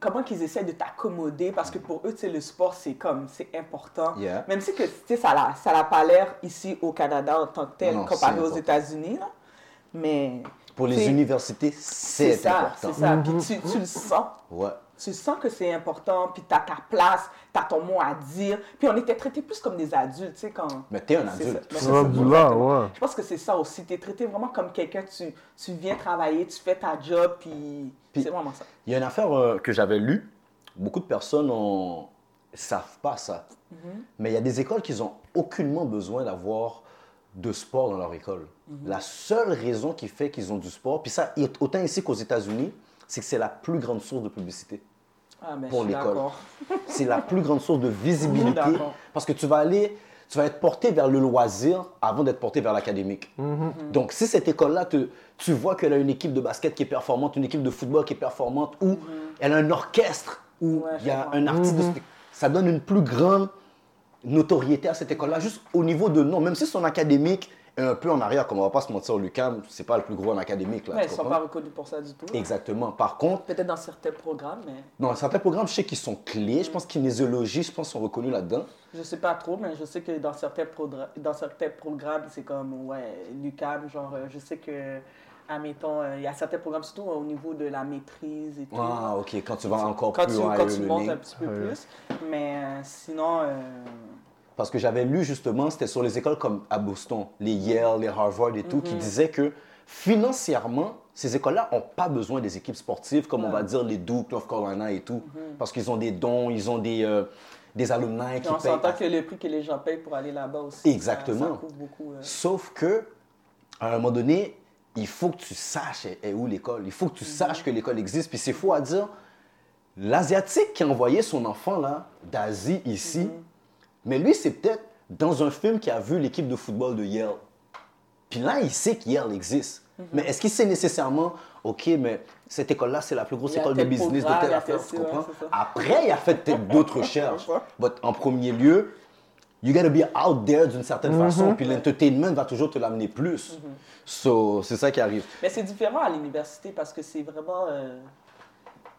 D: comment qu'ils essaient de t'accommoder parce que pour eux, tu sais, le sport, c'est comme, c'est important.
B: Yeah.
D: Même si que, tu sais, ça n'a ça l'a pas l'air ici au Canada en tant que tel
B: Non, non,
D: comparé
B: c'est
D: aux
B: important.
D: États-Unis, là. Mais
B: Pour les
D: c'est-
B: universités, c'est
D: c'est ça,
B: important.
D: c'est ça. Puis tu, tu le sens.
B: Ouais.
D: Tu sens que c'est important, puis tu as ta place, tu as ton mot à dire. Puis on était traités plus comme des adultes, tu sais, quand...
B: Mais t'es un
D: C'est
B: adulte.
D: ça.
B: Ça,
D: Ouais,
B: c'est
D: ouais.
B: bon.
C: Là,
D: Exactement.
C: ouais.
D: Je pense que c'est ça aussi. Tu es traité vraiment comme quelqu'un, tu, tu viens travailler, tu fais ta job, puis,
B: Puis-
D: c'est vraiment ça.
B: Il y a une affaire euh, que j'avais lue. Beaucoup de personnes ne savent pas ça. Mais il y a des écoles qui n'ont aucunement besoin d'avoir de sport dans leur école. La seule raison qui fait qu'ils ont du sport, puis ça, il- autant ici qu'aux États-Unis, c'est que c'est la plus grande source de publicité.
D: Ah, mais
B: Pour
D: je suis
B: l'école.
D: d'accord.
B: C'est la plus grande source de visibilité.
D: Je suis d'accord.
B: Parce que tu vas aller, tu vas être porté vers le loisir avant d'être porté vers l'académique.
D: Mhm.
B: Donc, si cette école-là, te- tu vois qu'elle a une équipe de basket qui est performante, une équipe de football qui est performante, ou elle a un orchestre, ou
D: Mhm. Ouais,
B: il y a
D: je Mhm.
B: un artiste, de spect- ça donne une plus grande notoriété à cette école-là, juste au niveau de nom, même si son académique un peu en arrière, comme on va pas se mentir, l'UCAM, c'est pas le plus gros en académique. Là,
D: Ouais,
B: tu
D: ils sont
B: comprends?
D: pas reconnus pour ça du tout.
B: Exactement. Par contre,
D: Peut-être dans certains programmes, mais
B: dans certains programmes, je sais qu'ils sont clés. Je pense kinésiologie, je pense, sont reconnus là-dedans.
D: je sais pas trop, mais je sais que dans certains, progra- dans certains programmes, c'est comme, ouais, l'UCAM, genre, euh, je sais que, admettons, euh, il y a certains programmes, surtout au niveau de la maîtrise et tout.
B: Ah, ok, quand tu vas encore
D: quand
B: plus
D: tu,
B: en
D: quand tu
B: e-learning.
D: montes un petit peu
C: Ah oui.
D: plus. Mais euh, sinon, euh,
B: Parce que j'avais lu justement, c'était sur les écoles comme à Boston, les Yale, les Harvard et tout, qui
D: Mhm.
B: disaient que financièrement, ces écoles-là n'ont pas besoin des équipes sportives, comme on va dire les Duke, North Carolina et tout, parce qu'ils ont des dons, ils ont des, euh, des alumni qui
D: Mhm. on
B: payent.
D: s'entend que le prix que les gens payent pour aller là-bas aussi, ça,
B: Exactement.
D: ça couvre beaucoup. euh,
B: Sauf que, à un moment donné, il faut que tu saches est- est où l'école. Il faut que tu saches que l'école existe. Puis c'est faux à dire. L'Asiatique qui a envoyé son enfant là, d'Asie ici, mais lui, c'est peut-être dans un film qui a vu l'équipe de football de Yale. Puis là, il sait qu'Yale existe.
D: Mhm.
B: Mais est-ce qu'il sait nécessairement, OK, mais cette école-là, c'est la plus grosse
D: Il y a
B: école de
D: tel
B: business de
D: programme,
B: telle
D: il y a
B: affaire,
D: tel
B: tu
D: ci, ouais,
B: comprends?
D: c'est ça.
B: Après, il a fait peut-être d'autres recherches. But en premier lieu, you gotta be out there d'une certaine
D: Mhm.
B: façon. Puis l'entertainment va toujours te l'amener plus. So, c'est ça qui arrive.
D: Mais c'est différent à l'université parce que c'est vraiment. euh,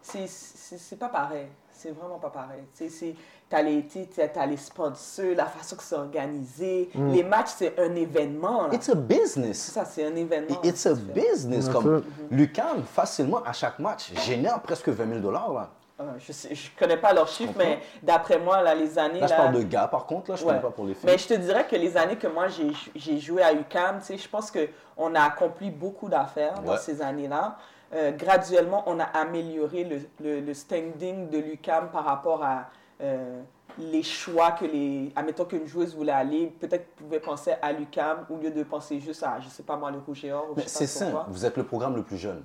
D: c'est- c'est c'est pas pareil. C'est vraiment pas pareil. Tu sais, c'est- t'as les, tu sais, t'as- t'as les sponsors, la façon que c'est organisé. Les matchs, c'est un événement. là.
B: Mm. It's a
D: C'est
B: business.
D: ça, c'est un événement.
B: It's a
D: Tu fais-
B: business.
C: Bien
B: Comme
D: Mhm.
C: sûr.
B: Lucan, facilement, à chaque match, génère presque 20 000 dollars. Là.
D: Euh, je, sais, je connais pas leurs chiffres, mais d'après moi, là, les années.
B: là, je parle de gars, par contre. Là, je ne
D: Ouais.
B: parle pas pour les filles.
D: Mais je te dirais que les années que moi j'ai- j'ai joué à UCAM, tu sais, je pense qu'on a accompli beaucoup d'affaires dans
B: Ouais.
D: ces années-là. Euh, graduellement, on a amélioré le, le- le standing de l'UCAM par rapport à euh, les choix que les. Admettons qu'une joueuse voulait aller, peut-être pouvait penser à l'UCAM au lieu de penser juste à, je sais pas moi, le Rouge et Or. ou je
B: Mais
D: sais
B: c'est
D: pas trop
B: simple.
D: quoi.
B: Vous êtes le programme le plus jeune.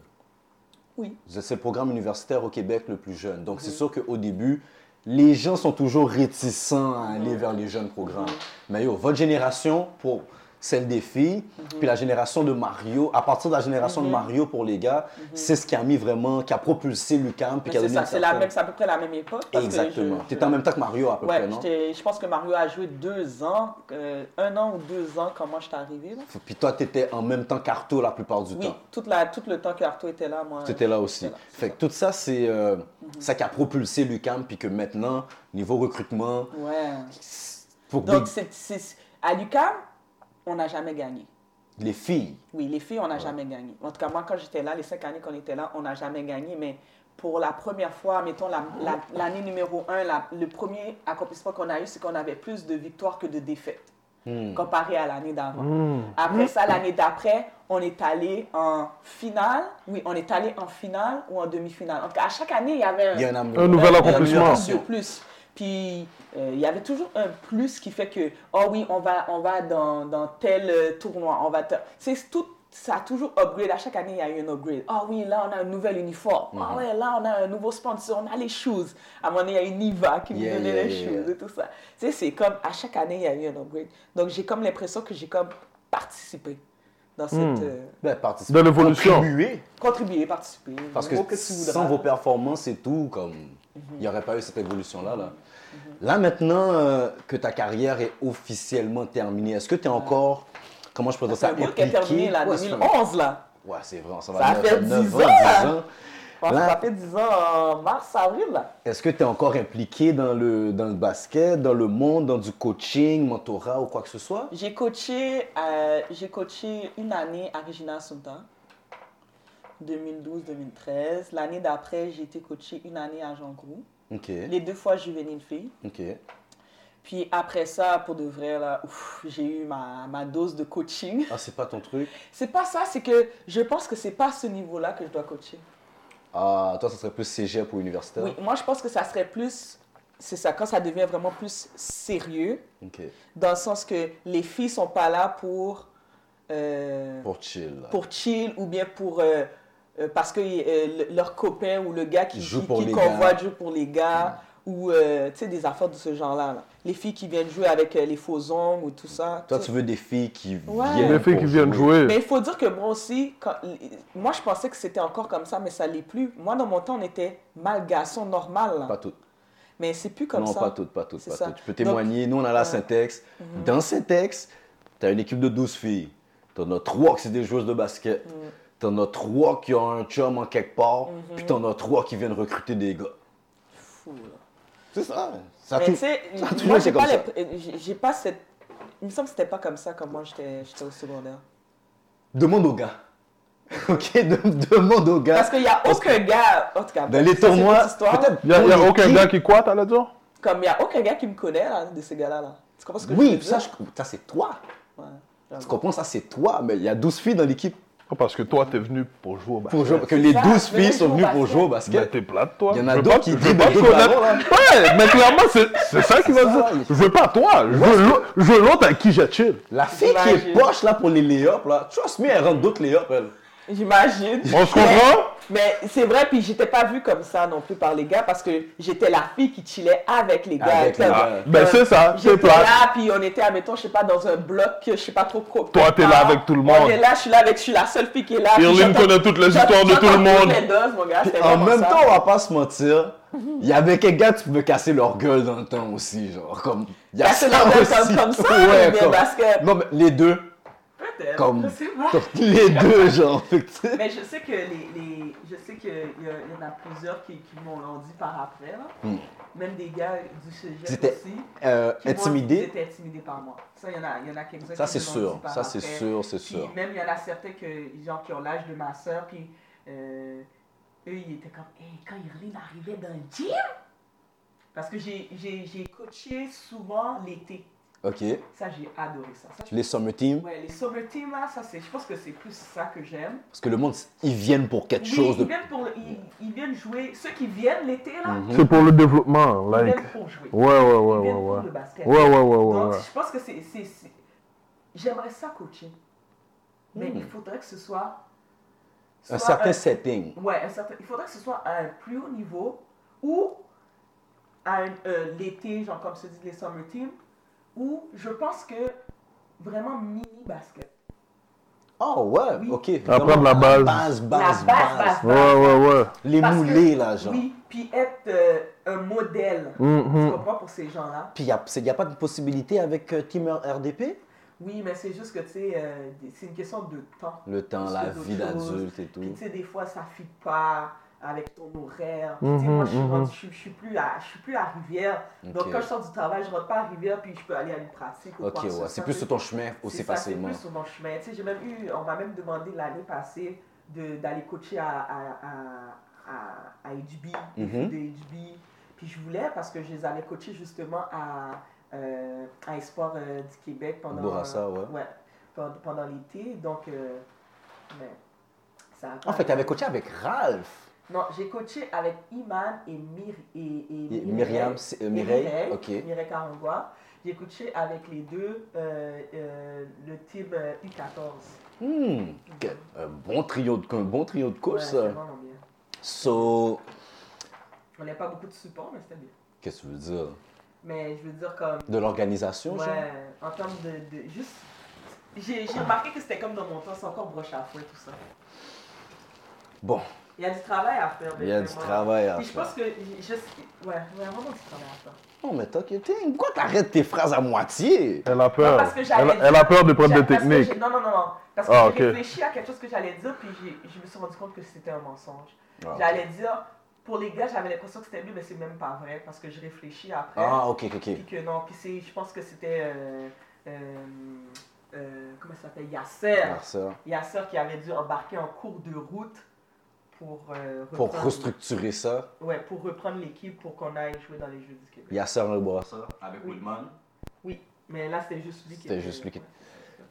D: Oui.
B: Vous êtes le programme universitaire au Québec le plus jeune. Donc, c'est sûr qu'au début, les gens sont toujours réticents à aller vers les jeunes programmes. Mais yo, votre génération pour celle des filles,
D: Mhm.
B: puis la génération de Mario, à partir de la génération de Mario pour les gars, c'est ce qui a mis vraiment, qui a propulsé Lucam. puis
D: Mhm. Mais
B: qui a
D: C'est
B: donné
D: ça,
B: une
D: c'est la
B: certaine-
D: même- c'est à peu près la même époque. parce que je-
B: Exactement.
D: je-
B: Tu en même temps que Mario à peu
D: Ouais,
B: près, non?
D: j'étais- je pense que Mario a joué deux ans, euh, un an ou deux ans quand moi je suis arrivée. Là.
B: Puis toi, tu étais en même temps qu'Arto la plupart du
D: Oui,
B: temps.
D: toute la, tout le temps que Arto était là, moi.
B: Tu étais là aussi.
D: là, c'est Mhm.
B: fait que tout ça, c'est euh, ça qui a propulsé Lucam, puis que maintenant, niveau recrutement,
D: Ouais.
B: pour
D: Donc,
B: des-
D: c'est, c'est- à l'UQAM, on n'a jamais gagné.
B: les filles,
D: Oui, les filles, on n'a jamais gagné. En tout cas, moi, quand j'étais là, les cinq années qu'on était là, on n'a jamais gagné. Mais pour la première fois, mettons, la- la- l'année numéro un, la- le premier accomplissement qu'on a eu, c'est qu'on avait plus de victoires que de défaites,
B: Hmm.
D: comparé à l'année d'avant. Après ça, l'année d'après, on est allé en finale. Oui, on est allé en finale ou en demi-finale. En tout cas, à chaque année, il y avait
B: il y a un,
C: Un nouvel accomplissement.
D: un de plus. Puis euh, il y avait toujours un plus qui fait que, oh oui, on va, on va dans, dans tel euh, tournoi, on va. te- C'est tout. Ça a toujours upgrade. À chaque année, il y a eu un upgrade. Ah oui, là, on a un nouvel uniforme. Ah
B: Mhm.
D: ouais, là, on a un nouveau sponsor. On a les shoes. À un moment donné, il y a eu Niva qui
B: Yeah,
D: nous donnait
B: yeah,
D: les
B: yeah,
D: shoes
B: yeah.
D: et tout ça. Tu sais, c'est comme à chaque année, il y a eu un upgrade. Donc j'ai comme l'impression que j'ai comme participé dans cette. euh,
B: ben, participer,
C: De l'évolution.
B: contribuer,
D: contribuer, participer.
B: parce
D: le
B: que,
D: mot tu
B: sans
D: voudras. Mhm.
B: vos performances et tout, comme il n'y aurait pas eu cette évolution là. Là, là maintenant euh, que ta carrière est officiellement terminée, est-ce que
D: Ah.
B: tu es encore comment je peux dire
D: C'est
B: ça
D: un bout qui a
B: impliqué
D: terminé là,
B: Ouais, c'est un-
D: 2011 là.
B: Ouais, c'est vrai, ça va
D: Ça a
B: dire
D: fait
B: neuf
D: 10
B: ans,
D: ans.
B: 10 ans.
D: On
B: Là-
D: ça fait 10 ans en mars, avril, là.
B: Est-ce que tu es encore impliqué dans le, dans le basket, dans le monde, dans du coaching, mentorat ou quoi que ce soit?
D: J'ai coaché, euh, j'ai coaché une année à Regina Assunta, 2012-2013. L'année d'après, j'ai été coachée une année à Jean Grou.
B: Ok,
D: Les deux fois, juvénile fille.
B: ok.
D: Puis après ça, pour de vrai, là, ouf, j'ai eu ma, ma dose de coaching.
B: Ah, c'est pas ton truc?
D: C'est pas ça, c'est que je pense que c'est pas à ce niveau-là que je dois coacher.
B: Ah, toi, ça serait plus cégep ou universitaire?
D: Oui, moi, je pense que ça serait plus... C'est ça, quand ça devient vraiment plus sérieux,
B: Ok,
D: dans le sens que les filles sont pas là pour euh,
B: pour chill. là.
D: pour chill ou bien pour euh, euh, parce que euh, le- leur copain ou le gars qui
B: Joue
D: qui-
B: pour
D: qui
B: les
D: convoite
B: gars. Mm.
D: joue pour les gars ou euh, tu sais des affaires de ce genre là, les filles qui viennent jouer avec euh, les faux hommes ou tout ça
B: Toi,
D: tu-
B: tu veux des filles qui
D: Ouais.
B: viennent
C: Les filles
B: pour
C: qui viennent jouer.
D: mais il faut dire que moi aussi, quand- moi je pensais que c'était encore comme ça, mais ça l'est plus. Moi dans mon temps, on était mal garçon normal. là.
B: Pas toutes.
D: Mais c'est plus comme
B: non,
D: ça.
B: pas toutes, pas toutes,
D: C'est
B: pas
D: ça.
B: toutes. Tu peux
D: Donc- Mhm.
B: témoigner. Nous, on a la Syntex. Dans Syntex, tu as une équipe de 12 filles. T'en as trois qui c'est des joueuses de basket.
D: Mhm.
B: T'en as trois qui ont un chum en quelque part. Puis t'en as trois qui viennent recruter des gars.
I: Fou, là.
B: C'est ça. Ça
D: Ben,
I: Mais
B: tou-
I: tu sais,
B: ça a toujours
I: moi,
B: été
I: j'ai pas,
B: comme ça.
I: les- j'ai- j'ai pas cette... Il me semble que c'était pas comme ça quand moi, j'étais j'étais au secondaire.
B: Demande aux gars. OK? de- demande aux gars.
I: Parce qu'il y a
B: Ah. Parce
I: aucun gars... En tout cas,
B: Dans les
I: ça, c'est une
B: tournois,
I: autre histoire.
B: peut-être-
C: Il n'y a, y a
B: Oui,
C: aucun
B: qui-
C: gars qui quoi, t'allais dire?
I: Comme il y a aucun gars qui me connaît, là, de ces gars-là, là. Tu comprends ce que je veux
B: Oui,
I: dire?
B: ça, je- ça, c'est toi.
I: Ouais,
B: Tu
I: j'avoue.
B: comprends, ça c'est toi, mais il y a 12 filles dans l'équipe.
C: Ah, Parce que toi, t'es venu pour jouer au basket.
B: Pour jouer, que les
I: ça,
B: 12
I: mais
B: filles
I: jouer
B: sont
I: au
B: venues pour
I: basket.
B: jouer au
C: Mais
B: basket.
C: t'es plate, toi.
B: Il y en a
C: Je veux
B: d'autres
C: pas-
B: qui
C: je veux
B: dribblent
C: pas
B: deux
C: te connaître.
B: ballons, là.
C: Ouais, mais clairement, c'est- c'est ça qui va
B: C'est ça.
C: dire. Je veux pas toi, je veux l'autre- je veux l'autre à qui j'ai chill.
B: La fille qui est
I: J'imagine.
B: poche là pour les lay-up, là, trust me, elle rentre d'autres lay-up, elle.
I: J'imagine.
C: On se comprend?
I: Mais c'est vrai, puis j'étais pas vue comme ça non plus par les gars parce que j'étais la fille qui chillait avec les gars.
B: Avec les
I: Comme-
B: gars.
C: Ben, c'est ça, c'est
I: J'étais
C: plate.
I: là, puis on était, admettons, je sais pas, dans un bloc, je sais pas trop quoi.
C: Toi, t'es là avec tout le monde.
I: On est là, je suis là avec, je suis la seule fille qui est là.
D: Ah,
I: puis
C: Irline
I: j'entends-
C: connaît toutes les
I: j'entends-
C: histoires de tout le
I: j'entends
C: monde.
I: toutes les doses, mon gars, c'était
B: En
I: vraiment
B: même
I: ça.
B: temps, on va pas se mentir, il y avait quelques gars, tu pouvais casser leur gueule dans le temps aussi, genre, comme, il y a
I: Casser
B: ça
I: leur gueule
B: aussi.
I: comme- comme ça, bah, ou bien basket?
B: Non, mais les deux,
D: Peut-être.
B: Comme-
D: Je sais pas.
B: les deux, genre, euh, fait que, tu sais.
D: Mais je sais que les, les- je sais qu'il y, a- il y en a plusieurs qui, qui m'ont l'ont dit par après, là.
B: Hmm.
D: même des gars du sujet
B: C'était-
D: aussi.
B: Euh,
D: qui, moi,
B: intimidé,
D: étaient intimidés par moi. Ça, il y en a, il y en a quelques-uns
B: ça
D: qui
B: c'est
D: me l'ont
B: sûr,
D: dit par
B: ça c'est
D: après.
B: sûr, c'est
D: Puis
B: sûr.
D: même, il y en a certains que, genre, qui ont l'âge de ma soeur, puis euh, eux, ils étaient comme, hey, quand Irline arrivait dans le gym, parce que j'ai- j'ai j'ai coaché souvent l'été.
B: Ok,
D: Ça, j'ai adoré ça. Ça, je-
B: les summer team,
D: Ouais, les summer team, là, ça, c'est- je pense que c'est plus ça que j'aime.
B: parce que le monde, ils viennent pour quelque
D: Oui,
B: chose de...
D: ils, viennent pour, ils, ils viennent jouer, ceux qui viennent l'été, là,
C: C'est pour le développement,
D: ils
C: Mhm. like.
D: viennent pour jouer.
C: Ouais, ouais,
D: Ils
C: ouais, ouais,
D: viennent pour
C: ouais.
D: le basket.
C: Ouais, ouais, ouais, ouais,
D: Donc,
C: ouais.
D: je pense que c'est. c'est- c'est- J'aimerais ça coacher. Mais
C: Hmm.
D: il faudrait que ce soit.
B: Un
D: soit
B: certain setting.
D: Ouais, un certain- il faudrait que ce soit à un plus haut niveau ou à un- euh, l'été, genre comme se disent les summer teams, ou je pense que vraiment mini basket.
B: Oh ouais,
D: Oui.
B: ok.
C: À
B: Vraiment,
C: prendre la base.
B: Base, base,
D: la base,
B: base.
D: base,
C: Ouais, ouais, ouais.
B: Les
D: Parce que-
B: moulés là, genre. Mm-hmm.
D: Oui, puis être euh, un modèle,
C: Mhm.
D: tu comprends, pour ces gens-là.
B: Puis il n'y a, pas de possibilité avec euh, Team RDP
D: Oui, mais c'est juste que, tu sais, euh, c'est une question de temps.
B: Le temps,
D: Parce
B: la
D: que
B: vie
D: d'autres choses,
B: d'adulte et
D: Puis
B: tout.
D: tu sais, des fois, ça ne fit pas avec ton horaire. Tu sais,
C: Mhm,
D: moi, je suis
C: mhm.
D: rendue- je suis- je suis plus à- je suis plus à Rivière. Donc,
B: Ok.
D: quand je sors du travail, je ne rentre pas à Rivière, puis je peux aller à une pratique. Ou
B: Ok,
D: quoi que ce
B: ouais, c'est
D: soit.
B: plus sur ton chemin
D: C'est
B: aussi
D: ça, c'est
B: facilement.
D: plus sur mon chemin. Tu sais, j'ai même eu, on m'a même demandé l'année passée de- d'aller coacher à, à, à, à, à HB, des
B: Mhm.
D: filles de HB. Puis je voulais parce que je les avais coachés justement à, euh, à Espoir euh, du Québec pendant,
B: Bourassa, ouais.
D: ouais, pendant, pendant l'été. Donc, euh, mais ça a pas-
B: En fait, tu avais coaché avec Ralph
D: Non, j'ai coaché avec Iman et, Myr- et, et
B: et Myriam, c'est- euh, Mireille. Ok.
D: Mireille Karangwa. J'ai coaché avec les deux euh, euh, le team euh, U14.
B: Hmm, ok. Un bon trio de, un bon trio de
D: Ouais,
B: course.
D: c'est vraiment bien.
B: So,
D: On n'avait pas beaucoup de support, mais c'était bien.
B: qu'est-ce que tu veux dire
D: Mais je veux dire, comme.
B: De l'organisation, genre
D: Ouais, en termes de. de- juste. J'ai j'ai remarqué que c'était comme dans mon temps, c'est encore broche à fouet, tout ça.
B: Bon,
D: Il y a du travail à faire.
B: il y a du
D: vraiment.
B: travail à
D: Puis je pense
B: faire.
D: que. je- je- ouais, il y a vraiment du travail à faire.
B: Non, mais t'inquiète, pourquoi t'arrêtes tes phrases à moitié
C: Elle a
D: Non,
C: peur.
D: parce que j'allais
C: Elle,
D: dire-
C: elle a peur de prendre des
D: Parce que
C: techniques.
D: j'ai- Non, non, non, non. Parce que
C: Ah,
D: j'ai
C: ok.
D: réfléchi à quelque chose que j'allais dire, puis j'ai- je me suis rendu compte que c'était un mensonge.
B: Ah, ok.
D: J'allais dire, pour les gars, j'avais l'impression que c'était mieux, mais c'est même pas vrai, parce que je réfléchis après.
B: Ah, ok, ok, ok.
D: Puis que non, puis c'est, je pense que c'était, euh, euh, euh, comment ça s'appelle, Yasser.
B: Marcel.
D: Yasser qui avait dû embarquer en cours de route pour, euh,
B: Pour
D: reprendre-
B: restructurer ça,
D: Ouais, pour reprendre l'équipe pour qu'on aille jouer dans les Jeux du Québec.
B: il y a Sarah Bois.
H: Ça, avec
D: Oui.
H: Woodman.
D: Mais là, c'était juste lui qui
B: C'était
D: était-
B: juste lui qui-
D: ouais.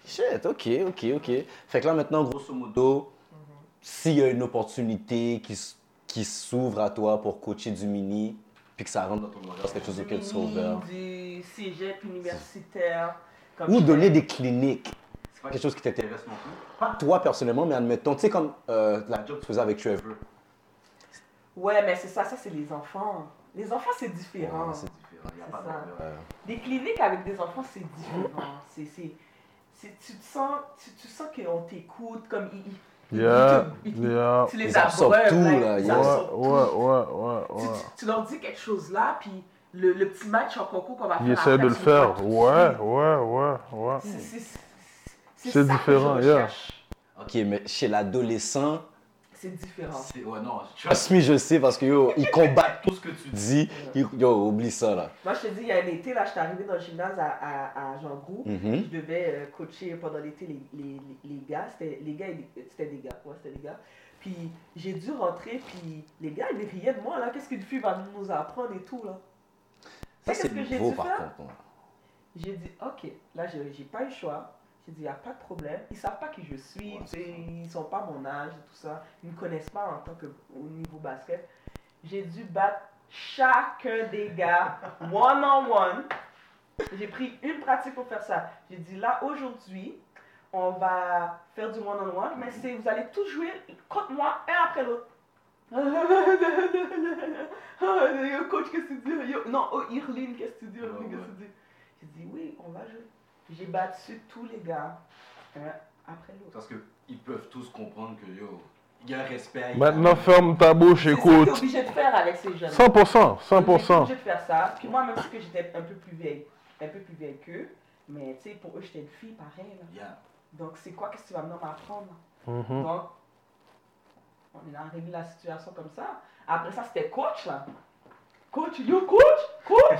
B: Shit, ok, ok, ok. Fait que là maintenant, grosso modo, s'il y a une opportunité qui, s- qui s'ouvre à toi pour coacher du mini, puis que ça rentre dans ton horaire, c'est quelque chose auquel tu seras ouvert.
D: Du cégep universitaire. comme
B: hein. Ou
D: je-
B: donner des cliniques,
H: C'est pas
B: quelque chose qui t'intéresse.
H: t'intéresse non plus.
B: Pas toi personnellement, mais admettons, tu sais, comme euh, la job que tu faisais avec Trevor.
D: Ouais, mais c'est ça, ça c'est les enfants. Les enfants, c'est différent.
B: Ouais, c'est-
H: Différent, y a
D: C'est
H: pas
D: ça.
H: de-
D: Les cliniques avec des enfants, c'est différent. C'est, c'est, c'est- tu te sens, tu, tu sens qu'on t'écoute, comme ils- ils- ils-
C: Yeah,
D: ils te- ils-
C: yeah.
D: tu les,
B: Ils absorbent
D: abreuves,
B: tout, là,
D: ils
B: yeah.
C: Ouais,
D: absorbent tout.
C: ouais, ouais, ouais,
D: Tu,
C: ouais.
D: tu- tu leur dis quelque chose là, puis le, le petit match en concours qu'on va faire.
C: Il essaie
D: après,
C: de le
D: tu vois
C: faire.
D: tout de
C: Ouais,
D: suite.
C: ouais, ouais, ouais.
D: C'est- c'est- c'est-
C: C'est
D: ça
C: différent,
D: que je
C: yeah.
D: recherche.
B: Ok, mais chez l'adolescent,
D: C'est différent.
H: C'est- Ouais, non, tu vois,
B: trust me, je sais parce que yo, ils combattent
H: tout ce que tu dis.
B: dit. Yo, oublie ça là.
D: Moi, je te dis, il y a un été, là, je suis arrivée dans le gymnase à, à, à Jean Groux.
B: Mhm.
D: Je devais euh, coacher pendant l'été les, les, les gars. C'était les gars, et les- c'était des gars. Ouais, c'était des gars. Puis j'ai dû rentrer, puis les gars, ils riaient de moi, là. Qu'est-ce qu'une fille va nous apprendre et tout, là.
B: Ça,
D: Tu sais
B: c'est
D: qu'est-ce que j'ai
B: nouveau
D: dû
B: par
D: faire?
B: contre. hein.
D: J'ai dit, OK, là, j'ai j'ai pas eu le choix. J'ai dit, il a pas de problème. Ils savent pas qui je suis.
H: Ouais,
D: tu sais, ils sont pas mon âge et tout ça. Ils me connaissent pas en tant que au niveau basket. J'ai dû battre chacun des gars one-on-one. J'ai pris une pratique pour faire ça. J'ai dit, là, aujourd'hui, on va faire du one-on-one, mais c'est, vous allez tous jouer contre moi, un après l'autre. Yo, coach, qu'est-ce que tu dis Yo, Non, oh, Irline, qu'est-ce que tu dis Irline,
H: Ouais,
D: qu'est-ce que tu dis J'ai dit, oui, on va jouer. J'ai battu tous les gars, un après l'autre.
H: Parce qu'ils peuvent tous comprendre que yo, il y a un respect. il y a-
C: Maintenant, ferme ta bouche,
D: C'est ça que t'es
C: écoute.
D: obligé de faire avec ces jeunes.
C: 100%,
D: J'étais
C: 100%.
D: obligée de faire ça. Puis moi, même si que j'étais un peu plus vieille, un peu plus vieille qu'eux, mais tu sais, pour eux, j'étais une fille pareille. là.
H: Yeah.
D: Donc, c'est quoi Qu'est-ce que tu vas venir m'apprendre
C: Mhm.
D: Donc, on a réglé la situation comme ça. Après ça, c'était coach, là. Coach, yo coach, coach,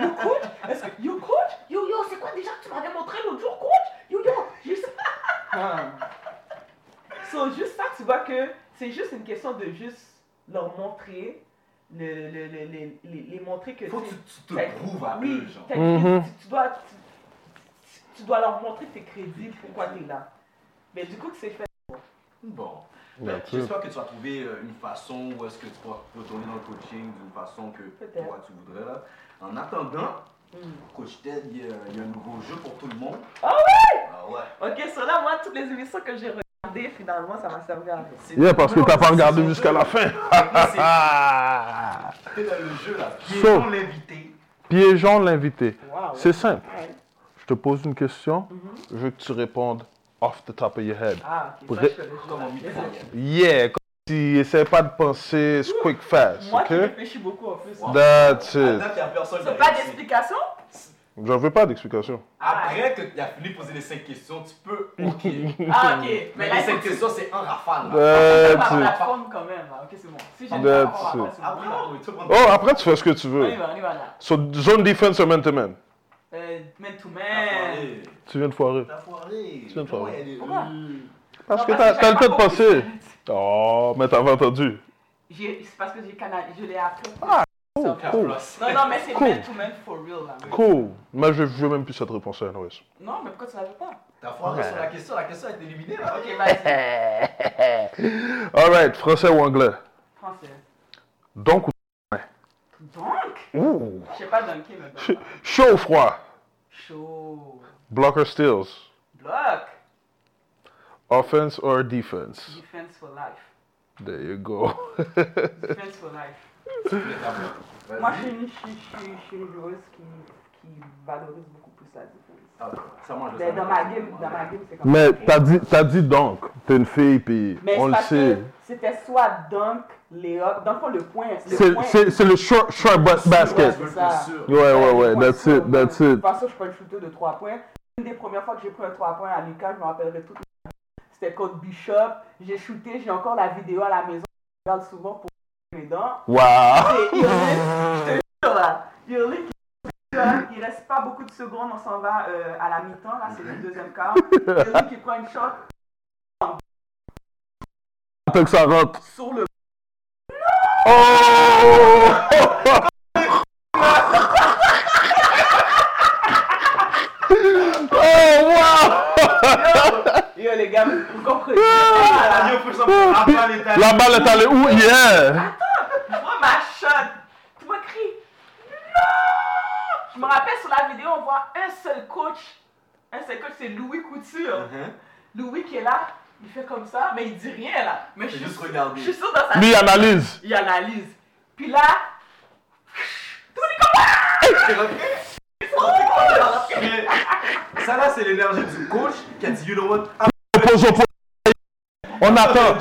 D: yo coach, est-ce que, yo coach, yo yo, c'est quoi déjà que tu m'avais montré l'autre jour, coach, yo yo, juste. Ah. so, juste ça, tu vois que c'est juste une question de juste leur montrer, le, le, le- le- les, les montrer que
H: Faut que
D: tu-
H: tu, tu te
D: T'as-
H: prouves à
D: oui,
H: eux, genre.
D: t'as-
C: Mhm.
D: tu, tu dois, tu, tu dois leur montrer tes crédits, pourquoi tu es là. Mais du coup, que c'est fait.
H: Bon.
C: Bien
H: Ben,
C: sûr.
H: J'espère que tu vas trouver euh, une façon où est-ce que tu vas retourner dans le coaching d'une façon que
D: Peut-être.
H: toi tu voudrais là. En attendant,
D: Hmm.
H: Coach Ted, il y, a- il y a un nouveau jeu pour tout le monde.
D: Ah
H: ouais? Ah ouais.
D: Ok, cela, là, moi, toutes les émissions que j'ai regardées, finalement, ça m'a servi à rien.
H: C'est
C: Yeah, parce que
H: Non,
C: t'as pas
H: c'est-
C: regardé
H: c'est-
C: jusqu'à la fin.
H: c'est-
C: Ah!
H: C'est dans le jeu là. Qui
C: Sauf.
H: est l'invité?
C: Piégeons l'invité.
D: Wow.
C: C'est simple.
D: Ouais.
C: Je te pose une question.
D: Mhm.
C: Je veux que tu répondes off the top of your head.
D: Ah, ok.
C: Pour
D: ça,
C: ré-
D: je connais
H: Comme en
D: déjà.
H: micro.
C: Yeah, comme si essaie pas de penser c'est quick fast,
D: Moi qui
C: ok?
D: réfléchis beaucoup en plus.
C: That's
H: À
C: it.
H: date, il y a personne qui a
D: C'est pas
H: réussi.
D: d'explication
C: J'en veux pas d'explication.
H: Après que tu as fini de poser les 5 questions, tu peux. Ok.
D: Ah, ok.
H: Mais
D: Mais
H: les
D: là,
H: 5 questions, c'est un rafale. là.
D: c'est
C: That's
D: ma
C: it.
D: plateforme quand même. là. Ok, c'est bon. Si
C: That's
D: j'ai
C: it.
D: après, c'est bon.
H: Après, on va te prendre-
C: Oh, après, tu fais ce que tu
D: On
C: veux.
D: y va, on y va là.
C: So, zone defense man to man.
D: Euh, Man to
H: T'as
D: man.
H: foiré.
C: Tu viens de foirer.
H: T'as foiré.
C: Tu viens de
H: Comment
C: foirer.
H: il y a des-
D: Pourquoi
H: Euh,
C: Parce que
D: Non,
C: t'as t'as le
D: j'ai
C: temps de
D: pas compris.
C: penser. Oh, mais t'avais entendu.
D: J'ai- C'est parce que j'ai canal... je l'ai appris.
C: Cool, cool,
D: Non, non, mais c'est
C: Cool.
D: man to man for real là.
C: cool. Mais je veux même plus cette réponse à NOS.
D: Non, mais pourquoi tu l'avais pas
H: T'as foiré sur la question, la question a été éliminée là.
D: Ok, vas-y.
C: Alright, français ou anglais?
D: Français.
C: Donc ou
D: Donc,
C: Ouh.
D: je sais pas dunker, mais bon.
C: Chaud ou froid?
D: Chaud.
C: Blocker steals.
D: Block.
C: Offense or defense?
D: Defense for life.
C: There you go.
D: Defense for life.
H: Vas-y.
D: Moi, je suis une, je suis- je suis- je suis une joueuse qui, qui valorise beaucoup plus la défense.
H: Ah, ça, moi, je le
D: Mais
G: Ben,
H: savais.
D: dans ma game, dans ma game, c'est comme
C: Mais
D: ça.
C: t'as dit, t'as dit donc, t'es une fille, puis
D: Mais
C: on
D: c'est
C: le
D: parce
C: sait.
D: que C'était soit dunk, layup. Dans le fond, le point. le
C: C'est-
D: point.
C: C'est c'est le short, short ba- basket.
D: Ouais, c'est ça.
H: Sûr.
C: Ouais, ouais, ouais,
D: Point
C: that's
D: sur
C: it,
D: point.
C: that's
D: De
C: it.
D: toute façon, je suis pas une shooter de 3 points. Une des premières fois que j'ai pris un 3 points à Lucas, je me rappellerai tout. C'était contre Bishop. J'ai shooté, j'ai encore la vidéo à la maison. Je regarde souvent pour mes dents.
C: Wow.
D: Et Irving, je te jure là, Irving, qui- là, il reste pas beaucoup de secondes, on s'en va euh, à la mi-temps, là c'est le deuxième quart. Irving qui prend une shot
C: Attends que ça rentre.
D: sur le...
C: Oh! Oh, wow!
D: Yo euh, les gars, vous comprenez
H: Ah, yo, faut que ça me- Ah, pas les talents.
C: La balle est allée où? Yeah!
D: Je vois ma shot, tout le monde crie « Non !» Je me rappelle sur la vidéo, on voit un seul coach, un seul coach c'est Louis Couture.
H: Mhm.
D: Louis qui est là, il fait comme ça, mais il dit rien là. Mais je
H: Faut
D: suis
H: juste
D: sûre-
H: regarder.
D: je suis sûr dans sa
C: Lui, il analyse.
D: il analyse. Puis là,
H: C'est ok? Ok. Ça là, c'est l'énergie du coach qui a dit, you know what? Ah,
C: Pose au point. On attend.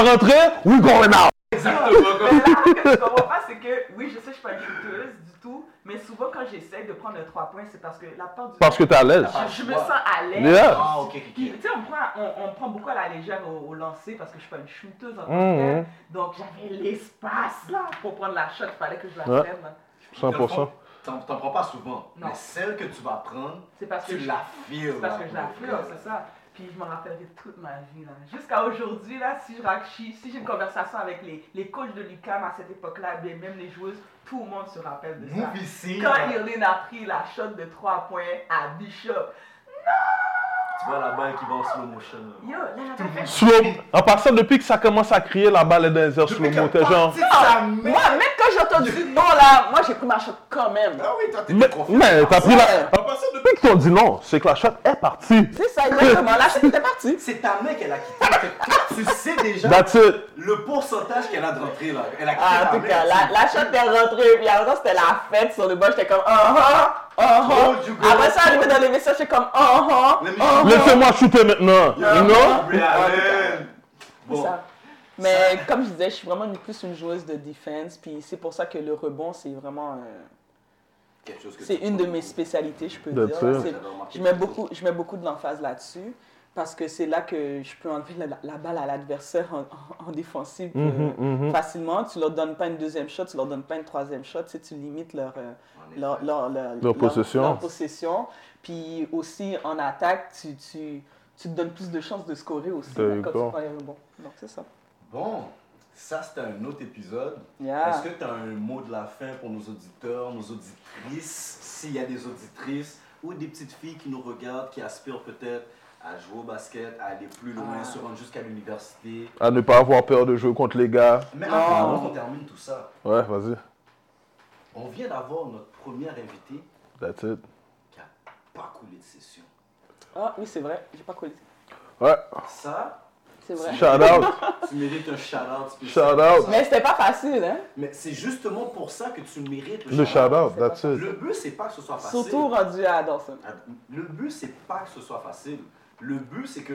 C: On va rentrer, we going out.
H: Exactement.
D: Mais là, ce que tu comprends pas, c'est que oui, je sais, je suis pas une shooteuse du tout, mais
G: Mais souvent, quand j'essaie de prendre le 3 points, c'est parce que la part du
C: Parce que t'es à l'aise.
G: Ah, je me sens à l'aise.
C: Yeah.
H: Ah, ok, ok,
G: Puis,
H: ok.
G: tu sais, on prend, on, on prend beaucoup à la légère au, au lancer parce que je suis pas une shooteuse en tant
C: Mhm.
G: que telle. Donc, j'avais l'espace là pour prendre la shot. Il fallait que je la
C: Ouais.
G: prenne. là.
H: Dans le fond,
C: 100%.
H: T'en t'en prends pas souvent,
G: Non.
H: mais celle que tu vas prendre,
G: C'est parce que
H: tu
G: je
H: la files.
G: c'est parce
H: là,
G: que je la
H: pour
G: fleur,
H: vrai.
G: c'est ça. Puis je m'en rappellerai toute ma vie là. Jusqu'à aujourd'hui là, si je rachis, si j'ai une conversation avec les, les coachs de l'UCAM à cette époque-là, bien, même les joueuses, tout le monde se rappelle de ça.
H: Move ici. là.
G: Quand Irlene a pris la shot de 3 points à Bishop,
H: Tu vois la balle qui va en slow motion. là.
G: yo, là, j'avais fait
C: Slow. En passant, depuis que ça commence à crier, la balle est dans les airs slow mo. T'es genre.
D: hein.
H: Ah, mais-
D: Moi, même quand j'ai entendu non là, moi j'ai pris ma shot quand même.
H: Ah oui, toi, t'es
C: Mais,
H: confiant.
C: mais t'as pris la.
E: En passant, depuis
C: Depuis que t'ont dit non, c'est que la shot est partie.
D: C'est ça, exactement. La shot était partie.
H: C'est ta main qu'elle a quittée. Fait que Quand tu sais déjà
C: That's it.
H: le pourcentage qu'elle a de rentrée, là, elle a quitté
D: Ah,
H: ta
D: en tout
H: main,
D: cas,
H: tu-
D: la, la shot est rentrée, puis en même temps, c'était la fête sur le bas, j'étais comme, ah ah, ah ah.
H: Hold you girl.
D: Après ça, arrivé dans les vestiaires, j'étais comme, ah ah,
H: Let me-
D: ah ah.
C: Laissez-moi shooter maintenant.
H: Yeah,
C: Non?
H: Ray Allen. Bon,
D: Ça. Mais comme je disais, je suis vraiment une- plus une joueuse de defense, puis c'est pour ça que le rebond, c'est vraiment. euh,
H: quelque chose que
D: c'est
H: tu-
D: une de mes spécialités, je peux
C: Bien
D: dire.
C: sûr.
D: C'est- Je mets beaucoup, je mets beaucoup de l'emphase là-dessus parce que c'est là que je peux enlever la, la balle à l'adversaire en, en- en défensive euh,
C: Mhm, mhm.
D: facilement. Tu leur donnes pas une deuxième shot, tu leur donnes pas une troisième shot, tu, sais, tu limites leur, euh,
H: En effet.
D: leur, leur- leur-
C: Leur possession.
D: leur possession. Puis aussi en attaque, tu, tu, tu te donnes plus de chances de scorer aussi
C: There you
D: quand tu
C: go.
D: prends les rebonds. Donc c'est ça.
H: Bon, ça c'était un autre épisode.
D: Yeah.
H: Est-ce que tu as un mot de la fin pour nos auditeurs, nos auditrices, s'il y a des auditrices ou des petites filles qui nous regardent, qui aspirent peut-être à jouer au basket, à aller plus loin,
D: Ah.
H: se rendre jusqu'à l'université.
C: À ne pas avoir peur de jouer contre les gars.
H: Mais
D: Non.
H: avant qu'on termine tout ça,
C: Ouais, vas-y.
H: on vient d'avoir notre première invitée
C: That's it.
H: qui n'a pas coulé de session.
D: Ah oui, c'est vrai, j'ai pas collé.
C: Ouais.
H: Ça,
D: C'est vrai.
C: Shout out.
H: tu mérites un shout-out spécial.
C: Shout out.
D: Mais c'était pas facile, hein?
H: Mais c'est justement pour ça que tu mérites
C: Le shout out. That's it.
H: Le but, c'est pas que ce soit facile.
D: Surtout rendu à Dawson.
H: Le but, c'est pas que ce soit facile. Le but, c'est que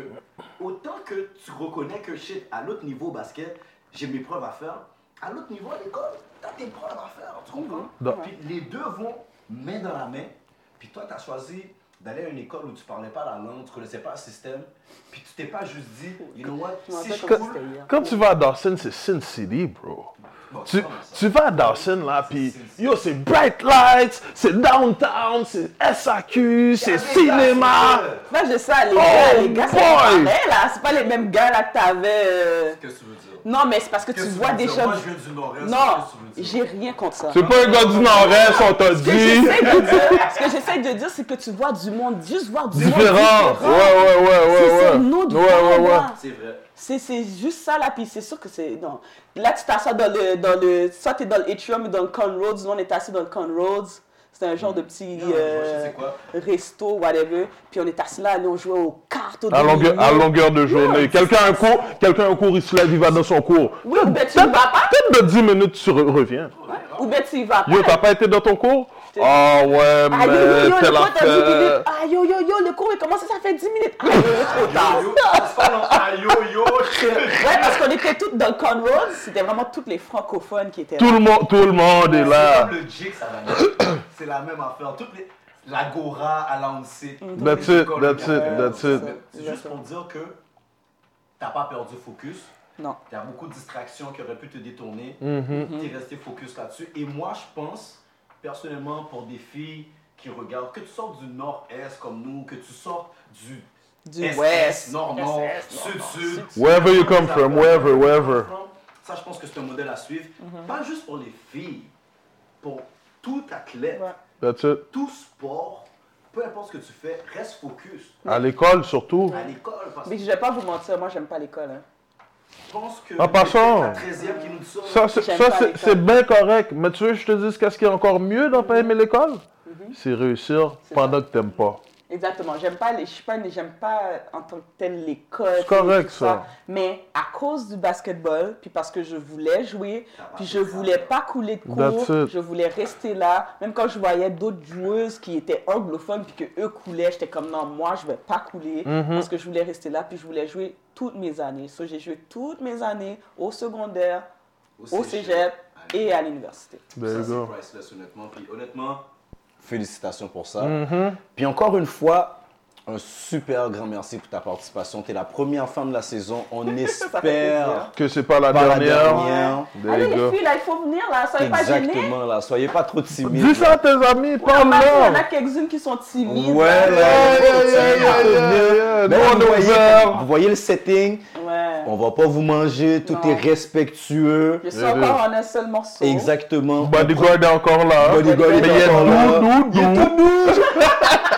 H: autant que tu reconnais que shit, à l'autre niveau au basket, j'ai mes preuves à faire, à l'autre niveau à l'école, t'as tes preuves à faire, tu comprends?
C: Donc-
H: Puis les deux vont main dans la main, puis toi, t'as choisi d'aller à une école où tu parlais pas la langue, tu connaissais pas le système, puis tu t'es pas juste dit, you know what,
D: Je m'en
H: si je
D: rappelle comme
H: coule,
D: c'était hier.
C: Quand tu vas à Dawson, c'est Sin City, bro.
H: Bon,
C: Tu,
H: pas mal, ça.
C: tu vas à Dawson là, puis yo, c'est bright lights, c'est downtown, c'est SAQ, c'est cinéma.
D: Moi, je sais, les
C: Oh
D: gars, les gars, c'est pas
C: boy!
D: pareil, là. C'est pas les mêmes gars, là, que t'avais. euh,
H: Qu'est-ce que tu veux dire?
D: Non, mais c'est parce que
H: Qu'est-ce
D: tu
H: que
D: vois
H: veux
D: des
H: dire?
D: choses.
H: Moi, je viens du Nord-Est.
D: Non,
H: qu'est-ce que tu veux dire?
D: j'ai rien contre ça.
C: C'est pas un gars du Nord-Est, on t'a
D: Ce que
C: dit.
D: j'essaie de dire, ce que j'essaie de dire, c'est que tu vois du monde, juste voir du
C: Différent.
D: monde.
C: Ouais, ouais, ouais,
D: C'est
C: ouais,
D: c'est
C: ouais.
D: une autre
C: ouais,
D: vibe,
C: ouais, ouais.
D: là.
H: C'est vrai.
D: C'est c'est juste ça là, puis c'est sûr que c'est. Non. Là, tu t'assois dans le. Dans le soit t'es dans l'atrium ou dans le Conroads. Nous, on est assis dans le Conroads. C'est un genre de petit
H: Hmm. Non, mais moi, je
D: euh,
H: sais quoi.
D: resto, whatever. Puis on est assis là, nous, on jouait aux cartes. au
C: À longueur,
D: domino.
C: à longueur de journée. Quelqu'un a un cours, quelqu'un a un cours, il se lève, il va dans son cours.
D: Oui, ou bien tu ne vas pas.
C: Peut-être de 10 minutes, tu re- reviens.
D: Ou bien tu y vas pas.
C: Yo, t'as pas été dans ton cours? Ah ouais,
D: Ah, yo, yo,
C: mais
D: yo, le
C: telle
D: cours t'a 10 minutes.
C: affaire.
D: Ah, yo, yo, yo, le cours est commencé, ça fait 10 minutes. Ah, yo, yo, trop tard.
H: Yo, yo, c'est pas long. Ah, yo, yo.
D: Ouais, parce qu'on était toutes dans le Conroe, c'était vraiment toutes les francophones qui étaient là.
C: Tout le monde, tout le monde est
H: C'est
C: là.
H: comme le Jig, ça va bien. C'est la même affaire. Toutes les... L'Agora à l'ANSI.
C: That's it, that's it, that's it.
H: C'est juste pour dire que t'as pas perdu focus.
D: Non.
H: T'as beaucoup de distractions qui auraient pu te détourner.
C: Mm-hmm.
H: T'es resté focus là-dessus. Et moi, je pense, personnellement, pour des filles qui regardent, que tu sortes du nord-est comme nous, que tu sortes du
D: Du
H: Est,
D: West.
H: est, nord-nord, sud-sud.
C: Wherever you come from, wherever, wherever.
H: Ça, je pense que c'est un modèle à suivre. Pas juste pour les filles, pour tout athlète,
D: Ouais.
C: That's it.
H: tout sport, peu importe ce que tu fais, reste focus
C: À l'école, surtout.
H: à l'école. Parce que
D: Mais je vais pas vous mentir, moi j'aime pas l'école. Hein.
H: je pense que
C: En passant.
H: la 13e qui nous dit ça.
C: Ça, c'est-
D: J'aime
C: ça,
D: pas
C: c'est-
D: l'école.
C: c'est bien correct. Mais tu veux que je te dise qu'est-ce qui est encore mieux dans pas aimer l'école?
D: Mhm.
C: C'est réussir pendant que t'aimes pas.
D: Exactement, j'aime pas les je suis pas une- j'aime pas euh, en tant que telle l'école.
C: C'est correct,
D: tout
C: ça.
D: Mais à cause du basketball, puis parce que je voulais jouer, puis je voulais pas couler de
C: That's
D: cours,
C: it.
D: je voulais rester là. Même quand je voyais d'autres joueuses qui étaient anglophones puis que eux coulaient, j'étais comme non, moi je vais pas couler
C: Mm-hmm.
D: parce que je voulais rester là puis je voulais jouer toutes mes années. So, j'ai joué toutes mes années au secondaire, au cégep et à l'université.
C: There
H: Ça,
C: you
H: c'est
C: go.
H: priceless, honnêtement. Puis honnêtement,
B: Félicitations pour
C: Mm.
B: ça. Puis encore une fois, un super grand merci pour ta participation. Tu es la première femme de la saison. On espère
D: plaisir.
C: Que c'est pas la
B: pas la
C: dernière.
B: dernière.
C: There
G: Allez,
C: you
G: les
C: go.
G: filles, là, il faut venir, là, soyez pas gênés.
B: Exactement, là. Soyez pas trop timide.
C: Dis ça à tes amis,
D: Il y en a
C: parle-leur.
D: quelques-unes qui sont
B: Ouais,
D: timides.
B: là,
C: Yeah, yeah,
B: faut
C: yeah,
B: timide,
C: yeah,
B: faut
C: yeah,
B: venir.
C: yeah.
B: Ben,
C: Nous, on
B: vous, voyez,
C: observe.
B: vous voyez le setting.
D: Ouais.
B: On va pas vous manger. Tout
D: Non.
B: est respectueux.
D: Je suis
C: Yeah,
D: encore en un seul morceau.
B: Exactement.
C: Bodyguard est encore là.
B: Bodyguard est
C: Mais il est
B: encore là.
C: doux,
B: Il est
C: doux, doux.
B: tout doux.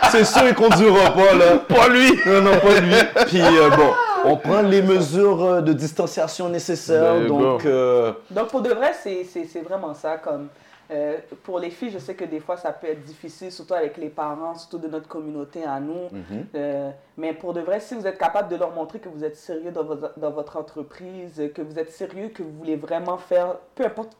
B: C'est sûr il conduira pas, là.
C: Pas lui.
B: Non, non, pas lui. Puis euh, bon, on prend les mesures euh, de distanciation nécessaires.
C: Ben,
B: donc,
C: bon.
B: euh,
D: Donc, pour de vrai, c'est- c'est c'est vraiment ça. Comme, euh, pour les filles, je sais que des fois, ça peut être difficile, surtout avec les parents, surtout de notre communauté à nous.
C: Mm-hmm.
D: Euh, mais pour de vrai, si vous êtes capable de leur montrer que vous êtes sérieux dans, vos- dans votre entreprise, que vous êtes sérieux, que vous voulez vraiment faire, peu importe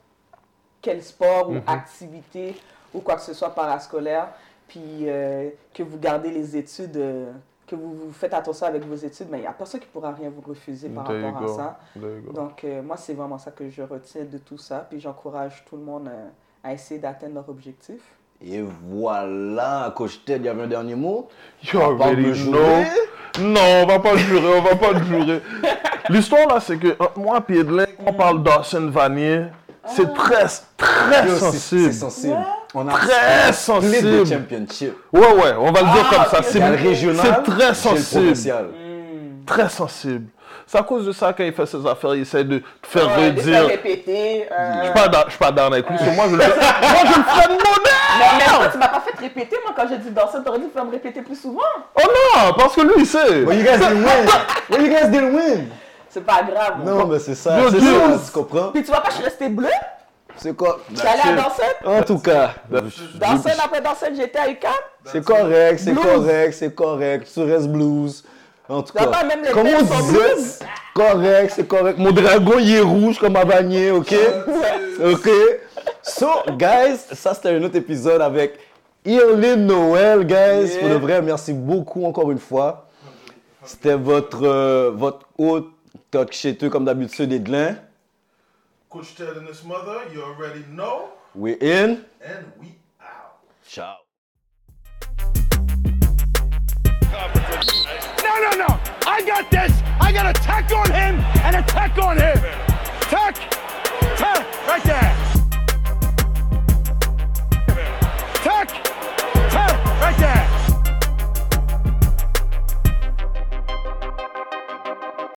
D: quel sport
C: Mm-hmm.
D: ou activité ou quoi que ce soit parascolaire, puis euh, que vous gardez les études, euh, que vous, vous faites attention avec vos études, mais il n'y a personne qui pourra rien vous refuser par
C: There you
D: rapport à
C: go.
D: ça.
C: There you go.
D: Donc, euh, moi, c'est vraiment ça que je retiens de tout ça. Puis, j'encourage tout le monde euh, à essayer d'atteindre leur objectif.
B: et voilà, Coach Ted, il y avait un dernier mot.
C: You
B: On parle de
C: already
B: jouer.
C: know. Non, on va pas le jurer, on va pas le jurer. L'histoire là, c'est que entre moi et Edlin, on parle d'Arsène Vanier. C'est très, très
B: Yo, c'est-
C: sensible.
B: C'est sensible. On a
C: Très
B: split de
C: sensible.
B: championship.
C: Ouais, ouais, on va le dire comme ça.
B: Il y a le
C: C'est
B: régional.
C: c'est très
B: j'ai le
C: sensible.
B: provincial.
C: très sensible. C'est à cause de ça, quand il fait ses affaires, il essaie de te faire
D: Ouais, de faire
C: redire.
D: répéter.
C: Je
D: euh,
C: suis pas dans- je suis pas down avec lui, so moi je le moi, je le ferai de mon
D: Non, mais toi, tu m'as pas fait répéter, moi, quand j'ai dit danser, t'aurais dû faire me répéter plus souvent.
C: Oh non, parce que lui il sait.
B: But you guys didn't win. But you guys didn't win.
D: C'est pas grave.
B: Non, mais c'est ça.
C: Yo,
B: C'est
C: Dieu.
B: ça, tu comprends?
D: Puis, tu vois pas, je suis restée bleue.
B: C'est quoi? Ben,
D: J'allais à danser.
B: En tout cas,
D: Danser, après danser, j'étais à UCAM.
B: Ben, c'est correct, c'est correct, c'est correct. Tu restes blues. En tout cas,
D: Là-bas, même les
B: comme on
D: pères sont
B: disait,
D: blues.
B: correct, c'est correct. Mon dragon, il est rouge comme Avanier, ok? Ok? So, guys, ça c'était un autre épisode avec Irlene Noël, guys. Pour le vrai, merci beaucoup encore une fois. C'était votre, euh, votre hôte, talk chez eux comme d'habitude, Edlin.
E: Coach Ted and his mother, you already know,
B: We're in.
E: and we out.
B: Ciao.
A: No, no, no. I got this. I got a tech on him and a tech on him. Tech.